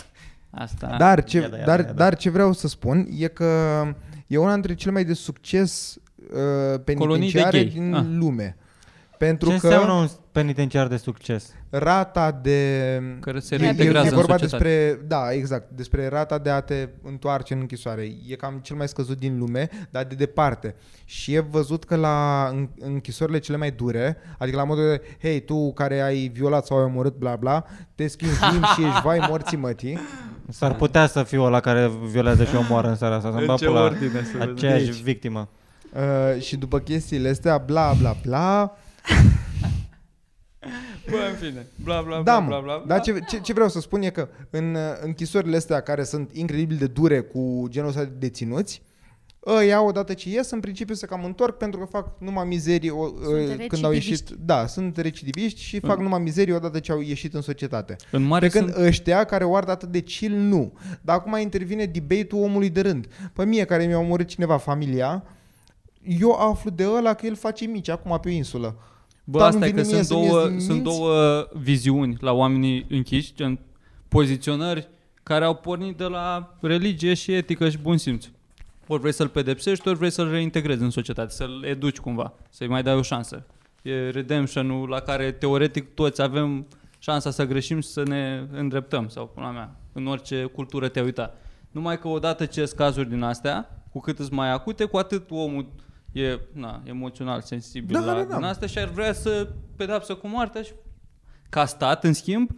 [SPEAKER 5] Asta.
[SPEAKER 6] Dar ce,
[SPEAKER 2] Ia da, ia da,
[SPEAKER 6] dar,
[SPEAKER 2] ia da.
[SPEAKER 6] dar ce vreau să spun e că e una dintre cele mai de succes uh,
[SPEAKER 5] Colonii de
[SPEAKER 6] penitenciare
[SPEAKER 5] gay.
[SPEAKER 6] din
[SPEAKER 5] Ah.
[SPEAKER 6] lume. Pentru
[SPEAKER 2] Ce
[SPEAKER 6] că
[SPEAKER 2] înseamnă un penitenciar de succes?
[SPEAKER 6] rata de...
[SPEAKER 5] Care se
[SPEAKER 6] e-
[SPEAKER 5] reintegrează
[SPEAKER 6] e, e
[SPEAKER 5] în
[SPEAKER 6] vorba
[SPEAKER 5] societate.
[SPEAKER 6] despre, da, exact, despre rata de a te întoarce în închisoare. E cam cel mai scăzut din lume, dar de departe. Și e văzut că la în- închisorile cele mai dure, adică la modul de, hei, tu care ai violat sau ai omorât, bla bla,
[SPEAKER 5] [LAUGHS]
[SPEAKER 6] te schimbi din și ești vai morții mătii.
[SPEAKER 2] S-ar putea să fiu ăla care violează și omoară în seara asta, să-mi
[SPEAKER 5] Da. În
[SPEAKER 2] bat
[SPEAKER 5] ce
[SPEAKER 2] pula
[SPEAKER 5] ordine să vedem?
[SPEAKER 2] aceeași
[SPEAKER 6] Deci.
[SPEAKER 2] victimă.
[SPEAKER 6] Uh, și după chestiile astea, bla bla bla.
[SPEAKER 5] Bă, în fine. Bla, bla, bla,
[SPEAKER 6] Da,
[SPEAKER 5] bla, bla.
[SPEAKER 6] mă, dar ce, ce, ce vreau să spun e că în uh, închisorile astea care sunt incredibil de dure cu genul ăsta de deținuți, ăia odată ce ies, în principiu se cam întorc pentru că fac numai mizerii o, uh, când au ieșit. Da, sunt recidiviști și fac numai mizerii odată ce au ieșit în societate.
[SPEAKER 5] În Mm. mare
[SPEAKER 6] Pe când
[SPEAKER 5] sunt...
[SPEAKER 6] sunt... ăștia care o ard atât de chill, nu. Dar acum intervine debate-ul omului de rând. Pe mie care mi-a omorât cineva familia, eu aflu de ăla că el face mici acum pe o insulă.
[SPEAKER 5] Bă,
[SPEAKER 6] Dar
[SPEAKER 5] asta e
[SPEAKER 6] nu
[SPEAKER 5] că
[SPEAKER 6] vine mie
[SPEAKER 5] sunt
[SPEAKER 6] să-mi ies
[SPEAKER 5] două,
[SPEAKER 6] din
[SPEAKER 5] sunt
[SPEAKER 6] minți?
[SPEAKER 5] două viziuni la oamenii închiși, gen poziționări care au pornit de la religie și etică și bun simț. Ori vrei să-l pedepsești, ori vrei să-l reintegrezi în societate, să-l educi cumva, să-i mai dai o șansă. E redemption-ul la care teoretic toți avem șansa să greșim și să ne îndreptăm, sau până la mea, în orice cultură te-ai uita. Numai că odată ce sunt cazuri din astea, cu cât sunt mai acute, cu atât omul e na, emoțional, sensibil
[SPEAKER 6] Da,
[SPEAKER 5] la
[SPEAKER 6] da, da.
[SPEAKER 5] din asta și ar vrea să pedapsă cu moartea și ca stat, în schimb,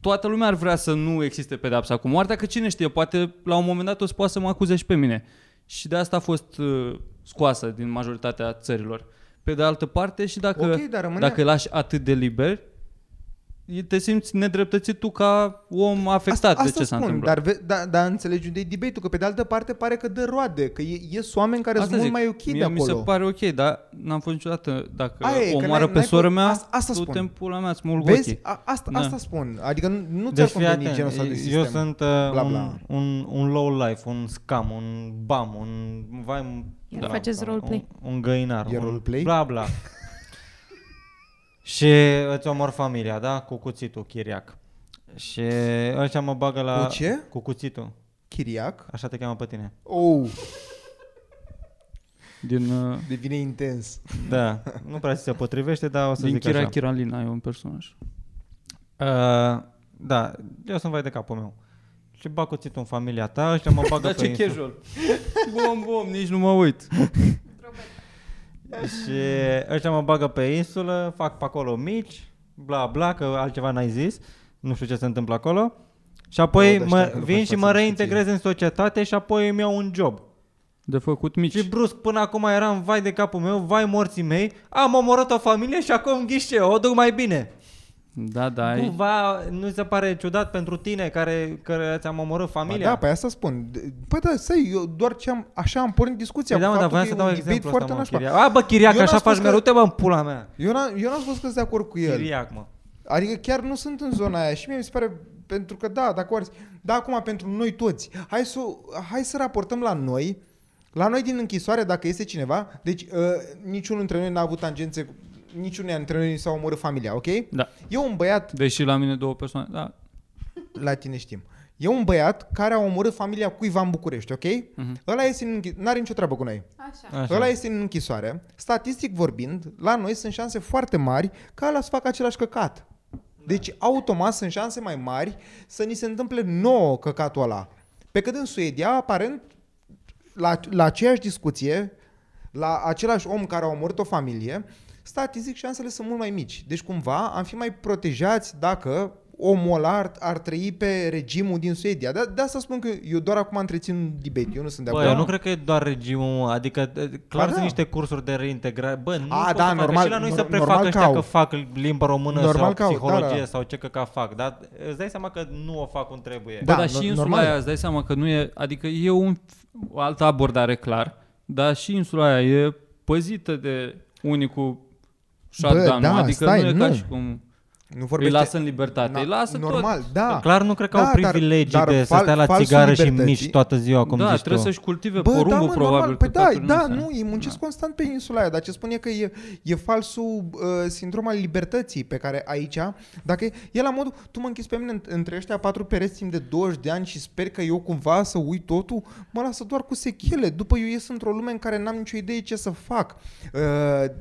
[SPEAKER 5] toată lumea ar vrea să nu existe pedapsa cu moartea, că cine știe, poate la un moment dat o să poată să mă acuze și pe mine. Și de asta a fost uh, scoasă din majoritatea țărilor. Pe de altă parte și dacă,
[SPEAKER 6] Ok, dar rămâne-
[SPEAKER 5] dacă îi lași atât de liber, e- te simți nedreptățit tu ca om afectat
[SPEAKER 6] asta
[SPEAKER 5] de ce s-a
[SPEAKER 6] spun,
[SPEAKER 5] întâmplat.
[SPEAKER 6] Dar, ve- da, dar înțelegi unde e debate-ul, că pe de altă parte pare că dă roade, că e, ies oameni care sunt mult mai ok
[SPEAKER 5] mie
[SPEAKER 6] de
[SPEAKER 5] mi
[SPEAKER 6] acolo.
[SPEAKER 5] se pare ok, dar n-am fost niciodată dacă
[SPEAKER 6] Aia e,
[SPEAKER 5] o
[SPEAKER 6] că
[SPEAKER 5] omoară
[SPEAKER 6] n-ai-
[SPEAKER 5] pe
[SPEAKER 6] n-ai
[SPEAKER 5] sora
[SPEAKER 6] putut-
[SPEAKER 5] mea,
[SPEAKER 6] asta- asta
[SPEAKER 5] du-te
[SPEAKER 6] spun.
[SPEAKER 5] în pula mea, smulg
[SPEAKER 6] Vezi?
[SPEAKER 5] ochii.
[SPEAKER 6] A, asta,
[SPEAKER 5] Da.
[SPEAKER 6] asta spun. Adică nu, nu
[SPEAKER 2] Deci
[SPEAKER 6] ți-ar
[SPEAKER 2] fii
[SPEAKER 6] conveni
[SPEAKER 2] atent,
[SPEAKER 6] genul ăsta de sistem.
[SPEAKER 2] eu sunt uh,
[SPEAKER 6] Bla,
[SPEAKER 2] bla,
[SPEAKER 6] bla.
[SPEAKER 2] bla. Un, un, un low life, un scam, un bam, un vai, un- da,
[SPEAKER 4] Iar faceți roleplay.
[SPEAKER 2] Un, un găinar,
[SPEAKER 6] E
[SPEAKER 2] un
[SPEAKER 6] roleplay?
[SPEAKER 2] bla
[SPEAKER 6] [LAUGHS]
[SPEAKER 2] bla. și îți omor familia, da? Cu cuțitul, chiriac. Și ăștia mă bagă la...
[SPEAKER 6] Cu ce?
[SPEAKER 2] Cu cuțitul.
[SPEAKER 6] Chiriac?
[SPEAKER 2] Așa te cheamă pe tine.
[SPEAKER 6] Oh,
[SPEAKER 5] Din, uh,
[SPEAKER 6] devine intens. [LAUGHS]
[SPEAKER 2] Da. nu prea ți se potrivește, dar o să
[SPEAKER 5] din
[SPEAKER 2] zic
[SPEAKER 5] Chira
[SPEAKER 2] așa.
[SPEAKER 5] Chiralina e un personaj.
[SPEAKER 2] Uh, da, eu sunt vai de capul meu. Și bag cuțitul în familia ta, ăștia mă bagă
[SPEAKER 5] Dar
[SPEAKER 2] Da, pe
[SPEAKER 5] ce
[SPEAKER 2] insulă.
[SPEAKER 5] casual. bom, bom, nici nu mă uit.
[SPEAKER 2] Și ăștia mă bagă pe insulă, fac pe acolo mici, bla bla, că altceva n-ai zis, nu știu ce se întâmplă acolo. Și apoi
[SPEAKER 6] Bă, dar știam
[SPEAKER 2] mă,
[SPEAKER 6] că nu
[SPEAKER 2] vin
[SPEAKER 6] faci
[SPEAKER 2] și
[SPEAKER 6] față
[SPEAKER 2] mă
[SPEAKER 6] în
[SPEAKER 2] reintegrez în societate și apoi îmi iau un job.
[SPEAKER 5] De făcut mici.
[SPEAKER 2] Și brusc, până acum eram vai de capul meu, vai morții mei, am omorât o familie și acum ghiște, o duc mai bine.
[SPEAKER 5] Da, da, e-
[SPEAKER 2] Cumva nu ți se pare ciudat pentru tine care, care ți-am omorât
[SPEAKER 6] Ba
[SPEAKER 2] familia?
[SPEAKER 6] da, pe asta spun. De- Păi da, săi, eu doar ce am, așa am pornit discuția.
[SPEAKER 2] Păi da,
[SPEAKER 6] cu
[SPEAKER 2] mă, dar
[SPEAKER 6] faptul
[SPEAKER 2] voiam
[SPEAKER 6] că
[SPEAKER 2] să
[SPEAKER 6] e
[SPEAKER 2] dau
[SPEAKER 6] un
[SPEAKER 2] exemplu
[SPEAKER 6] debate foarte
[SPEAKER 2] ăsta, mă,
[SPEAKER 6] nașpa.
[SPEAKER 2] Chiriac. A, bă, Chiriac,
[SPEAKER 6] Eu n-am
[SPEAKER 2] așa
[SPEAKER 6] spus
[SPEAKER 2] faci
[SPEAKER 6] că-
[SPEAKER 2] mereu, te bă, în pula mea.
[SPEAKER 6] Eu n-am, eu n-am spus că sunt de acord cu el.
[SPEAKER 2] Chiriac, mă.
[SPEAKER 6] Adică chiar nu sunt în zona aia și mie mi se pare pentru că da, dacă ori, da acum pentru noi toți, hai să, hai să raportăm la noi, la noi din închisoare dacă este cineva, deci uh, niciunul dintre noi n-a avut tangențe, cu- niciunul dintre noi nu s-a omorât familia, ok?
[SPEAKER 5] da.
[SPEAKER 6] E un băiat,
[SPEAKER 5] Deși la mine două persoane, da.
[SPEAKER 6] la tine știm, e un băiat care a omorât familia cuiva în București, ok?
[SPEAKER 5] Mhm.
[SPEAKER 6] Ăla este în închi- n-are nicio treabă cu noi.
[SPEAKER 4] Așa.
[SPEAKER 2] Așa.
[SPEAKER 6] Așa. Ăla este în închisoare. Statistic vorbind, la noi sunt șanse foarte mari ca ăla să facă același căcat. Deci, automat, sunt șanse mai mari să ni se întâmple nouă căcatul ăla. Pe cât în Suedia, aparent, la, la aceeași discuție, la același om care a omorât o familie, statistic șansele sunt mult mai mici. Deci, cumva, am fi mai protejați dacă omul ăla ar, ar trăi pe regimul din Suedia. Da, De, de asta spun că eu doar acum întrețin debate, eu nu sunt de
[SPEAKER 2] Bă,
[SPEAKER 6] acord.
[SPEAKER 2] eu nu cred că e doar regimul, mă, adică e, clar
[SPEAKER 6] da.
[SPEAKER 2] sunt niște cursuri de reintegrare. Bă, nu
[SPEAKER 6] A,
[SPEAKER 2] pot
[SPEAKER 6] da,
[SPEAKER 2] să facă.
[SPEAKER 6] normal,
[SPEAKER 2] și la noi
[SPEAKER 6] nor-
[SPEAKER 2] se prefac
[SPEAKER 6] normal că
[SPEAKER 2] ăștia
[SPEAKER 6] au.
[SPEAKER 2] că fac limba română
[SPEAKER 6] Normal că
[SPEAKER 2] sau
[SPEAKER 6] au, da,
[SPEAKER 2] psihologie
[SPEAKER 6] da.
[SPEAKER 2] sau ce că, că fac, dar îți dai seama că nu o fac cum trebuie.
[SPEAKER 5] Da,
[SPEAKER 6] Da,
[SPEAKER 5] dar
[SPEAKER 6] no-
[SPEAKER 5] și insula
[SPEAKER 6] normal.
[SPEAKER 5] aia, îți dai seama că nu e, adică e un, o altă abordare clar, dar și insula aia e păzită de unii cu shutdown
[SPEAKER 6] da,
[SPEAKER 5] adică
[SPEAKER 6] stai,
[SPEAKER 5] nu e ca
[SPEAKER 6] nu.
[SPEAKER 5] și cum
[SPEAKER 6] nu
[SPEAKER 5] îi lasă în libertate, îi lasă
[SPEAKER 6] normal,
[SPEAKER 5] tot.
[SPEAKER 6] da.
[SPEAKER 2] Clar nu cred că
[SPEAKER 6] Da,
[SPEAKER 2] au
[SPEAKER 6] dar-
[SPEAKER 2] privilegii
[SPEAKER 6] dar
[SPEAKER 2] de să
[SPEAKER 6] fal-
[SPEAKER 2] stai la
[SPEAKER 6] falsul
[SPEAKER 2] țigară și
[SPEAKER 6] libertății-
[SPEAKER 2] mici toată ziua, cum
[SPEAKER 5] da,
[SPEAKER 2] zici
[SPEAKER 5] trebuie
[SPEAKER 2] tu.
[SPEAKER 5] să-și cultive porumbul
[SPEAKER 6] mă,
[SPEAKER 5] probabil.
[SPEAKER 6] normal. Păi
[SPEAKER 5] că
[SPEAKER 6] da,
[SPEAKER 5] totul
[SPEAKER 6] da,
[SPEAKER 5] înseamnă.
[SPEAKER 6] nu, ei muncesc constant pe insula aia, dar ce spune că e, e falsul uh, sindrom al libertății pe care aici, dacă e, e la modul, tu mă închizi pe mine în- între ăștia patru pereți timp de 20 de ani și sper că eu cumva să uit totul, mă lasă doar cu sechele, după eu ies într-o lume în care n-am nicio idee ce să fac. Uh,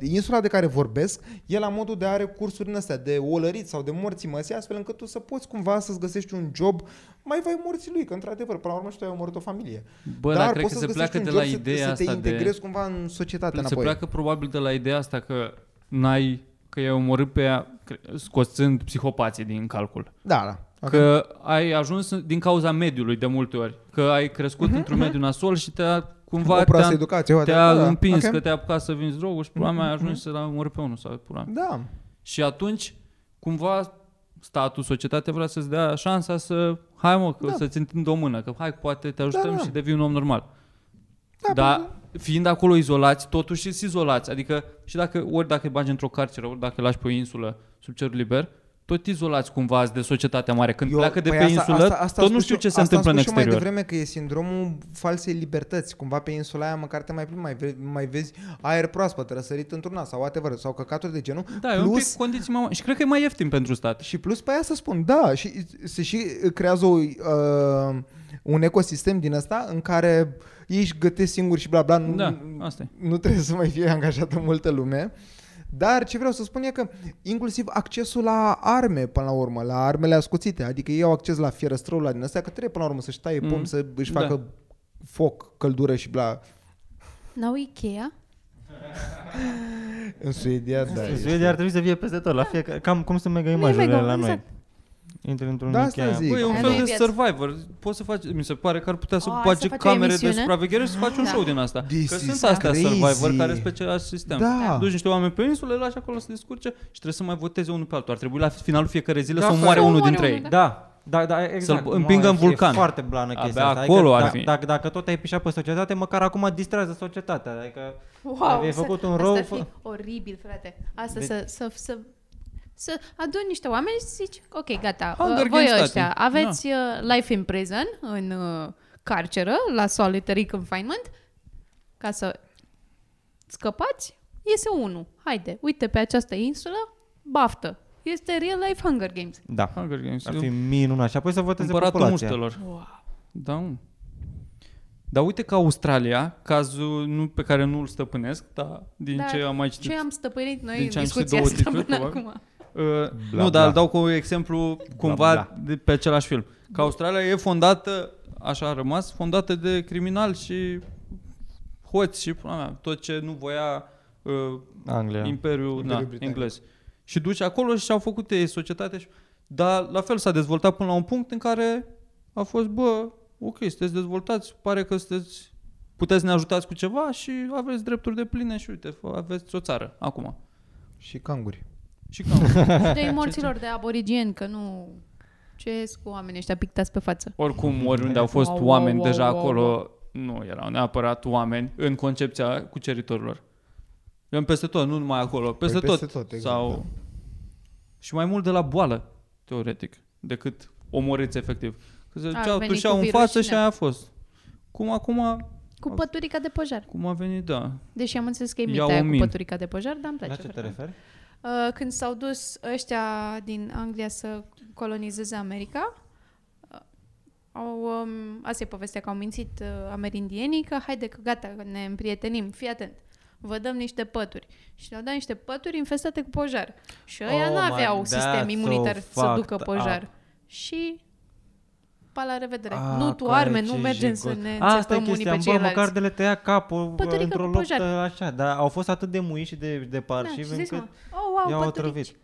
[SPEAKER 6] insula de care vorbesc e la modul de a are cursuri în astea, de olărit sau de morții măsii, astfel încât tu să poți cumva să-ți găsești un job mai vai morții lui, că într-adevăr, până la urmă și tu ai omorât o familie.
[SPEAKER 5] Bă, dar, cred că
[SPEAKER 6] da, poți
[SPEAKER 5] se
[SPEAKER 6] să-ți
[SPEAKER 5] pleacă de
[SPEAKER 6] găsești
[SPEAKER 5] la
[SPEAKER 6] un job
[SPEAKER 5] ideea
[SPEAKER 6] să,
[SPEAKER 5] asta
[SPEAKER 6] să te
[SPEAKER 5] de...
[SPEAKER 6] integrezi cumva în societate
[SPEAKER 5] Se
[SPEAKER 6] înapoi.
[SPEAKER 5] pleacă probabil de la ideea asta că n-ai că i-ai omorât pe ea, cre- scoțând psihopații din calcul.
[SPEAKER 6] Da, da. Că...
[SPEAKER 5] Că ai ajuns în- din cauza mediului de multe ori. Că ai crescut într-un mediu nasol și te-a cumva
[SPEAKER 6] O proastă
[SPEAKER 5] te-a,
[SPEAKER 6] educație. o-
[SPEAKER 5] te-a
[SPEAKER 6] da, da,
[SPEAKER 5] împins,
[SPEAKER 6] ok.
[SPEAKER 5] că te-a apucat să vinzi droguri și pula mea ai ajuns să-l omori pe unul sau pula mea.
[SPEAKER 6] Da.
[SPEAKER 5] Și atunci, cumva, statul, societatea vrea să-ți dea șansa să, hai mă, că
[SPEAKER 6] Da.
[SPEAKER 5] să-ți întindă o mână, că hai, poate te ajutăm
[SPEAKER 6] Da, da.
[SPEAKER 5] și devii un om normal.
[SPEAKER 6] Da,
[SPEAKER 5] Dar fiind acolo izolați, totuși îți izolați. Adică și dacă, ori dacă îi bagi într-o carceră, ori dacă îi lași pe o insulă sub cerul liber, tot izolați cumva azi de societatea mare. Când Eu, pleacă de
[SPEAKER 6] păi
[SPEAKER 5] pe insulă, tot
[SPEAKER 6] am
[SPEAKER 5] nu
[SPEAKER 6] spus
[SPEAKER 5] știu
[SPEAKER 6] și-
[SPEAKER 5] ce se
[SPEAKER 6] asta am
[SPEAKER 5] întâmplă în
[SPEAKER 6] spus și eu
[SPEAKER 5] exterior.
[SPEAKER 6] mai devreme că e sindromul falsei libertăți. Cumva pe insula aia măcar te mai plimbi, mai, ve- mai vezi aer proaspăt, răsărit într-un nas sau whatever, sau căcaturi de genul.
[SPEAKER 5] Da, e un
[SPEAKER 6] plus,
[SPEAKER 5] pic condiții mai mari. Și cred că e mai ieftin pentru stat.
[SPEAKER 6] Și plus pe aia să spun, da, și se și creează o, uh, un ecosistem din ăsta în care ei își gătesc singuri și bla bla, nu,
[SPEAKER 5] Da, asta e.
[SPEAKER 6] nu trebuie să mai fie angajată multă lume. Dar ce vreau să spun e că inclusiv accesul la arme, până la urmă, la armele ascuțite, adică ei au acces la fierăstrăul
[SPEAKER 5] Mm.
[SPEAKER 6] la din astea, că trebuie până la urmă să-și taie
[SPEAKER 5] Mhm.
[SPEAKER 6] pom, să își
[SPEAKER 5] Da.
[SPEAKER 6] facă foc, căldură și bla.
[SPEAKER 4] N-au Ikea?
[SPEAKER 6] În Suedia, da.
[SPEAKER 2] În
[SPEAKER 6] este-
[SPEAKER 2] Suedia ar trebui să fie peste tot, la fiecare, cam cum sunt mega
[SPEAKER 1] e
[SPEAKER 2] imajurile
[SPEAKER 1] mega,
[SPEAKER 2] la noi.
[SPEAKER 1] exact.
[SPEAKER 2] Intri într-un
[SPEAKER 6] Da, asta
[SPEAKER 2] Ikea.
[SPEAKER 6] zic.
[SPEAKER 5] Băi, e un
[SPEAKER 4] Aia
[SPEAKER 5] fel
[SPEAKER 4] nu e
[SPEAKER 5] de
[SPEAKER 4] viață.
[SPEAKER 5] survivor. Poți să faci, mi se pare că ar putea să
[SPEAKER 4] A, să
[SPEAKER 5] bage
[SPEAKER 4] faci o
[SPEAKER 5] camere de
[SPEAKER 4] emisiune?
[SPEAKER 5] supraveghere și să faci un
[SPEAKER 4] Da.
[SPEAKER 5] show din asta.
[SPEAKER 6] This
[SPEAKER 5] că
[SPEAKER 6] is
[SPEAKER 5] sunt astea
[SPEAKER 6] crazy.
[SPEAKER 5] survivor care sunt pe același sistem.
[SPEAKER 6] Da.
[SPEAKER 5] Duci niște oameni pe insulă, îi lași acolo să descurce și trebuie să mai voteze unul pe altul. Ar trebui la finalul fiecare zile
[SPEAKER 2] Da,
[SPEAKER 5] să
[SPEAKER 2] să
[SPEAKER 5] moare
[SPEAKER 4] să
[SPEAKER 5] unul
[SPEAKER 4] omoare
[SPEAKER 5] dintre
[SPEAKER 4] unul,
[SPEAKER 5] ei.
[SPEAKER 2] Da, da, da, exact.
[SPEAKER 5] Să-l
[SPEAKER 2] Mă,
[SPEAKER 5] împingă în
[SPEAKER 2] e
[SPEAKER 5] vulcan.
[SPEAKER 2] foarte blană
[SPEAKER 5] Abia
[SPEAKER 2] chestia asta.
[SPEAKER 5] acolo ar
[SPEAKER 2] dacă,
[SPEAKER 5] fi.
[SPEAKER 2] Dacă, dacă tot ai pișat pe societate, măcar acum distrează societatea. Adică
[SPEAKER 4] Wow,
[SPEAKER 2] ai
[SPEAKER 4] să-
[SPEAKER 2] făcut un
[SPEAKER 4] asta
[SPEAKER 2] rău,
[SPEAKER 4] ar fi
[SPEAKER 2] fă-
[SPEAKER 4] oribil, frate. Asta
[SPEAKER 2] Deci-
[SPEAKER 4] să, să, să, să aduni niște oameni și zici, ok, gata,
[SPEAKER 5] Hunger
[SPEAKER 4] uh, voi
[SPEAKER 5] Games,
[SPEAKER 4] ăștia
[SPEAKER 5] tati.
[SPEAKER 4] aveți
[SPEAKER 2] Da.
[SPEAKER 4] uh, life in prison, în uh, carceră, la solitary confinement, ca să scăpați, iese unul. Haide, uite pe această insulă, baftă. Este real life Hunger Games.
[SPEAKER 2] da,
[SPEAKER 5] Hunger Games.
[SPEAKER 2] ar fi minunat. Și apoi să voteze
[SPEAKER 5] Împăratul
[SPEAKER 2] populația.
[SPEAKER 5] muștelor.
[SPEAKER 4] Wow.
[SPEAKER 5] Da, mă. Dar uite că Australia, cazul nu, pe care nu-l stăpânesc, dar din
[SPEAKER 4] Dar
[SPEAKER 5] ce am mai citit,
[SPEAKER 2] Deci-
[SPEAKER 4] Ce am stăpânit noi
[SPEAKER 5] Din
[SPEAKER 4] în
[SPEAKER 5] ce am citit
[SPEAKER 4] discuția
[SPEAKER 5] două
[SPEAKER 4] asta până
[SPEAKER 5] titluri,
[SPEAKER 4] acum?
[SPEAKER 5] Uh,
[SPEAKER 2] Bla, bla.
[SPEAKER 5] nu, dar îl dau cu exemplu cumva
[SPEAKER 2] bla.
[SPEAKER 5] De pe același film. Că Australia e fondată, așa a rămas, fondată de criminali și hoți și pula mea, tot ce nu voia uh,
[SPEAKER 2] Anglia.
[SPEAKER 5] Imperiul,
[SPEAKER 6] Imperiul
[SPEAKER 5] na,
[SPEAKER 6] Britanic.
[SPEAKER 5] englez. Și duci acolo și au făcut ei societate. Și... Dar la fel s-a dezvoltat până la un punct în care a fost, bă, ok, sunteți dezvoltați, pare că sunteți, puteți să ne ajutați cu ceva și aveți drepturi de pline și uite, fă- aveți o țară acum.
[SPEAKER 6] Și canguri.
[SPEAKER 5] Și cam.
[SPEAKER 4] Și
[SPEAKER 2] [LAUGHS]
[SPEAKER 4] de Deci morților de aborigeni, că nu... Ce sunt cu oamenii ăștia pictați pe față?
[SPEAKER 5] Oricum, oriunde au fost
[SPEAKER 4] Mhm. Wow, wow,
[SPEAKER 5] oameni
[SPEAKER 4] wow,
[SPEAKER 5] deja
[SPEAKER 4] wow,
[SPEAKER 5] acolo, nu erau neapărat oameni în concepția cuceritorilor. Eram peste tot, nu numai acolo, peste,
[SPEAKER 6] Păi peste tot, exact,
[SPEAKER 5] sau...
[SPEAKER 6] da.
[SPEAKER 5] Și mai mult de la boală, teoretic, decât omorâți efectiv. Că se
[SPEAKER 4] Ar
[SPEAKER 5] duceau,
[SPEAKER 4] veni
[SPEAKER 5] tușeau
[SPEAKER 4] cu
[SPEAKER 5] în
[SPEAKER 4] virus
[SPEAKER 5] față
[SPEAKER 4] și
[SPEAKER 5] și aia a fost. Cum acum,
[SPEAKER 4] Cu păturica de păjar.
[SPEAKER 5] cum a venit, da.
[SPEAKER 4] Deși am înțeles că e
[SPEAKER 5] Ia
[SPEAKER 4] mită
[SPEAKER 5] o
[SPEAKER 4] aia cu
[SPEAKER 5] min.
[SPEAKER 4] păturica de păjar, dar îmi place.
[SPEAKER 2] La ce te
[SPEAKER 4] oricum.
[SPEAKER 2] referi?
[SPEAKER 4] Uh, Când s-au dus ăștia din Anglia să colonizeze America, uh, au, um, asta e povestea, că au mințit uh, amerindienii că haide că gata, că ne împrietenim, fii atent. Vă dăm niște pături. Și le-au dat niște pături infestate cu pojar. Și ăia
[SPEAKER 2] Oh
[SPEAKER 4] nu
[SPEAKER 2] my
[SPEAKER 4] aveau
[SPEAKER 2] God,
[SPEAKER 4] sistem
[SPEAKER 2] so
[SPEAKER 4] imunitar să
[SPEAKER 2] fucked
[SPEAKER 4] ducă pojar.
[SPEAKER 2] up.
[SPEAKER 4] Și pa la revedere.
[SPEAKER 2] Ah,
[SPEAKER 4] nu tu arme, nu
[SPEAKER 2] corect,
[SPEAKER 4] mergem
[SPEAKER 2] și
[SPEAKER 4] să
[SPEAKER 2] gut.
[SPEAKER 4] ne
[SPEAKER 2] Ah, Asta e
[SPEAKER 4] înțepăm unii
[SPEAKER 2] chestia,
[SPEAKER 4] pe
[SPEAKER 2] bă,
[SPEAKER 4] ceilalți.
[SPEAKER 2] măcar de le tăia capul
[SPEAKER 4] Păturică
[SPEAKER 2] într-o
[SPEAKER 4] cu
[SPEAKER 2] luptă
[SPEAKER 4] pojar.
[SPEAKER 2] așa, dar au fost atât de muiși și de, de
[SPEAKER 4] Da, și
[SPEAKER 2] parșivi
[SPEAKER 4] zici, mă,
[SPEAKER 2] încât
[SPEAKER 4] oh, wow,
[SPEAKER 2] i-au
[SPEAKER 4] păturici.
[SPEAKER 2] otrăvit.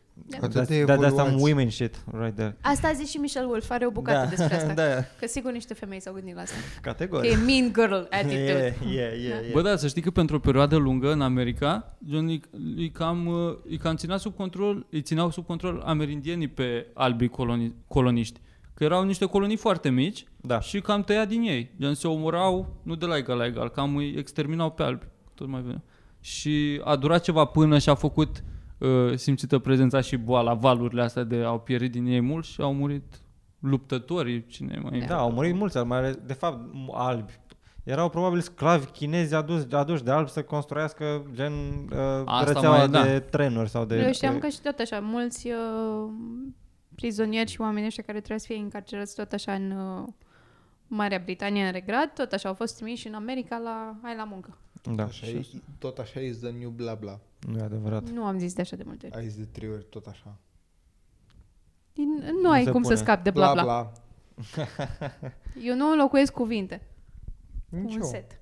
[SPEAKER 6] Atât
[SPEAKER 2] That's-
[SPEAKER 6] de
[SPEAKER 2] that- That's some
[SPEAKER 6] evoluați.
[SPEAKER 2] women shit right there.
[SPEAKER 4] Asta a zis și Michel Wolf, are o bucată
[SPEAKER 2] Da,
[SPEAKER 4] despre [LAUGHS]
[SPEAKER 6] [LAUGHS]
[SPEAKER 4] asta.
[SPEAKER 2] da.
[SPEAKER 4] Că sigur niște femei s-au gândit la asta. Că
[SPEAKER 2] Categoric.
[SPEAKER 4] e mean girl
[SPEAKER 2] [LAUGHS]
[SPEAKER 4] attitude.
[SPEAKER 2] Yeah, yeah, yeah, yeah.
[SPEAKER 5] Bă, da, să știi că pentru o perioadă lungă în America, John, îi, îi, cam, uh, îi cam ținea sub control, îi țineau sub control amerindienii pe albii coloni, coloniști. Că erau niște colonii foarte mici
[SPEAKER 2] Da.
[SPEAKER 5] și cam tăia din ei. Gen, se omorau, nu de la egal la egal, cam îi exterminau pe albi. Tot mai bine. Și a durat ceva până și-a făcut uh, simțită prezența și boala, valurile astea de au pierit din ei mult și au murit luptătorii, cine mai
[SPEAKER 2] Da, au murit mulți, mai ales, de fapt, m- albi. Erau probabil sclavi chinezi adus, aduși de albi să construiască gen uh,
[SPEAKER 5] Asta
[SPEAKER 2] rețeaua
[SPEAKER 5] mai- da.
[SPEAKER 2] de trenuri sau de...
[SPEAKER 4] Eu știam Deci că
[SPEAKER 2] de-
[SPEAKER 4] și tot așa, mulți uh, prizonieri și oameni ăștia care trebuie să fie încarcerați tot așa în uh, Marea Britanie în regrad, tot așa au fost trimiși în America la hai la muncă.
[SPEAKER 2] Da,
[SPEAKER 6] Așa e, tot așa is the new bla bla.
[SPEAKER 2] nu e adevărat.
[SPEAKER 4] Nu am zis de așa de multe ori.
[SPEAKER 6] Ai zis de trei ori tot așa.
[SPEAKER 4] Din- Nu ai
[SPEAKER 2] se
[SPEAKER 4] cum să
[SPEAKER 2] pune.
[SPEAKER 4] scapi de bla bla. Eu nu înlocuiesc cuvinte cu un
[SPEAKER 6] Nicio.
[SPEAKER 4] set.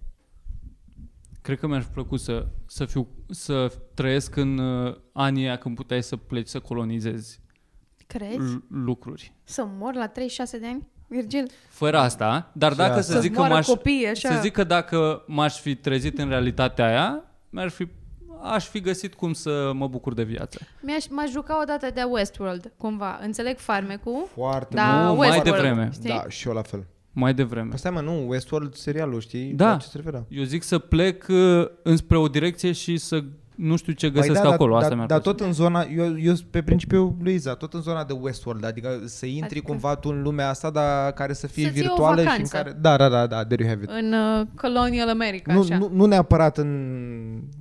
[SPEAKER 5] Cred că mi-ar fi plăcut să, să, fiu, să trăiesc în uh, anii aia când puteai să pleci să colonizezi
[SPEAKER 4] Crezi?
[SPEAKER 5] l- lucruri.
[SPEAKER 4] Să mor la 36 de ani? Virgil,
[SPEAKER 5] Fără asta, dar dacă să
[SPEAKER 4] să
[SPEAKER 5] zic, că
[SPEAKER 4] moară
[SPEAKER 5] m-aș,
[SPEAKER 4] copiii așa.
[SPEAKER 5] să zic că dacă m-aș fi trezit în realitatea aia, mi-ar fi, aș fi găsit cum să mă bucur de viață.
[SPEAKER 4] Mi-aș, m-aș juca odată de Westworld, cumva. Înțeleg farmecul,
[SPEAKER 6] Foarte
[SPEAKER 4] Da,
[SPEAKER 5] nu, mai
[SPEAKER 4] Westworld.
[SPEAKER 5] devreme.
[SPEAKER 4] știi?
[SPEAKER 6] Da, și eu la fel.
[SPEAKER 5] Mai devreme.
[SPEAKER 6] Păi stai mă, nu, Westworld serialul, știi?
[SPEAKER 5] Da.
[SPEAKER 6] La ce se referă?
[SPEAKER 5] Eu zic să plec uh, înspre o direcție și să nu știu ce găsesc
[SPEAKER 6] Păi da,
[SPEAKER 5] acolo.
[SPEAKER 6] Dar,
[SPEAKER 5] asta
[SPEAKER 6] dar,
[SPEAKER 5] mi-ar
[SPEAKER 6] dar
[SPEAKER 5] plăcea.
[SPEAKER 6] tot în zona, eu, eu sunt pe principiul lui Iza, tot în zona de Westworld, adică să intri
[SPEAKER 4] Adică-
[SPEAKER 6] cumva tu în lumea asta, dar care să fie
[SPEAKER 4] Să-ți iei o
[SPEAKER 6] virtuală și în
[SPEAKER 4] vacanță.
[SPEAKER 6] care... Da, da, da, da, there you have it.
[SPEAKER 4] în uh, Colonial America,
[SPEAKER 6] Nu,
[SPEAKER 4] așa.
[SPEAKER 6] nu, nu neapărat în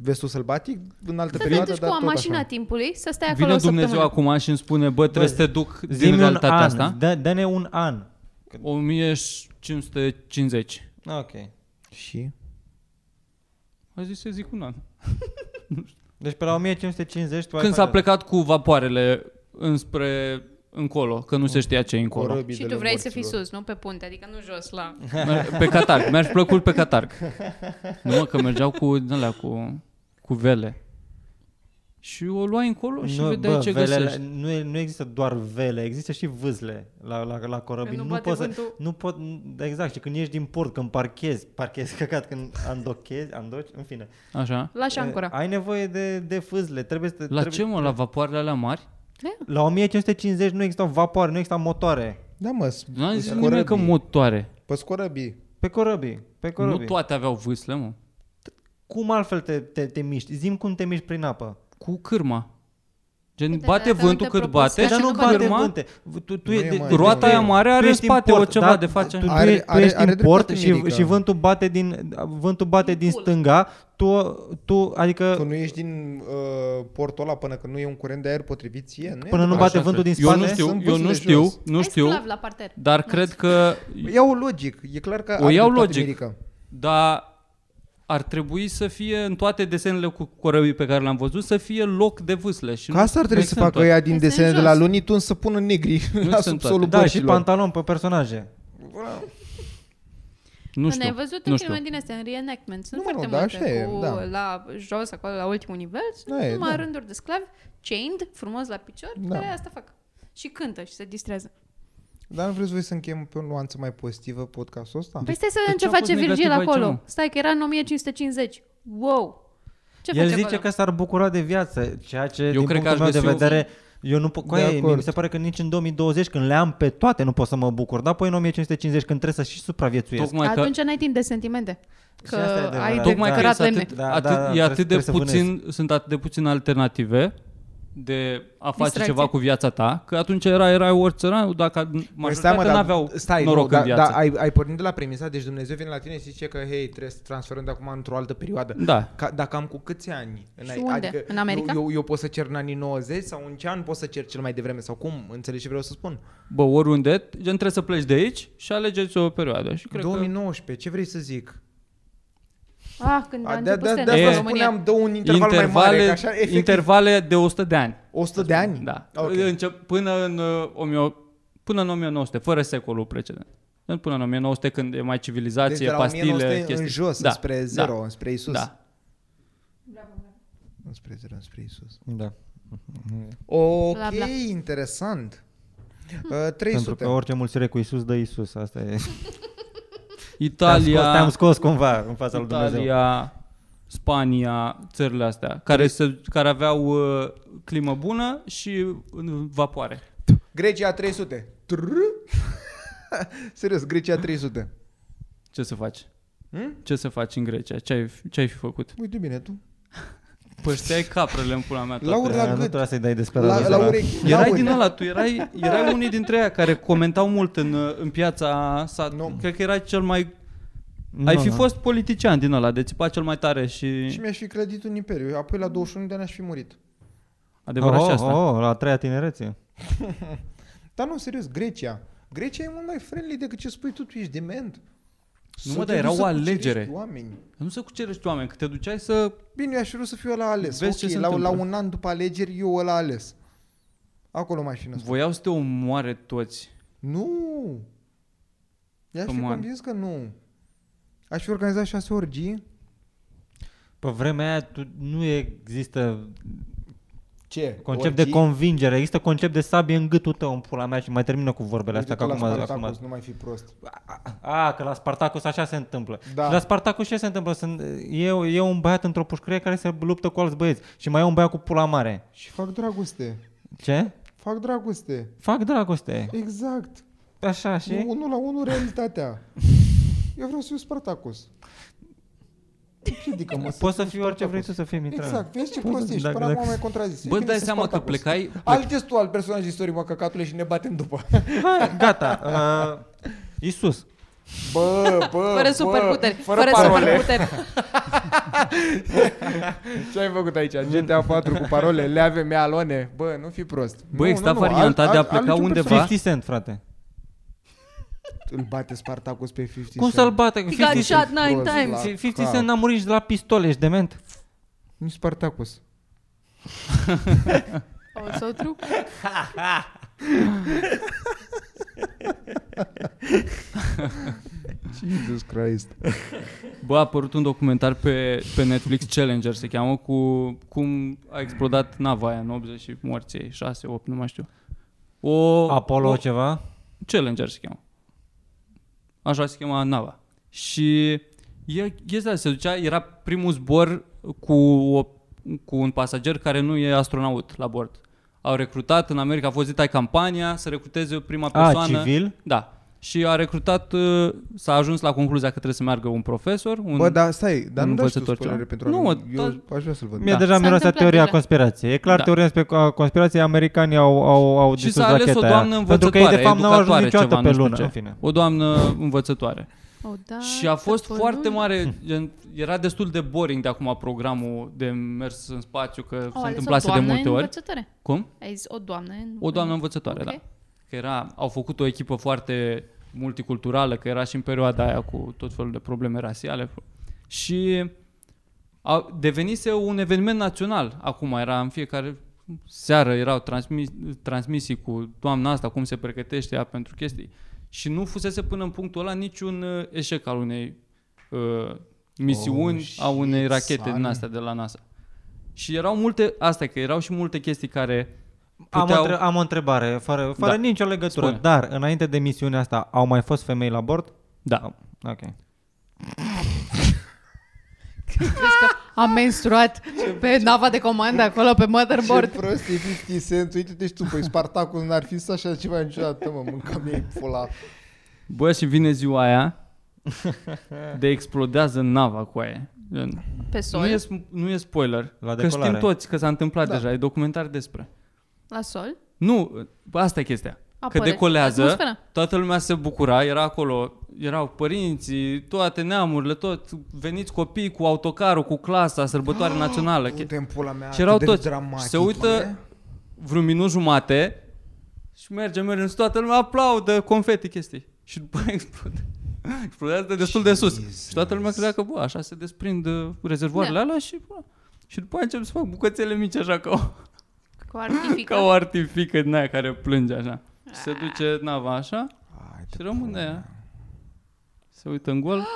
[SPEAKER 6] vestul sălbatic, în altă
[SPEAKER 4] să te
[SPEAKER 6] perioadă,
[SPEAKER 4] duci
[SPEAKER 6] dar
[SPEAKER 4] cu
[SPEAKER 6] tot
[SPEAKER 4] mașina
[SPEAKER 6] așa.
[SPEAKER 4] timpului, să stai acolo
[SPEAKER 5] Vine
[SPEAKER 4] o
[SPEAKER 5] Dumnezeu
[SPEAKER 4] săptămână.
[SPEAKER 5] acum și îmi spune, bă, trebuie să te duc din
[SPEAKER 2] Zi-mi un
[SPEAKER 5] realitatea
[SPEAKER 2] an,
[SPEAKER 5] asta.
[SPEAKER 2] Dă, dă-ne un an.
[SPEAKER 5] 1550.
[SPEAKER 2] Ok.
[SPEAKER 6] Și?
[SPEAKER 5] A zis să zic un an.
[SPEAKER 2] Deci pe la 1550 tu ai
[SPEAKER 5] Când s-a
[SPEAKER 2] face-
[SPEAKER 5] plecat cu vapoarele înspre încolo, că nu se știa ce e încolo.
[SPEAKER 6] corăbii
[SPEAKER 4] Și
[SPEAKER 6] de
[SPEAKER 4] tu vrei să fii
[SPEAKER 6] lămurților.
[SPEAKER 4] sus, nu pe punte, adică nu jos
[SPEAKER 6] [LAUGHS]
[SPEAKER 4] la...
[SPEAKER 5] Mer- Pe catarg, mi-aș plăcut pe catarg.
[SPEAKER 2] [LAUGHS]
[SPEAKER 5] Nu mă, că mergeau cu, din alea, cu, cu vele. Și o luai încolo și nu, vedeai bă, ce velele... găsești.
[SPEAKER 2] nu, e- nu există doar vele, există și vâzle la, la, la corăbii.
[SPEAKER 4] Păi nu
[SPEAKER 2] Nu,
[SPEAKER 4] bate
[SPEAKER 2] poți să,
[SPEAKER 4] vântul.
[SPEAKER 2] nu pot, da, exact, și când ieși din port, când parchezi, parchezi [LAUGHS] căcat, când andochezi, andoci, în fine.
[SPEAKER 5] Așa.
[SPEAKER 4] La șancura.
[SPEAKER 2] Eh, Ai nevoie de, de fâzle, trebuie să...
[SPEAKER 5] La
[SPEAKER 2] trebuie,
[SPEAKER 5] ce mă, la vapoarele alea mari?
[SPEAKER 2] La 1550 nu existau vapoare, nu existau motoare.
[SPEAKER 6] Da, mă, s-
[SPEAKER 5] Nu am zis
[SPEAKER 6] corăbii.
[SPEAKER 5] nimeni că motoare.
[SPEAKER 6] Pe scorăbii.
[SPEAKER 2] Pe corăbii, pe corăbii.
[SPEAKER 5] Nu toate aveau vâsle, mă.
[SPEAKER 2] Cum altfel te, te, te miști? Zim cum te miști prin apă.
[SPEAKER 5] Cu cârma. Gen,
[SPEAKER 4] Uite,
[SPEAKER 5] bate
[SPEAKER 4] dar asta
[SPEAKER 5] vântul
[SPEAKER 4] nu te
[SPEAKER 5] cât
[SPEAKER 4] propus,
[SPEAKER 5] bate,
[SPEAKER 4] dar
[SPEAKER 2] Dar
[SPEAKER 4] și
[SPEAKER 2] nu
[SPEAKER 4] nu
[SPEAKER 2] bate
[SPEAKER 5] cârma.
[SPEAKER 2] vânte. Tu, tu,
[SPEAKER 6] Nu
[SPEAKER 2] e
[SPEAKER 6] e,
[SPEAKER 2] de-
[SPEAKER 6] mă,
[SPEAKER 2] tu-
[SPEAKER 5] Roata
[SPEAKER 2] tu-
[SPEAKER 5] aia mare are
[SPEAKER 2] tu ești în
[SPEAKER 5] spate
[SPEAKER 2] port,
[SPEAKER 5] o ceva
[SPEAKER 2] da?
[SPEAKER 5] de face.
[SPEAKER 2] Tu, tu,
[SPEAKER 6] Are-
[SPEAKER 2] e- tu
[SPEAKER 6] are-
[SPEAKER 2] ești
[SPEAKER 6] are
[SPEAKER 2] în
[SPEAKER 6] dreptate
[SPEAKER 2] port și,
[SPEAKER 6] Mirica.
[SPEAKER 2] și vântul bate din vântul bate din stânga, tu, tu adică
[SPEAKER 6] Tu nu ești din uh, portul ăla până când nu e un curent de aer potrivit ție, nu e?
[SPEAKER 2] Până nu bate
[SPEAKER 5] Așa
[SPEAKER 2] vântul din
[SPEAKER 5] cred. Eu nu
[SPEAKER 2] spate?
[SPEAKER 5] știu,
[SPEAKER 6] Sunt
[SPEAKER 5] eu nu
[SPEAKER 6] vâsle
[SPEAKER 5] știu,
[SPEAKER 6] jos.
[SPEAKER 5] nu știu, Da,
[SPEAKER 4] Ai sclav la parter.
[SPEAKER 5] dar cred că,
[SPEAKER 6] Păi Iau logic, e clar că
[SPEAKER 5] O
[SPEAKER 6] are
[SPEAKER 5] iau
[SPEAKER 6] dreptate
[SPEAKER 5] logic.
[SPEAKER 6] Mirica.
[SPEAKER 5] dar ar trebui să fie în toate desenele cu corăbii pe care le-am văzut, să fie loc de vâsle. Și
[SPEAKER 6] Ca asta ar trebui să facă ea din
[SPEAKER 4] Este în
[SPEAKER 6] desene de
[SPEAKER 4] jos.
[SPEAKER 6] la Looney Tunes să pună [LAUGHS] negri
[SPEAKER 5] Nu
[SPEAKER 6] la
[SPEAKER 5] sunt
[SPEAKER 6] subsolul
[SPEAKER 2] da, și
[SPEAKER 6] bărcilor.
[SPEAKER 2] pantalon pe personaje.
[SPEAKER 5] Nu
[SPEAKER 4] Când
[SPEAKER 5] știu,
[SPEAKER 4] ai văzut
[SPEAKER 5] nu
[SPEAKER 4] în
[SPEAKER 5] știu.
[SPEAKER 4] filme din astea, în reenactment, sunt
[SPEAKER 6] Nu, mă,
[SPEAKER 4] foarte
[SPEAKER 6] nu, da,
[SPEAKER 4] multe
[SPEAKER 6] așa e,
[SPEAKER 4] cu
[SPEAKER 6] da.
[SPEAKER 4] la jos, acolo, la ultimul nivel, sunt
[SPEAKER 6] Da, e,
[SPEAKER 4] numai
[SPEAKER 6] da.
[SPEAKER 4] rânduri de sclavi, chained, frumos la picior,
[SPEAKER 6] Da.
[SPEAKER 4] care asta fac. Și cântă și se distrează.
[SPEAKER 6] Dar nu vreți voi să încheiem pe o nuanță mai pozitivă podcastul ăsta?
[SPEAKER 4] Păi
[SPEAKER 6] Deci,
[SPEAKER 4] stai să
[SPEAKER 5] de
[SPEAKER 4] vedem
[SPEAKER 5] ce
[SPEAKER 4] ce
[SPEAKER 5] a fost
[SPEAKER 4] face Virgil
[SPEAKER 5] negativ aici,
[SPEAKER 4] acolo.
[SPEAKER 5] mă?
[SPEAKER 4] Stai că era în 1550. Wow! Ce
[SPEAKER 2] El
[SPEAKER 4] face
[SPEAKER 2] zice
[SPEAKER 4] acolo?
[SPEAKER 2] că s-ar bucura de viață, ceea ce eu din
[SPEAKER 5] cred că
[SPEAKER 2] punctul
[SPEAKER 5] aș
[SPEAKER 2] meu de
[SPEAKER 5] găsi o-
[SPEAKER 2] vedere eu nu pot,
[SPEAKER 6] De
[SPEAKER 2] cu aia e,
[SPEAKER 6] acord.
[SPEAKER 2] mi se pare că nici în 2020 când le am pe toate nu pot să mă bucur, dar apoi în 1550 când trebuie să și supraviețuiesc.
[SPEAKER 5] Tocmai că
[SPEAKER 4] Atunci n-ai timp de sentimente. Că
[SPEAKER 2] asta e adevărat,
[SPEAKER 4] ai
[SPEAKER 2] da.
[SPEAKER 4] de
[SPEAKER 5] Tocmai că
[SPEAKER 4] cărat
[SPEAKER 5] este
[SPEAKER 4] lemne.
[SPEAKER 5] atât,
[SPEAKER 2] Da,
[SPEAKER 5] da, atât,
[SPEAKER 2] da, da,
[SPEAKER 5] da, e
[SPEAKER 2] trebuie-
[SPEAKER 5] atât de
[SPEAKER 2] trebuie să
[SPEAKER 5] puțin, sunt atât de puțin alternative de a face
[SPEAKER 4] Distracție.
[SPEAKER 5] ceva cu viața ta, că atunci era, era orițăranul, dacă majoritatea n-aveau
[SPEAKER 6] Păi stai,
[SPEAKER 5] noroc
[SPEAKER 6] nu,
[SPEAKER 5] în
[SPEAKER 6] da,
[SPEAKER 5] viață.
[SPEAKER 6] da, ai, ai pornit de la premisa, deci Dumnezeu vine la tine și zice că, hei, trebuie să transferăm de acum într-o altă perioadă.
[SPEAKER 5] Da.
[SPEAKER 6] Ca, dacă am cu câți ani? În
[SPEAKER 4] Și unde? În America?
[SPEAKER 6] Eu, eu, eu pot să cer în anii 90 sau în ce an pot să cer cel mai devreme sau cum? Înțelegi ce vreau să spun?
[SPEAKER 5] Bă, oriunde, gen trebuie să pleci de aici și alegeți o perioadă. Și cred
[SPEAKER 6] 2019, ce vrei să zic?
[SPEAKER 4] Ah, când a
[SPEAKER 6] A, da, de,
[SPEAKER 4] început
[SPEAKER 6] de, de
[SPEAKER 4] stand-up
[SPEAKER 5] E-
[SPEAKER 6] asta
[SPEAKER 4] în România.
[SPEAKER 6] spuneam, dă un
[SPEAKER 5] că
[SPEAKER 6] interval mai mare, că așa, efectiv,
[SPEAKER 5] intervale de 100 de ani.
[SPEAKER 6] 100 de ani?
[SPEAKER 5] Da.
[SPEAKER 6] Ok.
[SPEAKER 5] Okay. Încep, până, în, uh, 1000 pând în 1900, fără secolul precedent. Gen Până în 1900, când e mai civilizație,
[SPEAKER 6] Deci de la
[SPEAKER 5] pastile,
[SPEAKER 6] 1900
[SPEAKER 5] chestii.
[SPEAKER 6] în jos,
[SPEAKER 5] da,
[SPEAKER 6] spre 0, da. spre Isus.
[SPEAKER 5] Da, da.
[SPEAKER 6] Spre 0, spre Isus.
[SPEAKER 2] Da.
[SPEAKER 6] Ok,
[SPEAKER 4] Bla, Hm. bla.
[SPEAKER 6] interesant. Uh,
[SPEAKER 2] Pentru că
[SPEAKER 6] 300.
[SPEAKER 2] orice mulțire cu Isus dă Isus, asta e. Te-am scos, te-am
[SPEAKER 5] Italia,
[SPEAKER 2] scos cumva în fața lui Dumnezeu.
[SPEAKER 5] Italia, Spania, țările astea, care,
[SPEAKER 2] Deci-
[SPEAKER 5] se, care aveau uh, climă bună și uh, vapoare.
[SPEAKER 6] Grecia 300. Trrr. [LAUGHS] Serios, Grecia 300.
[SPEAKER 5] Ce să faci?
[SPEAKER 6] Hmm?
[SPEAKER 5] Ce să faci în Grecia? Ce ai, ce ai fi făcut?
[SPEAKER 6] Uite bine tu.
[SPEAKER 5] Pășteai caprele în pula mea. toate.
[SPEAKER 6] La urla
[SPEAKER 2] Da, nu
[SPEAKER 6] gât.
[SPEAKER 2] trebuie să-i dai despre
[SPEAKER 6] La, la urechi. la
[SPEAKER 5] Erai
[SPEAKER 6] urechi.
[SPEAKER 5] din ăla, tu erai,
[SPEAKER 6] [LAUGHS]
[SPEAKER 5] erai unii dintre ei care comentau mult în, uh, în piața sa.
[SPEAKER 6] Nu.
[SPEAKER 5] Cred că erai cel mai... ai fi fost politician din ăla, de țipa cel mai tare și...
[SPEAKER 6] Și mi-aș fi clădit un imperiu. Apoi la 21 de ani aș fi murit.
[SPEAKER 5] Adevărat
[SPEAKER 2] oh,
[SPEAKER 5] și asta.
[SPEAKER 2] Oh, oh, la a treia tinerețe.
[SPEAKER 6] Dar nu, serios, Grecia. Grecia e mult mai friendly decât ce spui tu, tu ești dement.
[SPEAKER 5] Nu,
[SPEAKER 6] Să
[SPEAKER 5] mă,
[SPEAKER 6] te
[SPEAKER 5] dar era
[SPEAKER 6] duci să
[SPEAKER 5] o alegere.
[SPEAKER 6] cucerești Oameni.
[SPEAKER 5] Nu se cucerești oameni, că te duceai să...
[SPEAKER 6] Bine, eu aș vrea să fiu la ales.
[SPEAKER 5] Vezi ce
[SPEAKER 6] ok,
[SPEAKER 5] se
[SPEAKER 6] la, la
[SPEAKER 5] întâmplă.
[SPEAKER 6] un an după alegeri, eu ăla ales. Acolo m-aș fi născut.
[SPEAKER 5] Voiau să te omoare toți.
[SPEAKER 6] Nu! I-aș fi
[SPEAKER 5] Come on.
[SPEAKER 6] convins că nu. Aș fi organizat șase orgii.
[SPEAKER 2] Pe vremea aia tu, nu există
[SPEAKER 6] Ce?
[SPEAKER 2] concept de convingere, există concept de sabie în gâtul tău, în pula mea, și mai termină cu vorbele astea, că acum... acum
[SPEAKER 6] Nu mai fi prost.
[SPEAKER 2] a, că la Spartacus așa se întâmplă.
[SPEAKER 6] Da.
[SPEAKER 2] Da. Și la Spartacus ce se întâmplă? Sunt, e, e un băiat într-o pușcărie care se luptă cu alți băieți și mai e un băiat cu pula mare.
[SPEAKER 6] Și fac dragoste.
[SPEAKER 2] Ce?
[SPEAKER 6] Fac dragoste.
[SPEAKER 2] Fac dragoste.
[SPEAKER 6] Exact.
[SPEAKER 2] Așa
[SPEAKER 6] Și?
[SPEAKER 2] și...
[SPEAKER 6] Unul la unul realitatea. Eu vreau să fiu Spartacus. Împiedică-mă să
[SPEAKER 2] Poți să
[SPEAKER 6] fiu
[SPEAKER 2] fii orice vrei
[SPEAKER 6] Spartacus.
[SPEAKER 2] tu să fii, Mitran.
[SPEAKER 6] Exact, vezi ce prostie ești,
[SPEAKER 2] Dacă-
[SPEAKER 6] până acum
[SPEAKER 2] dacă-
[SPEAKER 6] mai contrazis. E
[SPEAKER 5] Bă,
[SPEAKER 6] bine
[SPEAKER 5] dai
[SPEAKER 6] să
[SPEAKER 5] seama că
[SPEAKER 6] Spartacus.
[SPEAKER 5] plecai...
[SPEAKER 6] Algeți tu al personaj istoric, mă, căcatule, și ne batem după.
[SPEAKER 2] Hai, gata. Uh, Isus.
[SPEAKER 6] [LAUGHS] Bă, bă,
[SPEAKER 4] Fără
[SPEAKER 6] bă,
[SPEAKER 4] superputeri,
[SPEAKER 6] fără,
[SPEAKER 4] fără
[SPEAKER 6] parole.
[SPEAKER 5] [LAUGHS]
[SPEAKER 4] superputeri.
[SPEAKER 6] Ce ai făcut aici? GTA 4 cu parole, le avem alone. Bă, nu fi prost.
[SPEAKER 5] Bă,
[SPEAKER 6] nu,
[SPEAKER 5] exista
[SPEAKER 6] nu, nu,
[SPEAKER 5] varianta
[SPEAKER 6] al-
[SPEAKER 5] de a
[SPEAKER 6] al-
[SPEAKER 5] pleca
[SPEAKER 6] alege un
[SPEAKER 5] undeva.
[SPEAKER 6] personaj.
[SPEAKER 2] 50 Cent, frate.
[SPEAKER 6] Îl bate Spartacus pe 50
[SPEAKER 2] Cum să-l bată?
[SPEAKER 4] He got
[SPEAKER 2] 50 Cent,
[SPEAKER 4] shot nine
[SPEAKER 6] Grozav.
[SPEAKER 4] times.
[SPEAKER 2] 50 Cent n-a murit și de la pistole, ești dement?
[SPEAKER 6] Nu Spartacus.
[SPEAKER 4] Oh, Also true.
[SPEAKER 6] Jesus Christ.
[SPEAKER 5] Bă, a apărut un documentar pe, pe Netflix, Challenger se cheamă, cu cum a explodat nava aia în 80 și morții ei, 6, 8, nu mai știu. O,
[SPEAKER 2] Apollo
[SPEAKER 5] o,
[SPEAKER 2] ceva?
[SPEAKER 5] Challenger se cheamă. Așa se chema nava. Și el, chestia se ducea, era primul zbor cu, o, cu un pasager care nu e astronaut la bord. Au recrutat, în America a fost zita campania să recruteze prima persoană.
[SPEAKER 2] A, civil?
[SPEAKER 5] Da. Și a recrutat, uh, s-a ajuns la concluzia că trebuie să meargă un profesor, un...
[SPEAKER 2] da,
[SPEAKER 6] Bă, dar stai, dar
[SPEAKER 5] un
[SPEAKER 6] nu dai și tu
[SPEAKER 5] învățător
[SPEAKER 6] spoilere
[SPEAKER 5] ceva.
[SPEAKER 6] pentru
[SPEAKER 5] Nu,
[SPEAKER 6] oameni. Eu
[SPEAKER 5] dar-
[SPEAKER 6] aș vrea să-l văd.
[SPEAKER 2] Mie
[SPEAKER 5] Da.
[SPEAKER 2] deja
[SPEAKER 4] S-a
[SPEAKER 2] mi-a
[SPEAKER 4] întâmplat
[SPEAKER 2] teoria
[SPEAKER 4] deja.
[SPEAKER 2] conspirației. E clar,
[SPEAKER 5] Da.
[SPEAKER 2] teoria spe- a conspirației americanii au, au, au
[SPEAKER 5] Și
[SPEAKER 2] distrus
[SPEAKER 5] s-a ales o
[SPEAKER 2] racheta aia.
[SPEAKER 5] doamnă învățătoare,
[SPEAKER 2] Pentru că ei, de fapt, n-au ajuns
[SPEAKER 5] educatoare,
[SPEAKER 2] niciodată
[SPEAKER 5] ceva, nu
[SPEAKER 2] pe
[SPEAKER 5] știu
[SPEAKER 2] lună.
[SPEAKER 5] ce.
[SPEAKER 2] În fine.
[SPEAKER 5] O doamnă învățătoare.
[SPEAKER 4] Oh, da,
[SPEAKER 5] Și a fost
[SPEAKER 4] pe
[SPEAKER 5] foarte
[SPEAKER 4] lună.
[SPEAKER 5] mare, gen, era destul de boring de acum programul de mers în spațiu, că
[SPEAKER 4] Au
[SPEAKER 5] se
[SPEAKER 4] ales o
[SPEAKER 5] întâmplase de
[SPEAKER 4] doamnă
[SPEAKER 5] multe ori.
[SPEAKER 4] Învățătoare.
[SPEAKER 5] Cum?
[SPEAKER 4] Ai zis o doamnă?
[SPEAKER 5] O doamnă învățătoare,
[SPEAKER 4] Ok.
[SPEAKER 5] da. Că era, au făcut o echipă foarte multiculturală, că era și în perioada aia cu tot felul de probleme rasiale. Și a devenise un eveniment național. Acum era în fiecare seară erau transmis, transmisii cu doamna asta, cum se pregătește ea pentru chestii. Și nu fusese până în punctul ăla niciun uh, eșec al unei uh, misiuni,
[SPEAKER 6] Oh,
[SPEAKER 5] a unei
[SPEAKER 6] shit,
[SPEAKER 5] rachete
[SPEAKER 6] son.
[SPEAKER 5] din astea de la NASA. Și erau multe, asta că erau și multe chestii care
[SPEAKER 2] Am, o
[SPEAKER 5] puteau...
[SPEAKER 2] între- am o întrebare, fără, fără
[SPEAKER 5] Da.
[SPEAKER 2] nicio legătură.
[SPEAKER 5] Spune.
[SPEAKER 2] Dar, înainte de misiunea asta, au mai fost femei la bord?
[SPEAKER 5] Da.
[SPEAKER 2] Ok.
[SPEAKER 4] Am menstruat pe nava de comandă acolo, pe
[SPEAKER 6] Ce
[SPEAKER 4] motherboard.
[SPEAKER 6] prost e 50 Cent, uite-te și tu, păi Spartacus n-ar fi să așa ceva niciodată, mă, mâncam ei pula.
[SPEAKER 5] Bă, și vine ziua
[SPEAKER 2] [LAUGHS]
[SPEAKER 5] aia de explodează nava cu aia. Gen,
[SPEAKER 4] Pe
[SPEAKER 5] Nu
[SPEAKER 4] sol?
[SPEAKER 5] e, sp- nu e spoiler,
[SPEAKER 2] La
[SPEAKER 5] că
[SPEAKER 2] decolare.
[SPEAKER 5] știm toți că s-a întâmplat da. deja, e documentar despre.
[SPEAKER 4] La sol?
[SPEAKER 5] Nu, bă, asta e chestia.
[SPEAKER 4] Apare.
[SPEAKER 5] Că decolează,
[SPEAKER 4] Atmosfera.
[SPEAKER 5] toată lumea se bucura, era acolo, erau părinții, toate neamurile, tot, veniți copii cu autocarul, cu clasa, sărbătoare națională. che-
[SPEAKER 6] Du-te în pula mea,
[SPEAKER 5] și erau
[SPEAKER 6] atât de
[SPEAKER 5] toți.
[SPEAKER 6] dramatic,
[SPEAKER 5] Și se uită
[SPEAKER 6] mă.
[SPEAKER 5] vreun minut jumate și merge, merge, și toată lumea aplaudă, confeti, chestii. Și după aia explode. [LAUGHS] Explodează destul de sus. Și toată lumea credea că, bă, așa se desprind uh, rezervoarele
[SPEAKER 4] Da.
[SPEAKER 5] alea și, bă, și după aia încep să fac bucățele mici așa ca o,
[SPEAKER 4] Cu
[SPEAKER 5] [LAUGHS] ca
[SPEAKER 4] artifică? Ah.
[SPEAKER 5] o artifică din aia care plânge așa. Și se duce nava așa
[SPEAKER 6] Hai,
[SPEAKER 5] și rămâne aia. Se uită în gol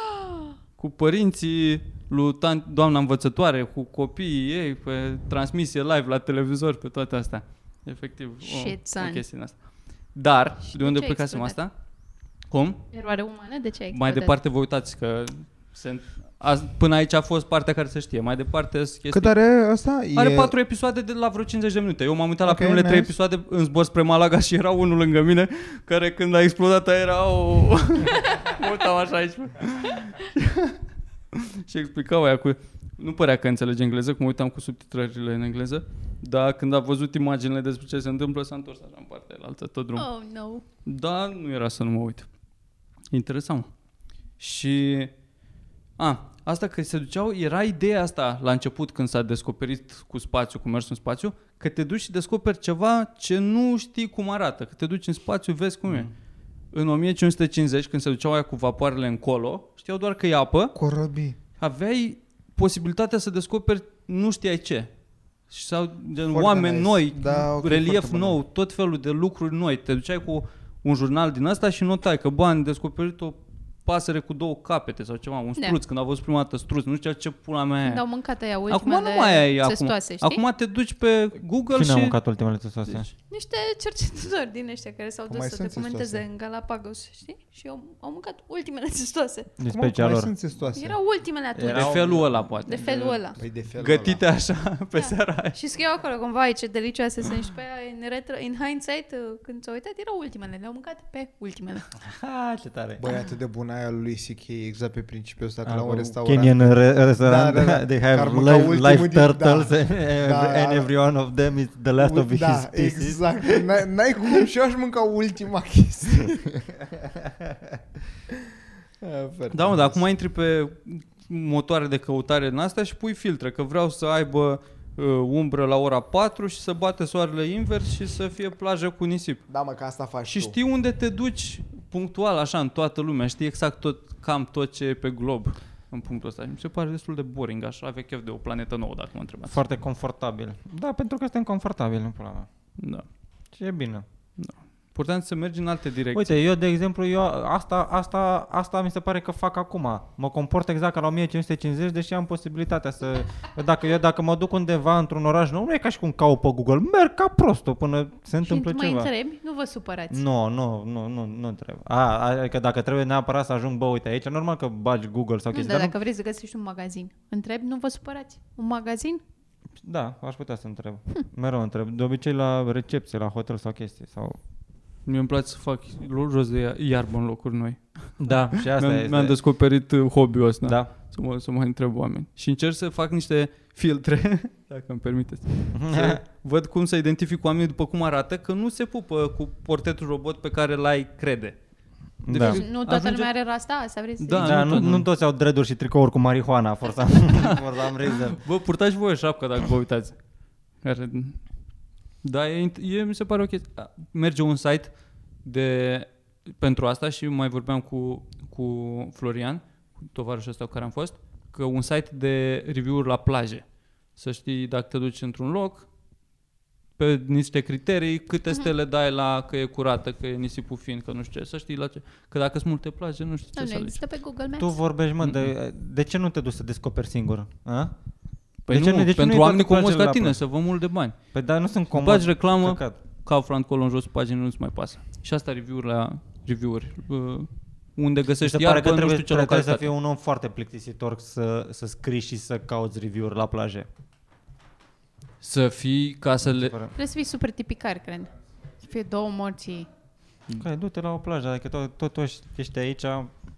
[SPEAKER 5] cu părinții lui tan- doamna învățătoare, cu copiii ei, pe transmisie live la televizor, pe toate astea. Efectiv, o,
[SPEAKER 4] Shit, son.
[SPEAKER 5] o chestie din asta. Dar,
[SPEAKER 4] Și
[SPEAKER 5] de
[SPEAKER 4] de
[SPEAKER 5] unde
[SPEAKER 4] ce ai
[SPEAKER 5] plecasem
[SPEAKER 4] explodat?
[SPEAKER 5] asta? Cum?
[SPEAKER 4] Eroare umană? De ce ai
[SPEAKER 5] Mai
[SPEAKER 4] explodat?
[SPEAKER 5] departe vă uitați că se, a, până aici a fost partea care se știe. Mai departe sunt chestii
[SPEAKER 6] Cât are asta?
[SPEAKER 5] are
[SPEAKER 6] E-
[SPEAKER 5] patru episoade de la vreo 50 de minute. Eu m-am uitat
[SPEAKER 6] Ok,
[SPEAKER 5] la primele trei
[SPEAKER 6] nice.
[SPEAKER 5] episoade în zbor spre Malaga și era unul lângă mine care când a explodat aia era o... [LAUGHS] mă uitam așa aici. [LAUGHS] și explicau aia cu... Nu părea că înțelege engleză, cum mă uitam cu subtitrările în engleză, dar când a văzut imaginile despre ce se întâmplă, s-a întors așa în partea altă tot drumul.
[SPEAKER 4] Oh, no.
[SPEAKER 5] Da, nu era să nu mă uit. Interesant. Și... A, asta că se duceau, era ideea asta la început când s-a descoperit cu spațiu, cu mersul în spațiu, că te duci și descoperi ceva ce nu știi cum arată, că te duci în spațiu, vezi cum e. În 1550, când se duceau aia cu vapoarele încolo, știau doar că e apă,
[SPEAKER 6] Corăbii.
[SPEAKER 5] aveai posibilitatea să descoperi nu știai ce. Și sau gen,
[SPEAKER 6] Foarte
[SPEAKER 5] oameni
[SPEAKER 6] nice.
[SPEAKER 5] noi,
[SPEAKER 6] Da, ok,
[SPEAKER 5] relief
[SPEAKER 6] foarte bună.
[SPEAKER 5] nou, tot felul de lucruri noi. Te duceai cu un jurnal din asta și notai că, bă, am descoperit o pasăre cu două capete sau ceva, un
[SPEAKER 4] Da.
[SPEAKER 5] struț, când a văzut prima dată struț, nu știa ce pula mea
[SPEAKER 4] Când
[SPEAKER 5] e.
[SPEAKER 4] au mâncat aia
[SPEAKER 5] Acum
[SPEAKER 4] ultimele
[SPEAKER 5] nu mai ai acum.
[SPEAKER 4] țestoase, știi?
[SPEAKER 5] Acum te duci pe Google
[SPEAKER 2] Cine a
[SPEAKER 5] și...
[SPEAKER 2] mâncat ultimele țesoase?
[SPEAKER 5] Deci,
[SPEAKER 4] Niște cercetători din ăștia care s-au
[SPEAKER 6] mai
[SPEAKER 4] dus să
[SPEAKER 6] sunt
[SPEAKER 4] documenteze
[SPEAKER 6] țestoase.
[SPEAKER 4] în Galapagos, știi? Și au, au mâncat ultimele țestoase.
[SPEAKER 2] Din
[SPEAKER 6] Cum, cum
[SPEAKER 2] specia
[SPEAKER 6] mai
[SPEAKER 2] lor.
[SPEAKER 6] sunt testoase?
[SPEAKER 4] Erau ultimele atunci.
[SPEAKER 5] de felul ăla, poate.
[SPEAKER 4] De felul ăla. Da.
[SPEAKER 6] Păi de felul
[SPEAKER 5] Gătite așa pe seara aia.
[SPEAKER 4] Și scriu acolo cumva, ai ce delicioase sunt și pe aia, în, retro, în hindsight, uh, când s-au uitat, erau ultimele, le-au mâncat pe ultimele.
[SPEAKER 2] Ha, ce tare.
[SPEAKER 6] Băi, atât de bună aia lui CK, exact pe principiul ăsta, că
[SPEAKER 2] Ah,
[SPEAKER 6] la un
[SPEAKER 2] bă,
[SPEAKER 6] restaurant.
[SPEAKER 2] Kenyan re- restaurant,
[SPEAKER 6] Da, da, da.
[SPEAKER 2] [LAUGHS] they
[SPEAKER 6] Că ar
[SPEAKER 2] have
[SPEAKER 6] mânca
[SPEAKER 2] live,
[SPEAKER 6] ultimul
[SPEAKER 2] live
[SPEAKER 6] din- da.
[SPEAKER 2] turtles [LAUGHS] and,
[SPEAKER 6] Da, da,
[SPEAKER 2] and
[SPEAKER 6] da.
[SPEAKER 2] every one of them is the last of his
[SPEAKER 6] da,
[SPEAKER 2] species.
[SPEAKER 6] exact. N-ai, n-ai cum și eu aș mânca ultima chestie. Ah, foarte
[SPEAKER 5] Da, mă,
[SPEAKER 6] nice.
[SPEAKER 5] dar acum intri pe motoare de căutare în astea și pui filtre, că vreau să aibă uh, umbră la ora 4 și să bate soarele invers și să fie plajă cu nisip.
[SPEAKER 6] Da, mă, că asta faci
[SPEAKER 5] Și
[SPEAKER 6] tu.
[SPEAKER 5] știi unde te duci punctual așa în toată lumea, știi exact tot, cam tot ce e pe glob în punctul ăsta. Și Mi se pare destul de boring, aș avea chef de o planetă nouă dacă mă întrebați.
[SPEAKER 2] Foarte confortabil. Da, pentru că suntem confortabili, nu pula mea.
[SPEAKER 5] Da.
[SPEAKER 2] Și e bine.
[SPEAKER 5] Da. Important să mergi în alte direcții.
[SPEAKER 2] Uite, eu, de exemplu, eu asta, asta, asta mi se pare că fac acum. Mă comport exact ca la 1550, deși am posibilitatea să... Dacă eu dacă mă duc undeva într-un oraș nou, nu e ca și cum caut pe Google. Merg ca prostul până se
[SPEAKER 4] Și
[SPEAKER 2] întâmplă
[SPEAKER 4] mai
[SPEAKER 2] ceva.
[SPEAKER 4] întrebi, nu vă supărați.
[SPEAKER 2] Nu, nu, nu, nu, nu trebuie. A, adică dacă trebuie neapărat să ajung, bă, uite, aici normal că bagi Google sau
[SPEAKER 4] Nu,
[SPEAKER 2] chestii,
[SPEAKER 4] dar
[SPEAKER 2] dar nu,
[SPEAKER 4] dacă vrei să găsești un magazin, întrebi, nu vă supărați. Un magazin?
[SPEAKER 2] da, aș putea să întreb.
[SPEAKER 4] Hm.
[SPEAKER 2] Mereu întreb. De obicei la recepție, la hotel sau chestii. Sau...
[SPEAKER 5] Mie îmi place să fac roz de ia- iarbă în locuri noi.
[SPEAKER 2] Da, și asta
[SPEAKER 5] mi-am,
[SPEAKER 2] este.
[SPEAKER 5] mi-am descoperit uh, hobby-ul ăsta.
[SPEAKER 2] Da.
[SPEAKER 5] Să mă, să mă întreb oameni. Și încerc să fac niște filtre, [LAUGHS] dacă îmi permiteți. [LAUGHS] Să văd cum să identific oamenii după cum arată, că nu se pupă cu portretul robot pe care l-ai crede. De
[SPEAKER 2] Da.
[SPEAKER 5] fapt,
[SPEAKER 4] Nu toată
[SPEAKER 5] ajunge-
[SPEAKER 4] lumea are rasta asta, vrei să
[SPEAKER 5] Da,
[SPEAKER 2] Da,
[SPEAKER 5] nu
[SPEAKER 2] nu,
[SPEAKER 5] tot,
[SPEAKER 2] nu
[SPEAKER 5] nu.
[SPEAKER 2] toți au dreaduri și tricouri cu marihuana, forța, forța am reason.
[SPEAKER 5] Bă, purtați și voi o șapcă dacă vă uitați. Care- Da, e, int- e, mi se pare o chestie. A, Merge un site de, pentru asta și mai vorbeam cu, cu Florian, cu tovarășul ăsta cu care am fost, că un site de review-uri la plaje. Să știi dacă te duci într-un loc, pe niște criterii, câte stele dai la că e curată, că e nisipul fin, că nu știu ce, să știi la ce. Că dacă sunt multe plaje, nu știu ce
[SPEAKER 4] Nu,
[SPEAKER 5] să
[SPEAKER 4] nu
[SPEAKER 5] alegi.
[SPEAKER 4] există pe Google Maps.
[SPEAKER 2] Tu vorbești, mă, de, de ce nu te duci să descoperi singur? A?
[SPEAKER 5] Păi
[SPEAKER 2] De ce
[SPEAKER 5] nu,
[SPEAKER 2] nu- de ce nu e
[SPEAKER 5] pentru
[SPEAKER 2] toate
[SPEAKER 5] oameni comozi
[SPEAKER 2] plajele
[SPEAKER 5] ca
[SPEAKER 2] la
[SPEAKER 5] tine,
[SPEAKER 2] plajă?
[SPEAKER 5] să vă mult de bani.
[SPEAKER 2] Păi da, nu sunt comod.
[SPEAKER 5] Bagi reclamă,
[SPEAKER 2] căcat.
[SPEAKER 5] Cafran colo în jos pe pagină nu-ți mai pasă. Și asta review-uri la review-uri. Uh, unde
[SPEAKER 2] Mi se
[SPEAKER 5] găsești
[SPEAKER 2] pare
[SPEAKER 5] iarbă,
[SPEAKER 2] că
[SPEAKER 5] nu
[SPEAKER 2] trebuie,
[SPEAKER 5] știu ce
[SPEAKER 2] trebuie, trebuie să
[SPEAKER 5] localitate.
[SPEAKER 2] fii un om foarte plictisitor să, să scrii și să cauți review-uri la plaje.
[SPEAKER 5] Să fii ca să le...
[SPEAKER 4] Trebuie să fii super tipicar, cred. Să fie două morții.
[SPEAKER 2] Că du-te la o plajă, dacă tot, totuși ești aici,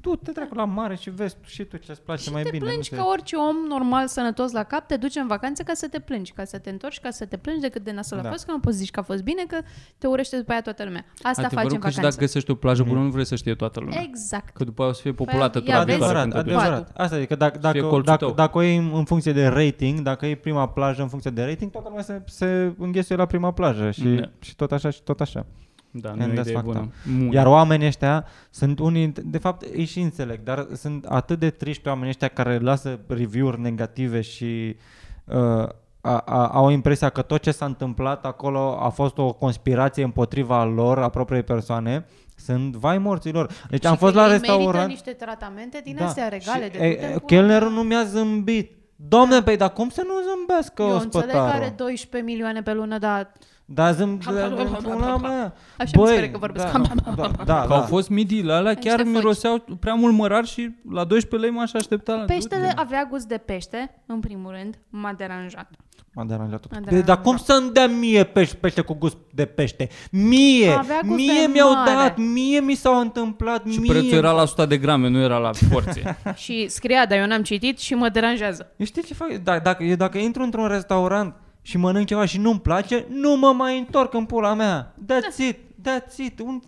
[SPEAKER 2] du-te dracu la mare și vezi și tu ce-ți place
[SPEAKER 4] Și
[SPEAKER 2] mai
[SPEAKER 4] te
[SPEAKER 2] bine. nu
[SPEAKER 4] plângi
[SPEAKER 2] te-
[SPEAKER 4] ca orice om normal, sănătos la cap, te duci în vacanță ca să te plângi, ca să te întorci, ca să te plângi decât de nasul
[SPEAKER 2] Da.
[SPEAKER 4] a fost, că nu poți zici că a fost bine, că te urăște după aia toată lumea. Asta faci în
[SPEAKER 5] Adevărul că și
[SPEAKER 4] vacanță.
[SPEAKER 5] dacă găsești o plajă bună, nu vrei să știe toată lumea.
[SPEAKER 4] Exact.
[SPEAKER 5] Că după aia o să fie
[SPEAKER 2] Păi,
[SPEAKER 5] populată
[SPEAKER 4] ia
[SPEAKER 5] tu la
[SPEAKER 4] vezi-
[SPEAKER 5] viitoare
[SPEAKER 2] Adevărat,
[SPEAKER 5] când te duci.
[SPEAKER 2] adevărat. Asta e că dacă, dacă,
[SPEAKER 5] fie colțul
[SPEAKER 2] dacă,
[SPEAKER 5] tău.
[SPEAKER 2] dacă o iei în funcție de rating, dacă e prima plajă în funcție de rating, toată lumea se, se înghesuie la prima plajă și,
[SPEAKER 5] Da.
[SPEAKER 2] și tot așa și tot așa.
[SPEAKER 5] Da,
[SPEAKER 2] And that's
[SPEAKER 5] nu e idee
[SPEAKER 2] fucked
[SPEAKER 5] bună.
[SPEAKER 2] up.
[SPEAKER 5] Mult.
[SPEAKER 2] Iar oamenii ăștia sunt unii, de fapt îi și înțeleg, dar sunt atât de triști oamenii ăștia care lasă review-uri negative și uh, a, a, au impresia că tot ce s-a întâmplat acolo a fost o conspirație împotriva lor, a propriei persoane. Sunt vai morților. Deci am
[SPEAKER 4] Și
[SPEAKER 2] fost
[SPEAKER 4] că
[SPEAKER 2] la
[SPEAKER 4] ei
[SPEAKER 2] restaurant. Da.
[SPEAKER 4] Merită niște tratamente din astea regale
[SPEAKER 2] și,
[SPEAKER 4] de
[SPEAKER 2] e,
[SPEAKER 4] tot timpul.
[SPEAKER 2] Chelnerul nu mi-a zâmbit. Domne, pe dar cum să nu zâmbească
[SPEAKER 4] Da. Eu înțeleg că
[SPEAKER 2] ospătarul?
[SPEAKER 4] are 12 milioane pe lună, dar
[SPEAKER 2] Da, zâmb...
[SPEAKER 4] Ham, ham, ham, ham,
[SPEAKER 2] pula
[SPEAKER 4] ham, ham.
[SPEAKER 2] mea.
[SPEAKER 4] Așa mi se
[SPEAKER 2] Băi,
[SPEAKER 4] pare că vorbesc.
[SPEAKER 2] da,
[SPEAKER 4] Ham, ham, ham,
[SPEAKER 2] da,
[SPEAKER 4] ham,
[SPEAKER 2] da, da.
[SPEAKER 5] Că au fost midiile alea,
[SPEAKER 2] Păi,
[SPEAKER 5] chiar
[SPEAKER 4] niște foci.
[SPEAKER 5] miroseau prea mult mărar și la 12 lei m-aș aștepta
[SPEAKER 2] Păi,
[SPEAKER 5] la...
[SPEAKER 4] peștele avea gust de pește, în primul rând, m-a deranjat. [LAUGHS]
[SPEAKER 2] M-a deranjat tot.
[SPEAKER 4] M-a
[SPEAKER 2] Băi, Păi, dar cum să-mi dea mie pește, pește cu gust de pește? Mie!
[SPEAKER 4] Avea gust
[SPEAKER 2] mie
[SPEAKER 4] de
[SPEAKER 2] mi-au
[SPEAKER 4] mare.
[SPEAKER 2] dat, mie mi s-au întâmplat,
[SPEAKER 5] Și
[SPEAKER 2] mie.
[SPEAKER 5] prețul era la 100 de grame, nu era la
[SPEAKER 2] [LAUGHS]
[SPEAKER 5] forțe.
[SPEAKER 4] și scria, dar eu n-am citit și mă deranjează.
[SPEAKER 2] Eu știi ce fac? Da, dacă, eu dacă intru într-un restaurant și mănânc ceva și nu-mi place, nu mă mai întorc în pula mea. That's it, that's it. Un...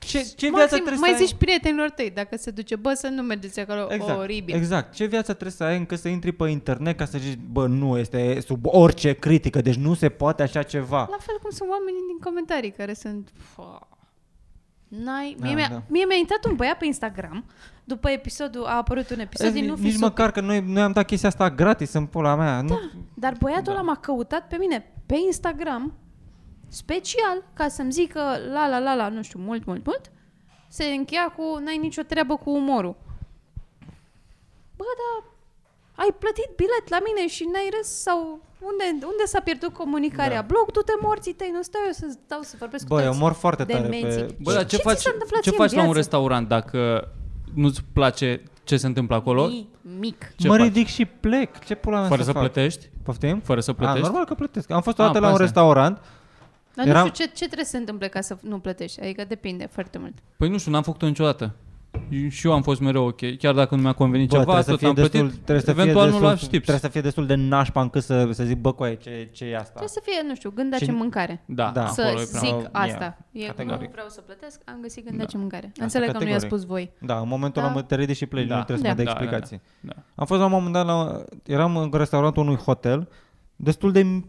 [SPEAKER 2] Ce, ce viață
[SPEAKER 4] Da. Maxim,
[SPEAKER 2] trebuie
[SPEAKER 4] mai
[SPEAKER 2] să ai?
[SPEAKER 4] zici prietenilor tăi, dacă se duce, bă, să nu mergeți acolo,
[SPEAKER 2] Exact,
[SPEAKER 4] oribil.
[SPEAKER 2] exact. Ce viață trebuie să ai încât să intri pe internet ca să zici, bă, nu, este sub orice critică, deci nu se poate așa ceva.
[SPEAKER 4] La fel cum sunt oamenii din comentarii care sunt... "Fă, N-ai...
[SPEAKER 2] Da,
[SPEAKER 4] Mie, mi-a,
[SPEAKER 2] da.
[SPEAKER 4] mie mi-a intrat un băiat pe Instagram după episodul, a apărut un episod
[SPEAKER 2] Ei,
[SPEAKER 4] din Nu fi Da.
[SPEAKER 2] nici măcar că noi, noi am dat chestia asta gratis în pula mea. Nu,
[SPEAKER 4] Dar
[SPEAKER 5] Da.
[SPEAKER 4] băiatul ăla m-a căutat pe mine pe Instagram special ca să-mi zică la la la la, nu știu, mult, mult, mult, se încheia cu n-ai nicio treabă cu umorul. Bă, dar ai plătit bilet la mine și n-ai râs sau unde, unde s-a pierdut comunicarea? Da. Blog, du-te morții tăi, nu stau eu să stau să vorbesc
[SPEAKER 2] Bă,
[SPEAKER 4] cu
[SPEAKER 2] eu
[SPEAKER 4] toți.
[SPEAKER 2] mor foarte tare
[SPEAKER 4] demenții.
[SPEAKER 2] pe...
[SPEAKER 5] Bă, dar ce,
[SPEAKER 4] Ce ți
[SPEAKER 5] faci,
[SPEAKER 4] s-a întâmplat
[SPEAKER 5] ce
[SPEAKER 4] ție în
[SPEAKER 5] faci la un
[SPEAKER 4] viață?
[SPEAKER 5] restaurant dacă nu-ți place ce se întâmplă acolo?
[SPEAKER 4] Mic.
[SPEAKER 5] Ce
[SPEAKER 2] mă
[SPEAKER 5] faci?
[SPEAKER 2] ridic și plec. Ce pula mea
[SPEAKER 5] Fără
[SPEAKER 2] să
[SPEAKER 5] să
[SPEAKER 2] fac?
[SPEAKER 5] plătești?
[SPEAKER 2] Poftim?
[SPEAKER 5] Fără să
[SPEAKER 2] A,
[SPEAKER 5] plătești?
[SPEAKER 2] Ah,
[SPEAKER 5] Ah,
[SPEAKER 2] normal că plătesc. Am fost o
[SPEAKER 5] A,
[SPEAKER 2] dată la un
[SPEAKER 5] pe asta.
[SPEAKER 2] restaurant.
[SPEAKER 4] Dar
[SPEAKER 2] Eram-
[SPEAKER 4] nu știu ce, ce trebuie să se întâmple ca să nu plătești, adică depinde foarte mult.
[SPEAKER 5] Păi nu știu, n-am făcut-o niciodată. Eu- Și eu am fost mereu ok, chiar dacă nu mi-a convenit
[SPEAKER 2] Bă,
[SPEAKER 5] ceva,
[SPEAKER 2] trebuie să
[SPEAKER 5] tot
[SPEAKER 2] fie
[SPEAKER 5] am
[SPEAKER 2] destul,
[SPEAKER 5] plătit,
[SPEAKER 2] trebuie să fie
[SPEAKER 5] eventual nu
[SPEAKER 2] destul,
[SPEAKER 5] la
[SPEAKER 2] trebuie
[SPEAKER 5] știps.
[SPEAKER 2] să fie destul de nașpa încât să, să zic, bă, coaie, ce, ce e asta?
[SPEAKER 4] Trebuie să fie, nu știu, gând de
[SPEAKER 2] Și-
[SPEAKER 4] ce mâncare.
[SPEAKER 2] Da.
[SPEAKER 5] Da, da.
[SPEAKER 4] să
[SPEAKER 5] acolo e prea...
[SPEAKER 2] zic
[SPEAKER 4] zic asta.
[SPEAKER 2] Yeah,
[SPEAKER 4] Eu
[SPEAKER 2] categoric.
[SPEAKER 4] nu vreau să plătesc, am găsit
[SPEAKER 6] Da.
[SPEAKER 4] gând de ce mâncare. Înțeleg că nu i-a
[SPEAKER 2] categoric.
[SPEAKER 4] spus voi.
[SPEAKER 2] Da, în momentul
[SPEAKER 4] Da.
[SPEAKER 2] ăla mă te ridici și pleci,
[SPEAKER 5] Da.
[SPEAKER 2] nu trebuie să mai
[SPEAKER 4] Da.
[SPEAKER 2] dai
[SPEAKER 5] Da, da, da.
[SPEAKER 2] explicații.
[SPEAKER 5] Da.
[SPEAKER 2] Am fost la un moment dat la... Eram în restaurantul unui hotel, destul de...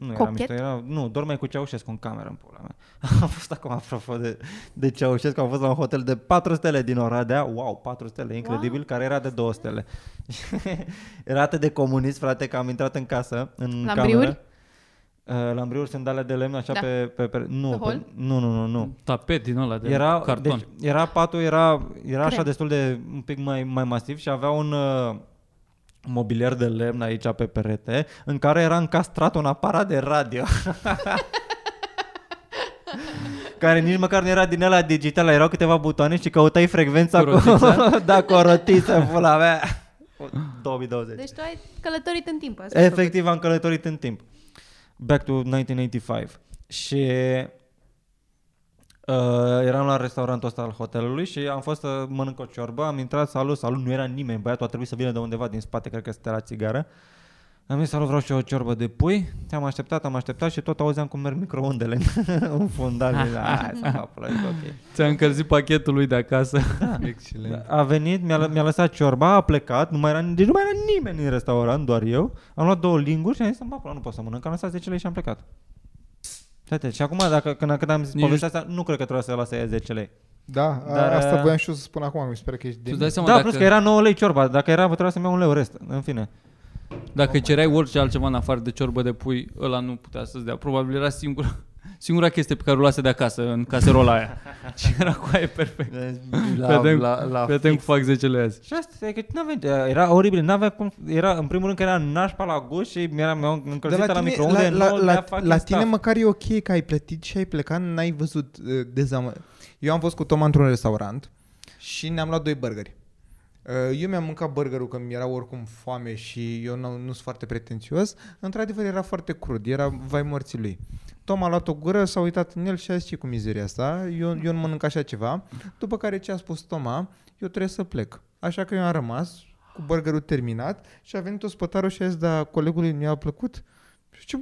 [SPEAKER 2] Nu era
[SPEAKER 4] Cochet?
[SPEAKER 2] mișto, era... Nu, dormeai cu Ceaușescu în cameră, în pula mea. [LAUGHS] Am fost acum, apropo de, de Ceaușescu, am fost la un hotel de 4 stele din Oradea, wow, 4 stele, incredibil, wow. care era de 2 stele. [LAUGHS] era atât de comunist, frate, că am intrat în casă, în
[SPEAKER 4] La
[SPEAKER 2] cameră.
[SPEAKER 4] Briuri?
[SPEAKER 2] Uh, lambriuri sunt alea de lemn așa
[SPEAKER 4] Da.
[SPEAKER 2] pe, pe, pe, nu,
[SPEAKER 4] Pe
[SPEAKER 2] pe,
[SPEAKER 4] hol?
[SPEAKER 2] nu, nu, nu,
[SPEAKER 5] Mm.
[SPEAKER 2] nu.
[SPEAKER 5] Tapet din ăla de
[SPEAKER 2] Era,
[SPEAKER 5] carton.
[SPEAKER 2] deci, era patul, era, era așa destul de un pic mai, mai masiv și avea un uh, mobilier de lemn aici pe perete în care era încastrat un aparat de radio. [LAUGHS] care nici măcar nu era din ăla digital, erau câteva butoane și căutai frecvența
[SPEAKER 5] Cu
[SPEAKER 2] cu... [LAUGHS] da, cu o rotiță, pula mea. 2020.
[SPEAKER 4] Deci tu ai călătorit în timp. Asta
[SPEAKER 2] Efectiv, am călătorit în timp. Back to 1985. Și uh, eram la restaurantul ăsta al hotelului și am fost să mănânc o ciorbă, am intrat, salut, salut, nu era nimeni, băiatul a trebuit să vină de undeva din spate, cred că stătea la țigară. Am zis, salut, vreau și eu o ciorbă de pui. Am așteptat, am așteptat și tot auzeam cum merg microondele în- [LAUGHS] în fundal. Zis, Hai să fac pula, e ok.
[SPEAKER 5] Ți-a încălzit pachetul lui de acasă.
[SPEAKER 2] Da,
[SPEAKER 5] Excelent.
[SPEAKER 2] A venit, mi-a, mi-a lăsat ciorba, a plecat, nu mai era, deci nu mai era nimeni în restaurant, doar eu. Am luat două linguri și am zis, bă, nu pot să mănânc, am lăsat 10 lei și am plecat. Și atât. Și acum, dacă, când, când am zis
[SPEAKER 5] Nici-
[SPEAKER 2] povestea asta, nu cred că trebuia să lase ia 10 lei.
[SPEAKER 6] Da, Dar,
[SPEAKER 2] Dar,
[SPEAKER 6] asta
[SPEAKER 2] uh,
[SPEAKER 6] voiam și eu să spun acum, mi se pare că ești de...
[SPEAKER 5] Tu dai seama
[SPEAKER 2] da,
[SPEAKER 5] dacă,
[SPEAKER 2] plus că era 9 lei ciorba, dacă era, trebuia să-mi iau un leu rest, în fine.
[SPEAKER 5] dacă cereai orice altceva în afară de ciorbă de pui, ăla nu putea să-ți dea. Probabil era singura, singura chestie pe care o luase de acasă, în caserola aia.
[SPEAKER 2] [LAUGHS]
[SPEAKER 5] Și era cu aia perfect. Vedem- Prieten cu fac 10 lei azi.
[SPEAKER 2] Și asta, e că nu avea, era oribil, nu avea cum, era, în primul rând că era nașpa la gust și mi-era mi-au încălzit la, la microunde,
[SPEAKER 6] la,
[SPEAKER 2] nu
[SPEAKER 6] la,
[SPEAKER 2] le-a
[SPEAKER 6] la,
[SPEAKER 2] fucking
[SPEAKER 6] la tine
[SPEAKER 2] stuff.
[SPEAKER 6] măcar e ok că ai plătit și ai plecat, n-ai văzut uh, dezamă. Eu am fost cu Toma într-un restaurant și ne-am luat doi burgeri. Uh, Eu mi-am mâncat burgerul că mi era oricum foame și eu nu, nu sunt foarte pretențios. Într-adevăr era foarte crud, era vai morții lui. Tom a luat o gură, s-a uitat în el și a zis ce cu mizeria asta, eu, eu nu mănânc așa ceva. După care ce a spus Toma, eu trebuie să plec. Așa că eu am rămas cu burgerul terminat și a venit o spătarul și a zis, da, colegului nu i-a plăcut? Și ce,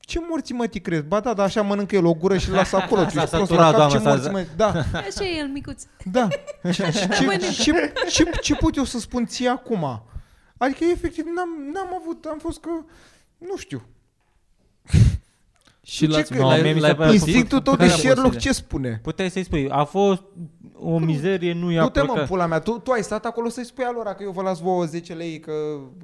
[SPEAKER 6] ce morții mă ti crezi? Ba da, dar așa mănâncă el o gură și îl
[SPEAKER 2] [LAUGHS]
[SPEAKER 6] lasă acolo.
[SPEAKER 2] S-a
[SPEAKER 6] Ce prost la
[SPEAKER 2] săturat,
[SPEAKER 6] cap, ce
[SPEAKER 2] doamnă,
[SPEAKER 6] morții
[SPEAKER 2] s-a-
[SPEAKER 6] mă... Da,
[SPEAKER 4] Așa e el, micuț.
[SPEAKER 2] [LAUGHS]
[SPEAKER 6] da. Ce, ce, ce, ce, ce pot eu să spun ție acum? Adică, efectiv, n-am, n-am avut, am fost că, nu știu,
[SPEAKER 5] Și
[SPEAKER 6] ce
[SPEAKER 5] la,
[SPEAKER 6] că-
[SPEAKER 5] la,
[SPEAKER 2] No, mie mi se pare-
[SPEAKER 6] instinctul tău
[SPEAKER 2] păi,
[SPEAKER 5] Care a
[SPEAKER 6] de
[SPEAKER 5] fost
[SPEAKER 6] Sherlock
[SPEAKER 5] ideea?
[SPEAKER 6] ce spune?
[SPEAKER 2] Puteai să-i spui, a fost o mizerie, nu i-a
[SPEAKER 6] Du-te mă,
[SPEAKER 2] plăcut.
[SPEAKER 6] pula mea, tu, tu ai stat acolo să-i spui alora că eu vă las vouă 10 lei, că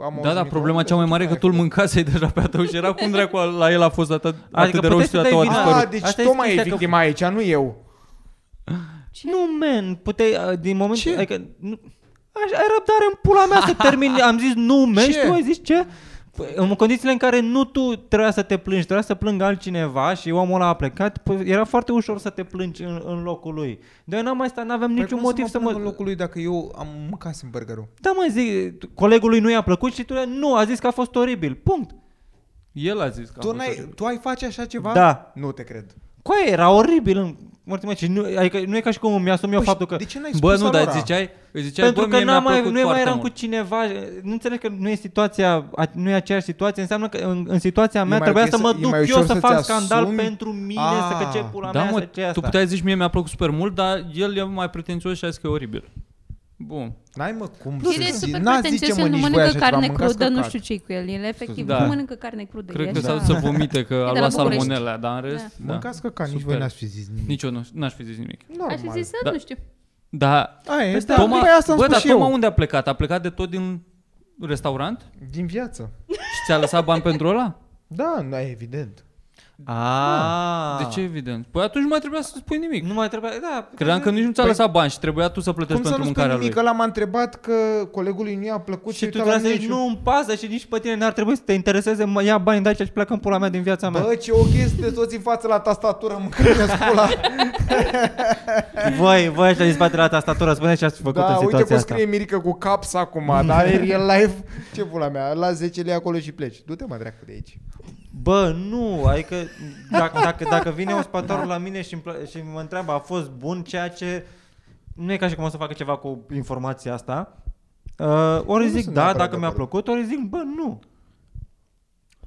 [SPEAKER 6] am
[SPEAKER 5] Da, da, problema cea mai mare e că tu îl mâncasei deja pe a tău și era cum dracu la el a fost atât, adică atât de rău
[SPEAKER 2] puteai
[SPEAKER 5] și
[SPEAKER 2] să
[SPEAKER 5] la
[SPEAKER 2] dai
[SPEAKER 5] tău a
[SPEAKER 2] vina.
[SPEAKER 5] dispărut.
[SPEAKER 6] A,
[SPEAKER 2] dispărut.
[SPEAKER 6] deci
[SPEAKER 2] Asta e
[SPEAKER 6] Toma e
[SPEAKER 2] chestia că-
[SPEAKER 6] victima aici, nu eu.
[SPEAKER 2] Nu, man, puteai, uh, din moment ce? Adică, nu, aș, ai răbdare în pula mea să termin,
[SPEAKER 6] [LAUGHS]
[SPEAKER 2] am zis nu, man,
[SPEAKER 6] Ce?
[SPEAKER 2] și tu ai zis ce? Păi, În condițiile în care nu tu trebuia să te plângi, trebuia să plângă altcineva și omul ăla a plecat, păi era foarte ușor să te plângi în, în locul lui. De eu n-am mai stat, n-aveam
[SPEAKER 6] Păi
[SPEAKER 2] niciun
[SPEAKER 6] cum
[SPEAKER 2] motiv să mă...
[SPEAKER 6] plâng în locul lui dacă eu am mâncat în burgerul.
[SPEAKER 2] Da, mă, zic, tu- colegului nu i-a plăcut și tu nu, a zis că a fost oribil, punct.
[SPEAKER 5] El a zis că a
[SPEAKER 6] Tu,
[SPEAKER 5] fost
[SPEAKER 6] n-ai, tu ai face așa ceva?
[SPEAKER 2] Da.
[SPEAKER 6] Nu te cred.
[SPEAKER 2] Coaie, era oribil în... Mortimer, și nu, adică nu e ca și cum îmi asum eu
[SPEAKER 6] Păi și
[SPEAKER 2] faptul că...
[SPEAKER 6] De ce n-ai
[SPEAKER 5] Bă,
[SPEAKER 6] spus
[SPEAKER 5] nu, dar
[SPEAKER 6] alora?
[SPEAKER 5] ziceai, îi ziceai,
[SPEAKER 2] Pentru
[SPEAKER 5] bă,
[SPEAKER 2] că
[SPEAKER 5] mie mi-a
[SPEAKER 2] n-am mai,
[SPEAKER 5] plăcut
[SPEAKER 2] nu mai
[SPEAKER 5] foarte
[SPEAKER 2] eram
[SPEAKER 5] mult.
[SPEAKER 2] cu cineva, nu înțeleg că nu e situația, a- nu e aceeași situație, înseamnă că în, în situația mea
[SPEAKER 6] mai
[SPEAKER 2] trebuia
[SPEAKER 6] ok
[SPEAKER 2] să mă
[SPEAKER 6] să- e mai
[SPEAKER 2] duc eu
[SPEAKER 6] ușor
[SPEAKER 2] să
[SPEAKER 6] să-ți
[SPEAKER 2] fac scandal
[SPEAKER 6] asumi?
[SPEAKER 2] pentru mine,
[SPEAKER 6] Ah,
[SPEAKER 2] să că ce pula
[SPEAKER 5] Da,
[SPEAKER 2] mea,
[SPEAKER 5] mă,
[SPEAKER 2] să ce
[SPEAKER 5] tu
[SPEAKER 2] asta.
[SPEAKER 5] puteai zici mie mi-a plăcut super mult, dar el e mai pretențios și a zis că e oribil. Bun.
[SPEAKER 6] N-ai mă cum
[SPEAKER 4] el e
[SPEAKER 6] să zici.
[SPEAKER 4] super
[SPEAKER 6] N-a
[SPEAKER 4] pretențios,
[SPEAKER 6] zice,
[SPEAKER 4] el
[SPEAKER 6] mă,
[SPEAKER 4] nu
[SPEAKER 6] nici voi
[SPEAKER 4] mănâncă
[SPEAKER 6] așa ceva,
[SPEAKER 4] carne
[SPEAKER 6] mâncați
[SPEAKER 4] crudă, nu
[SPEAKER 6] căcat.
[SPEAKER 4] știu ce cu el. El efectiv
[SPEAKER 5] Da.
[SPEAKER 4] nu mănâncă carne crudă.
[SPEAKER 5] Cred
[SPEAKER 4] e
[SPEAKER 5] că s-a
[SPEAKER 4] așa.
[SPEAKER 5] dus să vomite, că a
[SPEAKER 4] la
[SPEAKER 5] luat
[SPEAKER 4] București.
[SPEAKER 5] salmonella, dar în rest... Da.
[SPEAKER 6] Mâncați căcat, nici
[SPEAKER 5] Super.
[SPEAKER 6] voi n-ați fi zis nimic.
[SPEAKER 5] Nici eu nu, n-aș fi zis nimic.
[SPEAKER 4] Aș fi
[SPEAKER 6] Normal.
[SPEAKER 4] zis să,
[SPEAKER 5] Da.
[SPEAKER 4] nu știu.
[SPEAKER 5] Da,
[SPEAKER 6] Aia e,
[SPEAKER 5] Păi
[SPEAKER 6] da,
[SPEAKER 5] Toma,
[SPEAKER 6] păi asta am
[SPEAKER 5] bă,
[SPEAKER 6] spus
[SPEAKER 5] dar
[SPEAKER 6] și eu.
[SPEAKER 5] Toma unde a plecat? A plecat de tot din restaurant?
[SPEAKER 6] Din viață.
[SPEAKER 5] Și ți-a lăsat bani pentru ăla?
[SPEAKER 6] Da, nu, evident.
[SPEAKER 2] A,
[SPEAKER 5] De ce evident? Păi atunci nu mai trebuia să spui nimic.
[SPEAKER 2] Ah. Nu mai trebuia, da.
[SPEAKER 5] Credeam că nici nu ți-a
[SPEAKER 6] Păi-
[SPEAKER 5] lăsat bani și trebuia tu să plătești
[SPEAKER 6] Cum să
[SPEAKER 5] Deci pentru
[SPEAKER 6] nu
[SPEAKER 5] mâncarea
[SPEAKER 6] spui
[SPEAKER 5] lui.
[SPEAKER 6] nimic? Ăla m-a întrebat că colegului nu i-a plăcut
[SPEAKER 2] și tu
[SPEAKER 6] uita la
[SPEAKER 2] trebuia să
[SPEAKER 6] mine
[SPEAKER 2] zici,
[SPEAKER 6] și-
[SPEAKER 2] nu îmi pasă și nici pe tine n-ar trebui să te intereseze, mă ia bani de aici și pleacă în pula mea din viața mea.
[SPEAKER 6] Bă, ce ok sunteți toți în față la tastatură, mâncăți
[SPEAKER 5] [LAUGHS]
[SPEAKER 6] pula.
[SPEAKER 2] Voi, voi ăștia din spatele la tastatură, spuneți ce ați făcut
[SPEAKER 6] Da,
[SPEAKER 2] în
[SPEAKER 6] uite
[SPEAKER 2] situația
[SPEAKER 6] cum
[SPEAKER 2] asta.
[SPEAKER 6] scrie Mirica cu caps acum, dar în real life, ce pula mea, la 10 lei acolo și pleci. Du-te mă dracu de aici.
[SPEAKER 2] Bă, nu, adică dacă, dacă, dacă vine ospătarul la mine și, îmi plă- și mă întreabă a fost bun ceea ce... Nu e ca și cum o să facă ceva cu informația asta. Uh, ori
[SPEAKER 6] Nu
[SPEAKER 2] zic
[SPEAKER 6] sunt
[SPEAKER 2] da,
[SPEAKER 6] neapărat
[SPEAKER 2] dacă
[SPEAKER 6] de
[SPEAKER 2] mi-a
[SPEAKER 6] acord.
[SPEAKER 2] plăcut, ori zic bă, nu.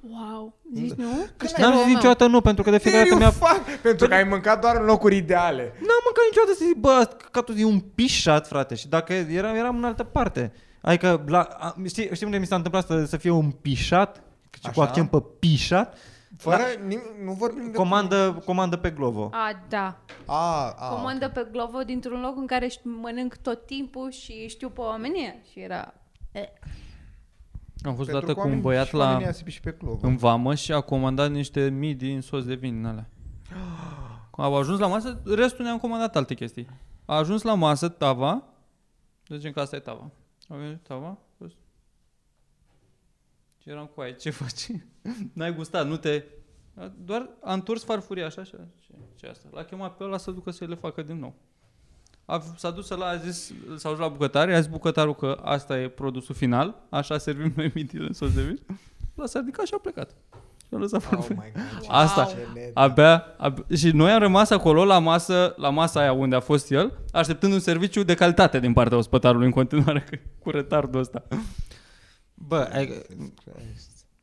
[SPEAKER 4] Wow, zici nu?
[SPEAKER 2] Și n-am zis niciodată nu, pentru că de fiecare dată
[SPEAKER 6] Seriu,
[SPEAKER 2] mi-a...
[SPEAKER 6] fac, pentru că ai mâncat doar în locuri ideale.
[SPEAKER 2] N-am mâncat niciodată să zic, bă, căcatul e un pișat, frate. Și dacă eram, eram în altă parte. Adică, la, a, știi, știi unde mi s-a întâmplat să, să fie un pișat? Și Cu
[SPEAKER 6] Așa.
[SPEAKER 2] accent pe pișat?
[SPEAKER 6] Fără,
[SPEAKER 5] Da.
[SPEAKER 6] nim- nu vorbim de...
[SPEAKER 2] Comandă, comandă pe Glovo.
[SPEAKER 4] A, da.
[SPEAKER 6] A, a,
[SPEAKER 4] Comandă pe Glovo dintr-un loc în care își mănânc tot timpul și știu pe oameni și era...
[SPEAKER 5] Am fost dată
[SPEAKER 6] Pentru că
[SPEAKER 5] cu un
[SPEAKER 6] oamenii-
[SPEAKER 5] băiat
[SPEAKER 6] și
[SPEAKER 5] la,
[SPEAKER 6] oamenii aia se piși pe clovă.
[SPEAKER 5] în vamă și a comandat niște midi în sos de vin în
[SPEAKER 6] [GASPS]
[SPEAKER 5] alea. Când au ajuns la masă, restul ne-am comandat alte chestii. A ajuns la masă tava, să zicem că asta e tava. A venit tava, pus. Și eram cu aia, ce faci? N-ai gustat, nu te... Doar a întors farfuria așa și ce, ce asta. L-a chemat pe ăla să ducă să le facă din nou. A, s-a dus la a zis, s-a dus la bucătare, a zis bucătarul că asta e produsul final, așa servim noi midile în sos de vin. L-a s-a ridicat și a plecat. Și a lăsat
[SPEAKER 6] Oh
[SPEAKER 5] farfuria.
[SPEAKER 6] my God, ce-
[SPEAKER 5] Asta.
[SPEAKER 6] ce net.
[SPEAKER 5] Abia, abia, și noi am rămas acolo la masă, la masa aia unde a fost el, așteptând un serviciu de calitate din partea ospătarului în continuare [LAUGHS] că- cu retardul ăsta.
[SPEAKER 2] Bă, ai,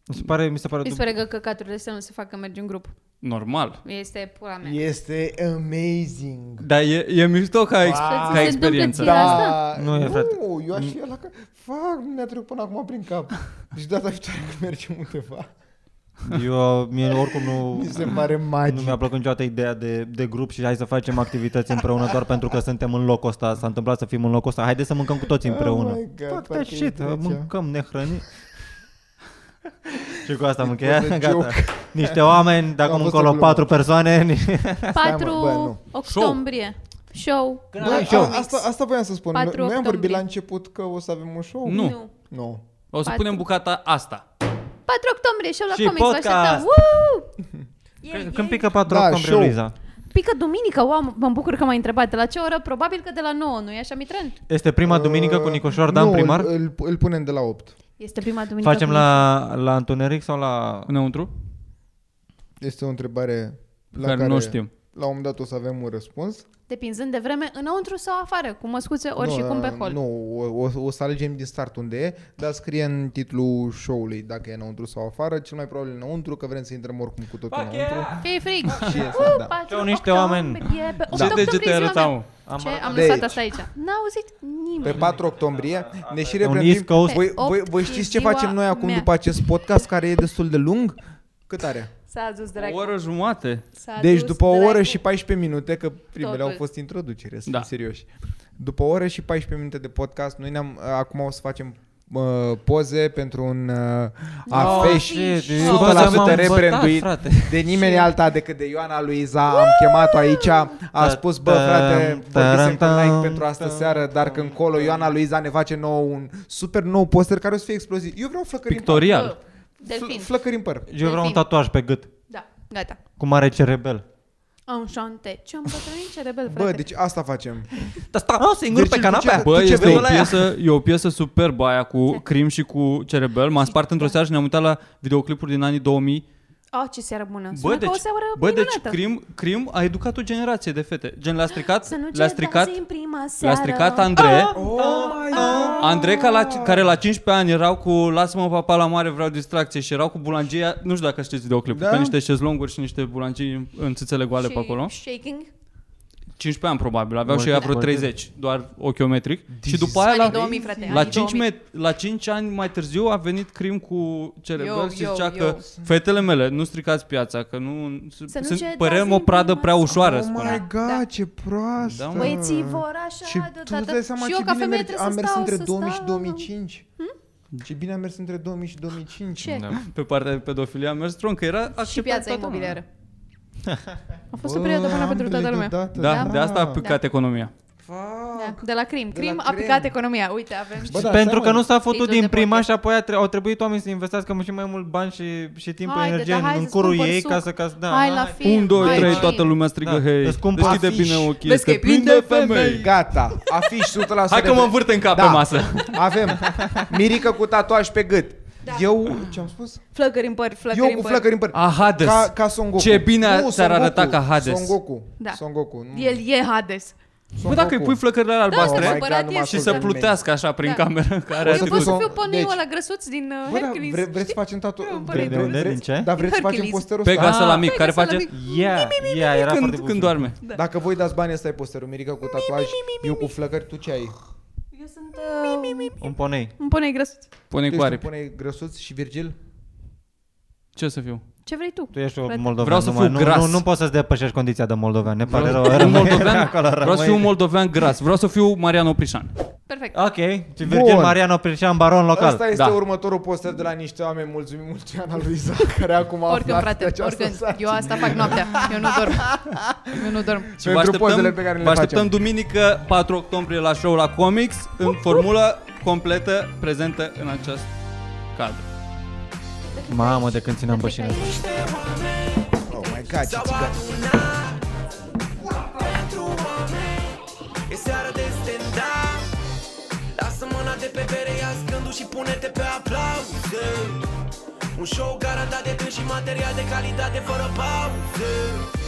[SPEAKER 2] mi se pare, mi se pare
[SPEAKER 4] Mi se pare că căcaturile astea nu se facă merge în grup.
[SPEAKER 5] Normal.
[SPEAKER 4] Este pula mea.
[SPEAKER 6] Este amazing.
[SPEAKER 5] Dar e, e mișto ca, ex-
[SPEAKER 6] Wow.
[SPEAKER 5] ca
[SPEAKER 4] Se întâmplă
[SPEAKER 5] experiență.
[SPEAKER 4] ție?
[SPEAKER 6] Da.
[SPEAKER 4] asta?
[SPEAKER 2] Nu e, frate.
[SPEAKER 6] Nu, eu aș fi ăla că... Fac, mi-a trecut până acum prin cap. Deci data viitoare când mergem undeva.
[SPEAKER 2] Eu, mie oricum nu...
[SPEAKER 6] Mi se pare
[SPEAKER 2] Nu
[SPEAKER 6] magic.
[SPEAKER 2] mi-a plăcut niciodată ideea de, de grup și hai să facem activități împreună doar pentru că suntem în locul ăsta, s-a întâmplat să fim în locul ăsta, haideți să mâncăm cu toți împreună.
[SPEAKER 6] Oh my God,
[SPEAKER 2] Fuck that
[SPEAKER 6] parcă
[SPEAKER 2] shit,
[SPEAKER 6] e trecea.
[SPEAKER 2] mâncăm, ne hrănim. și cu asta am încheiat,
[SPEAKER 6] a
[SPEAKER 2] gata.
[SPEAKER 6] joke.
[SPEAKER 2] Niște oameni, de
[SPEAKER 6] A
[SPEAKER 2] acum
[SPEAKER 6] fost o
[SPEAKER 2] încolo
[SPEAKER 6] glumă.
[SPEAKER 2] patru persoane. ni-
[SPEAKER 4] 4
[SPEAKER 6] Stai, mă, bă, nu.
[SPEAKER 4] octombrie. Show.
[SPEAKER 2] Da,
[SPEAKER 6] Bă, a- asta, asta voiam să spun.
[SPEAKER 4] 4
[SPEAKER 6] Noi am vorbit
[SPEAKER 4] octombrie.
[SPEAKER 6] la început că o să avem un show?
[SPEAKER 5] Nu.
[SPEAKER 4] nu.
[SPEAKER 6] Nu.
[SPEAKER 5] O să
[SPEAKER 4] Patru.
[SPEAKER 5] punem bucata asta.
[SPEAKER 4] 4 octombrie, show la
[SPEAKER 2] Și
[SPEAKER 4] Comics. Vă
[SPEAKER 2] podcast.
[SPEAKER 4] așteptăm. Woo!
[SPEAKER 2] [LAUGHS] Când pică patru
[SPEAKER 6] Da,
[SPEAKER 2] octombrie,
[SPEAKER 6] show.
[SPEAKER 2] Luiza.
[SPEAKER 4] Pică duminică, wow, mă bucur că m-ai întrebat. De la ce oră? Probabil că de la 9, nu-i așa, Mitran?
[SPEAKER 2] Este prima duminică cu
[SPEAKER 6] Uh,
[SPEAKER 2] Nicoșor Dan
[SPEAKER 6] nu,
[SPEAKER 2] primar?
[SPEAKER 6] Îl, îl, îl punem de la 8.
[SPEAKER 4] Este prima duminică.
[SPEAKER 2] Facem
[SPEAKER 4] cu-
[SPEAKER 2] la, la întuneric sau la...
[SPEAKER 5] Înăuntru?
[SPEAKER 6] Este o întrebare la
[SPEAKER 5] care,
[SPEAKER 6] care,
[SPEAKER 5] nu știm.
[SPEAKER 6] La un moment dat o să avem un răspuns.
[SPEAKER 4] Depinzând de vreme, înăuntru sau afară, cu măscuțe ori
[SPEAKER 6] nu,
[SPEAKER 4] și cum pe
[SPEAKER 6] uh,
[SPEAKER 4] hol.
[SPEAKER 6] Nu, o, o, o să alegem din start unde e, dar scrie în titlul show-ului dacă e înăuntru sau afară, cel mai probabil înăuntru, că vrem să intrăm oricum cu totul înăuntru.
[SPEAKER 4] Fie frig.
[SPEAKER 6] [LAUGHS] Este, da.
[SPEAKER 2] Ce-au niște oameni.
[SPEAKER 4] Pe
[SPEAKER 5] Ce
[SPEAKER 4] 8
[SPEAKER 5] degete
[SPEAKER 4] octombrie
[SPEAKER 5] arăta,
[SPEAKER 4] ziua
[SPEAKER 5] mă?
[SPEAKER 4] mea.
[SPEAKER 2] Am
[SPEAKER 4] Ce? Am
[SPEAKER 6] De
[SPEAKER 4] lăsat
[SPEAKER 6] aici.
[SPEAKER 4] asta aici. N-a auzit nimeni.
[SPEAKER 6] Pe 4 octombrie ne și
[SPEAKER 2] Un
[SPEAKER 6] reprezentăm.
[SPEAKER 2] East Coast.
[SPEAKER 6] Păi, Voi,
[SPEAKER 4] Pe
[SPEAKER 6] voi,
[SPEAKER 4] opt
[SPEAKER 6] voi
[SPEAKER 4] e
[SPEAKER 6] știți ce
[SPEAKER 4] ziua
[SPEAKER 6] facem noi acum
[SPEAKER 4] mea.
[SPEAKER 6] după acest podcast care e destul de lung? Cât are?
[SPEAKER 4] S-a dus
[SPEAKER 5] O
[SPEAKER 4] dracu.
[SPEAKER 5] oră jumate.
[SPEAKER 4] S-a
[SPEAKER 6] Deci
[SPEAKER 4] dus
[SPEAKER 6] după o oră
[SPEAKER 4] dracu.
[SPEAKER 6] și 14 minute, că primele
[SPEAKER 4] Totul.
[SPEAKER 6] au fost introducere, să
[SPEAKER 5] Da.
[SPEAKER 6] fim serioși. După o oră și 14 minute de podcast, noi ne-am acum o să facem uh, poze pentru un uh,
[SPEAKER 5] Oh,
[SPEAKER 6] afiș
[SPEAKER 2] shit,
[SPEAKER 6] Bă,
[SPEAKER 2] bă,
[SPEAKER 6] l-am
[SPEAKER 2] m-am
[SPEAKER 6] bătut rebranduit.
[SPEAKER 2] bătat, frate.
[SPEAKER 6] de nimeni alta decât de Ioana Luiza. Am chemat-o aici,
[SPEAKER 4] Da.
[SPEAKER 6] a spus, bă frate, vorbisem cu Nike pentru astă seară, dar când colo Ioana Luiza ne face nou un super nou poster care o să fie exploziv. Eu vreau flăcări în păr.
[SPEAKER 5] Pictorial.
[SPEAKER 4] Oh, Delfin.
[SPEAKER 6] Fl- Flăcări în păr.
[SPEAKER 2] Eu vreau un
[SPEAKER 4] Delfin.
[SPEAKER 2] tatuaj pe gât,
[SPEAKER 4] Da, gata.
[SPEAKER 2] cum are cerebel.
[SPEAKER 4] Înșante. Ce am bătrânit, ce rebel, frate.
[SPEAKER 6] Bă, deci asta facem.
[SPEAKER 2] Dar stau singur
[SPEAKER 6] Deci,
[SPEAKER 2] pe
[SPEAKER 6] tu
[SPEAKER 2] canapea.
[SPEAKER 6] ce-
[SPEAKER 5] Bă,
[SPEAKER 6] tu ce
[SPEAKER 5] este
[SPEAKER 6] vrei
[SPEAKER 5] o
[SPEAKER 6] la ea?
[SPEAKER 5] piesă, e o piesă superbă aia cu Crim și cu Cerebel. M-am spart într-o seară și ne-am uitat la videoclipuri din anii 2000
[SPEAKER 4] Oh, ce seară bună.
[SPEAKER 5] Bă,
[SPEAKER 4] Sună
[SPEAKER 5] deci,
[SPEAKER 4] ca o seară
[SPEAKER 5] bă, deci
[SPEAKER 4] minunată.
[SPEAKER 5] crim, crim a educat o generație de fete. Gen, le-a stricat,
[SPEAKER 4] Să nu
[SPEAKER 5] le-a
[SPEAKER 4] le
[SPEAKER 5] stricat,
[SPEAKER 4] în prima seară.
[SPEAKER 5] le-a stricat Andrei.
[SPEAKER 6] Oh
[SPEAKER 5] Ah,
[SPEAKER 6] my God.
[SPEAKER 5] Andrei, ca la, care la 15 ani erau cu Lasă-mă papa la mare, vreau distracție și erau cu bulangia, nu știu dacă știți videoclipul,
[SPEAKER 6] Da.
[SPEAKER 5] da? pe niște șezlonguri și niște bulangii în- în țâțele goale
[SPEAKER 4] Și
[SPEAKER 5] pe acolo.
[SPEAKER 4] shaking.
[SPEAKER 5] 15 ani probabil, aveau și
[SPEAKER 2] Mă
[SPEAKER 5] ei
[SPEAKER 2] gândesc,
[SPEAKER 5] vreo
[SPEAKER 2] mă
[SPEAKER 5] 30, doar ochiometric. Și după aia
[SPEAKER 4] Anii
[SPEAKER 5] la,
[SPEAKER 4] 2000, frate,
[SPEAKER 5] la,
[SPEAKER 4] anii
[SPEAKER 5] 5
[SPEAKER 4] 2000.
[SPEAKER 5] met- la 5 ani mai târziu a venit crim cu
[SPEAKER 4] Yo,
[SPEAKER 5] cerebel și
[SPEAKER 4] yo,
[SPEAKER 5] zicea
[SPEAKER 4] yo.
[SPEAKER 5] că fetele mele, nu stricați piața, că nu,
[SPEAKER 4] nu
[SPEAKER 5] sunt,
[SPEAKER 4] cedați
[SPEAKER 5] părem
[SPEAKER 4] în
[SPEAKER 5] o pradă
[SPEAKER 4] prima
[SPEAKER 5] prea
[SPEAKER 4] seară.
[SPEAKER 5] ușoară.
[SPEAKER 6] Oh
[SPEAKER 5] spunea.
[SPEAKER 6] my god,
[SPEAKER 4] Da.
[SPEAKER 6] ce proastă.
[SPEAKER 5] Da, mă.
[SPEAKER 4] Băieții vor așa
[SPEAKER 6] Ce, tu îți
[SPEAKER 4] deodată.
[SPEAKER 6] dai seama
[SPEAKER 4] da, și
[SPEAKER 6] ce
[SPEAKER 4] eu ca
[SPEAKER 6] bine
[SPEAKER 4] femeie
[SPEAKER 6] merge,
[SPEAKER 4] trebuie
[SPEAKER 6] am
[SPEAKER 4] să
[SPEAKER 6] mers
[SPEAKER 4] stau,
[SPEAKER 6] între
[SPEAKER 4] să
[SPEAKER 6] 2000 și
[SPEAKER 4] stau.
[SPEAKER 6] 2005. Ce bine am mers între 2000 și 2005.
[SPEAKER 4] Ce?
[SPEAKER 5] Pe partea de pedofilie a mers strong, că era acceptat
[SPEAKER 4] Și piața
[SPEAKER 5] toată lumea.
[SPEAKER 4] imobiliară. A fost o perioadă bună pentru toată lumea. Da.
[SPEAKER 5] Da, de asta a picat
[SPEAKER 4] Da.
[SPEAKER 5] economia.
[SPEAKER 4] De la crim.
[SPEAKER 6] la
[SPEAKER 4] Crim a
[SPEAKER 6] crim.
[SPEAKER 4] picat economia. Uite, avem...
[SPEAKER 5] deci,
[SPEAKER 6] Bă, da,
[SPEAKER 2] Pentru
[SPEAKER 6] stai,
[SPEAKER 2] că
[SPEAKER 6] mă.
[SPEAKER 2] nu s-a făcut
[SPEAKER 4] Titlul
[SPEAKER 2] din
[SPEAKER 4] de
[SPEAKER 2] prima
[SPEAKER 4] podcast.
[SPEAKER 2] și apoi a tre- au trebuit oamenii să investească și mai mult bani și, și timp și
[SPEAKER 4] Haide,
[SPEAKER 2] energie
[SPEAKER 4] da,
[SPEAKER 2] în,
[SPEAKER 4] hai
[SPEAKER 2] în
[SPEAKER 4] să-ți
[SPEAKER 2] curul
[SPEAKER 4] cumpăr
[SPEAKER 2] ei
[SPEAKER 4] suc.
[SPEAKER 2] ca să... Ca să da,
[SPEAKER 4] Hai la film.
[SPEAKER 5] 1, 2,
[SPEAKER 4] hai,
[SPEAKER 5] 3,
[SPEAKER 4] film.
[SPEAKER 5] toată lumea strigă,
[SPEAKER 2] Da,
[SPEAKER 5] hei,
[SPEAKER 2] îți cumpăr
[SPEAKER 5] deschide
[SPEAKER 6] afiș.
[SPEAKER 5] bine ochii,
[SPEAKER 4] Vezi că
[SPEAKER 5] este
[SPEAKER 4] e
[SPEAKER 5] plin
[SPEAKER 4] plin
[SPEAKER 5] de
[SPEAKER 4] de
[SPEAKER 5] femei.
[SPEAKER 6] Gata, afiș 100%.
[SPEAKER 5] Hai că mă învârt în
[SPEAKER 6] Da.
[SPEAKER 5] cap pe masă.
[SPEAKER 6] Avem Mirica cu tatuaj pe gât.
[SPEAKER 4] Da.
[SPEAKER 6] Eu, ce am spus?
[SPEAKER 4] Flăcări în păr, flăcări
[SPEAKER 6] Eu
[SPEAKER 4] în
[SPEAKER 6] cu
[SPEAKER 4] păr.
[SPEAKER 6] flăcări în păr.
[SPEAKER 5] A, Hades.
[SPEAKER 6] Ca, ca Son Goku.
[SPEAKER 5] Ce bine da.
[SPEAKER 6] Nu,
[SPEAKER 5] ți-ar
[SPEAKER 6] Son
[SPEAKER 5] arăta
[SPEAKER 6] Goku.
[SPEAKER 5] ca Hades.
[SPEAKER 6] Son Goku.
[SPEAKER 4] Da.
[SPEAKER 6] Son Goku. Nu,
[SPEAKER 4] El e Hades.
[SPEAKER 6] Son
[SPEAKER 5] Bă, dacă îi
[SPEAKER 6] Goku.
[SPEAKER 5] pui flăcările alea
[SPEAKER 4] Da,
[SPEAKER 5] albastre
[SPEAKER 4] asta
[SPEAKER 6] my
[SPEAKER 4] se
[SPEAKER 6] God, nu mă
[SPEAKER 4] părat
[SPEAKER 5] și
[SPEAKER 6] ascultă
[SPEAKER 5] să
[SPEAKER 6] nimeni.
[SPEAKER 5] plutească așa prin
[SPEAKER 4] Da.
[SPEAKER 5] cameră, care
[SPEAKER 4] O să
[SPEAKER 5] are
[SPEAKER 4] pot să
[SPEAKER 5] atitudine.
[SPEAKER 4] fiu poniul
[SPEAKER 6] Deci-
[SPEAKER 4] ăla grăsuț din uh,
[SPEAKER 6] Bă, da,
[SPEAKER 4] Hercules.
[SPEAKER 6] vre, vreți să facem tatu...
[SPEAKER 4] Eu îmi
[SPEAKER 6] Vre-
[SPEAKER 4] pare
[SPEAKER 2] de
[SPEAKER 6] vre-
[SPEAKER 2] unde?
[SPEAKER 6] vreți-
[SPEAKER 2] Din ce?
[SPEAKER 6] Dar vreți să facem
[SPEAKER 4] Hercules.
[SPEAKER 6] posterul
[SPEAKER 5] Pe
[SPEAKER 6] ăsta?
[SPEAKER 5] gasa la mic,
[SPEAKER 4] Pe
[SPEAKER 5] care
[SPEAKER 4] gasa la
[SPEAKER 5] face
[SPEAKER 4] mic.
[SPEAKER 2] Yeah, yeah, era foarte
[SPEAKER 5] când,
[SPEAKER 2] bun.
[SPEAKER 5] când doarme.
[SPEAKER 6] Dacă voi dați bani, ăsta e posterul. Mirica cu tatuaj, eu cu flăcări, tu ce ai?
[SPEAKER 4] Eu sunt uh,
[SPEAKER 2] Un ponei.
[SPEAKER 4] un ponei grăsuț.
[SPEAKER 5] Pune
[SPEAKER 6] Deci
[SPEAKER 5] cu
[SPEAKER 6] tu
[SPEAKER 5] aripi.
[SPEAKER 6] pune grăsuț și Virgil?
[SPEAKER 5] Ce să fiu?
[SPEAKER 4] Ce vrei tu?
[SPEAKER 2] Tu ești o
[SPEAKER 4] Frate.
[SPEAKER 2] moldovean.
[SPEAKER 5] Vreau să
[SPEAKER 2] numai.
[SPEAKER 5] fiu
[SPEAKER 2] nu,
[SPEAKER 5] gras.
[SPEAKER 2] nu, nu, poți să-ți depășești condiția de moldovean. Ne pare rău.
[SPEAKER 5] Vreau, un
[SPEAKER 2] rămâi
[SPEAKER 5] moldovean,
[SPEAKER 2] acolo,
[SPEAKER 5] vreau să
[SPEAKER 2] rămâi.
[SPEAKER 5] fiu un moldovean gras. Vreau să fiu Marian Oprișan.
[SPEAKER 4] Perfect.
[SPEAKER 2] Ok, și Virgil
[SPEAKER 6] Bun.
[SPEAKER 2] Mariano Pirșean, baron local.
[SPEAKER 6] Asta este
[SPEAKER 5] da.
[SPEAKER 6] următorul poster de la niște oameni mulțumim mulți ani al lui Isaac, care acum a
[SPEAKER 4] Oricând,
[SPEAKER 6] aflat de
[SPEAKER 4] frate,
[SPEAKER 6] această
[SPEAKER 4] oricând.
[SPEAKER 6] sarcină.
[SPEAKER 4] Eu asta fac noaptea. Eu nu dorm. Eu nu dorm.
[SPEAKER 5] Și
[SPEAKER 6] Pentru pozele pe care le
[SPEAKER 5] vă așteptăm
[SPEAKER 6] facem.
[SPEAKER 5] duminică 4 octombrie la show la Comics în formulă completă prezentă în acest cadru.
[SPEAKER 2] Mamă, de când țineam bășină.
[SPEAKER 6] Oh my god, ce țigan.
[SPEAKER 1] Pentru oameni E seara de stand-up Lasă mâna de pe bere, ia scându și pune-te pe aplauze Un show garantat de tâns și material de calitate fără pauze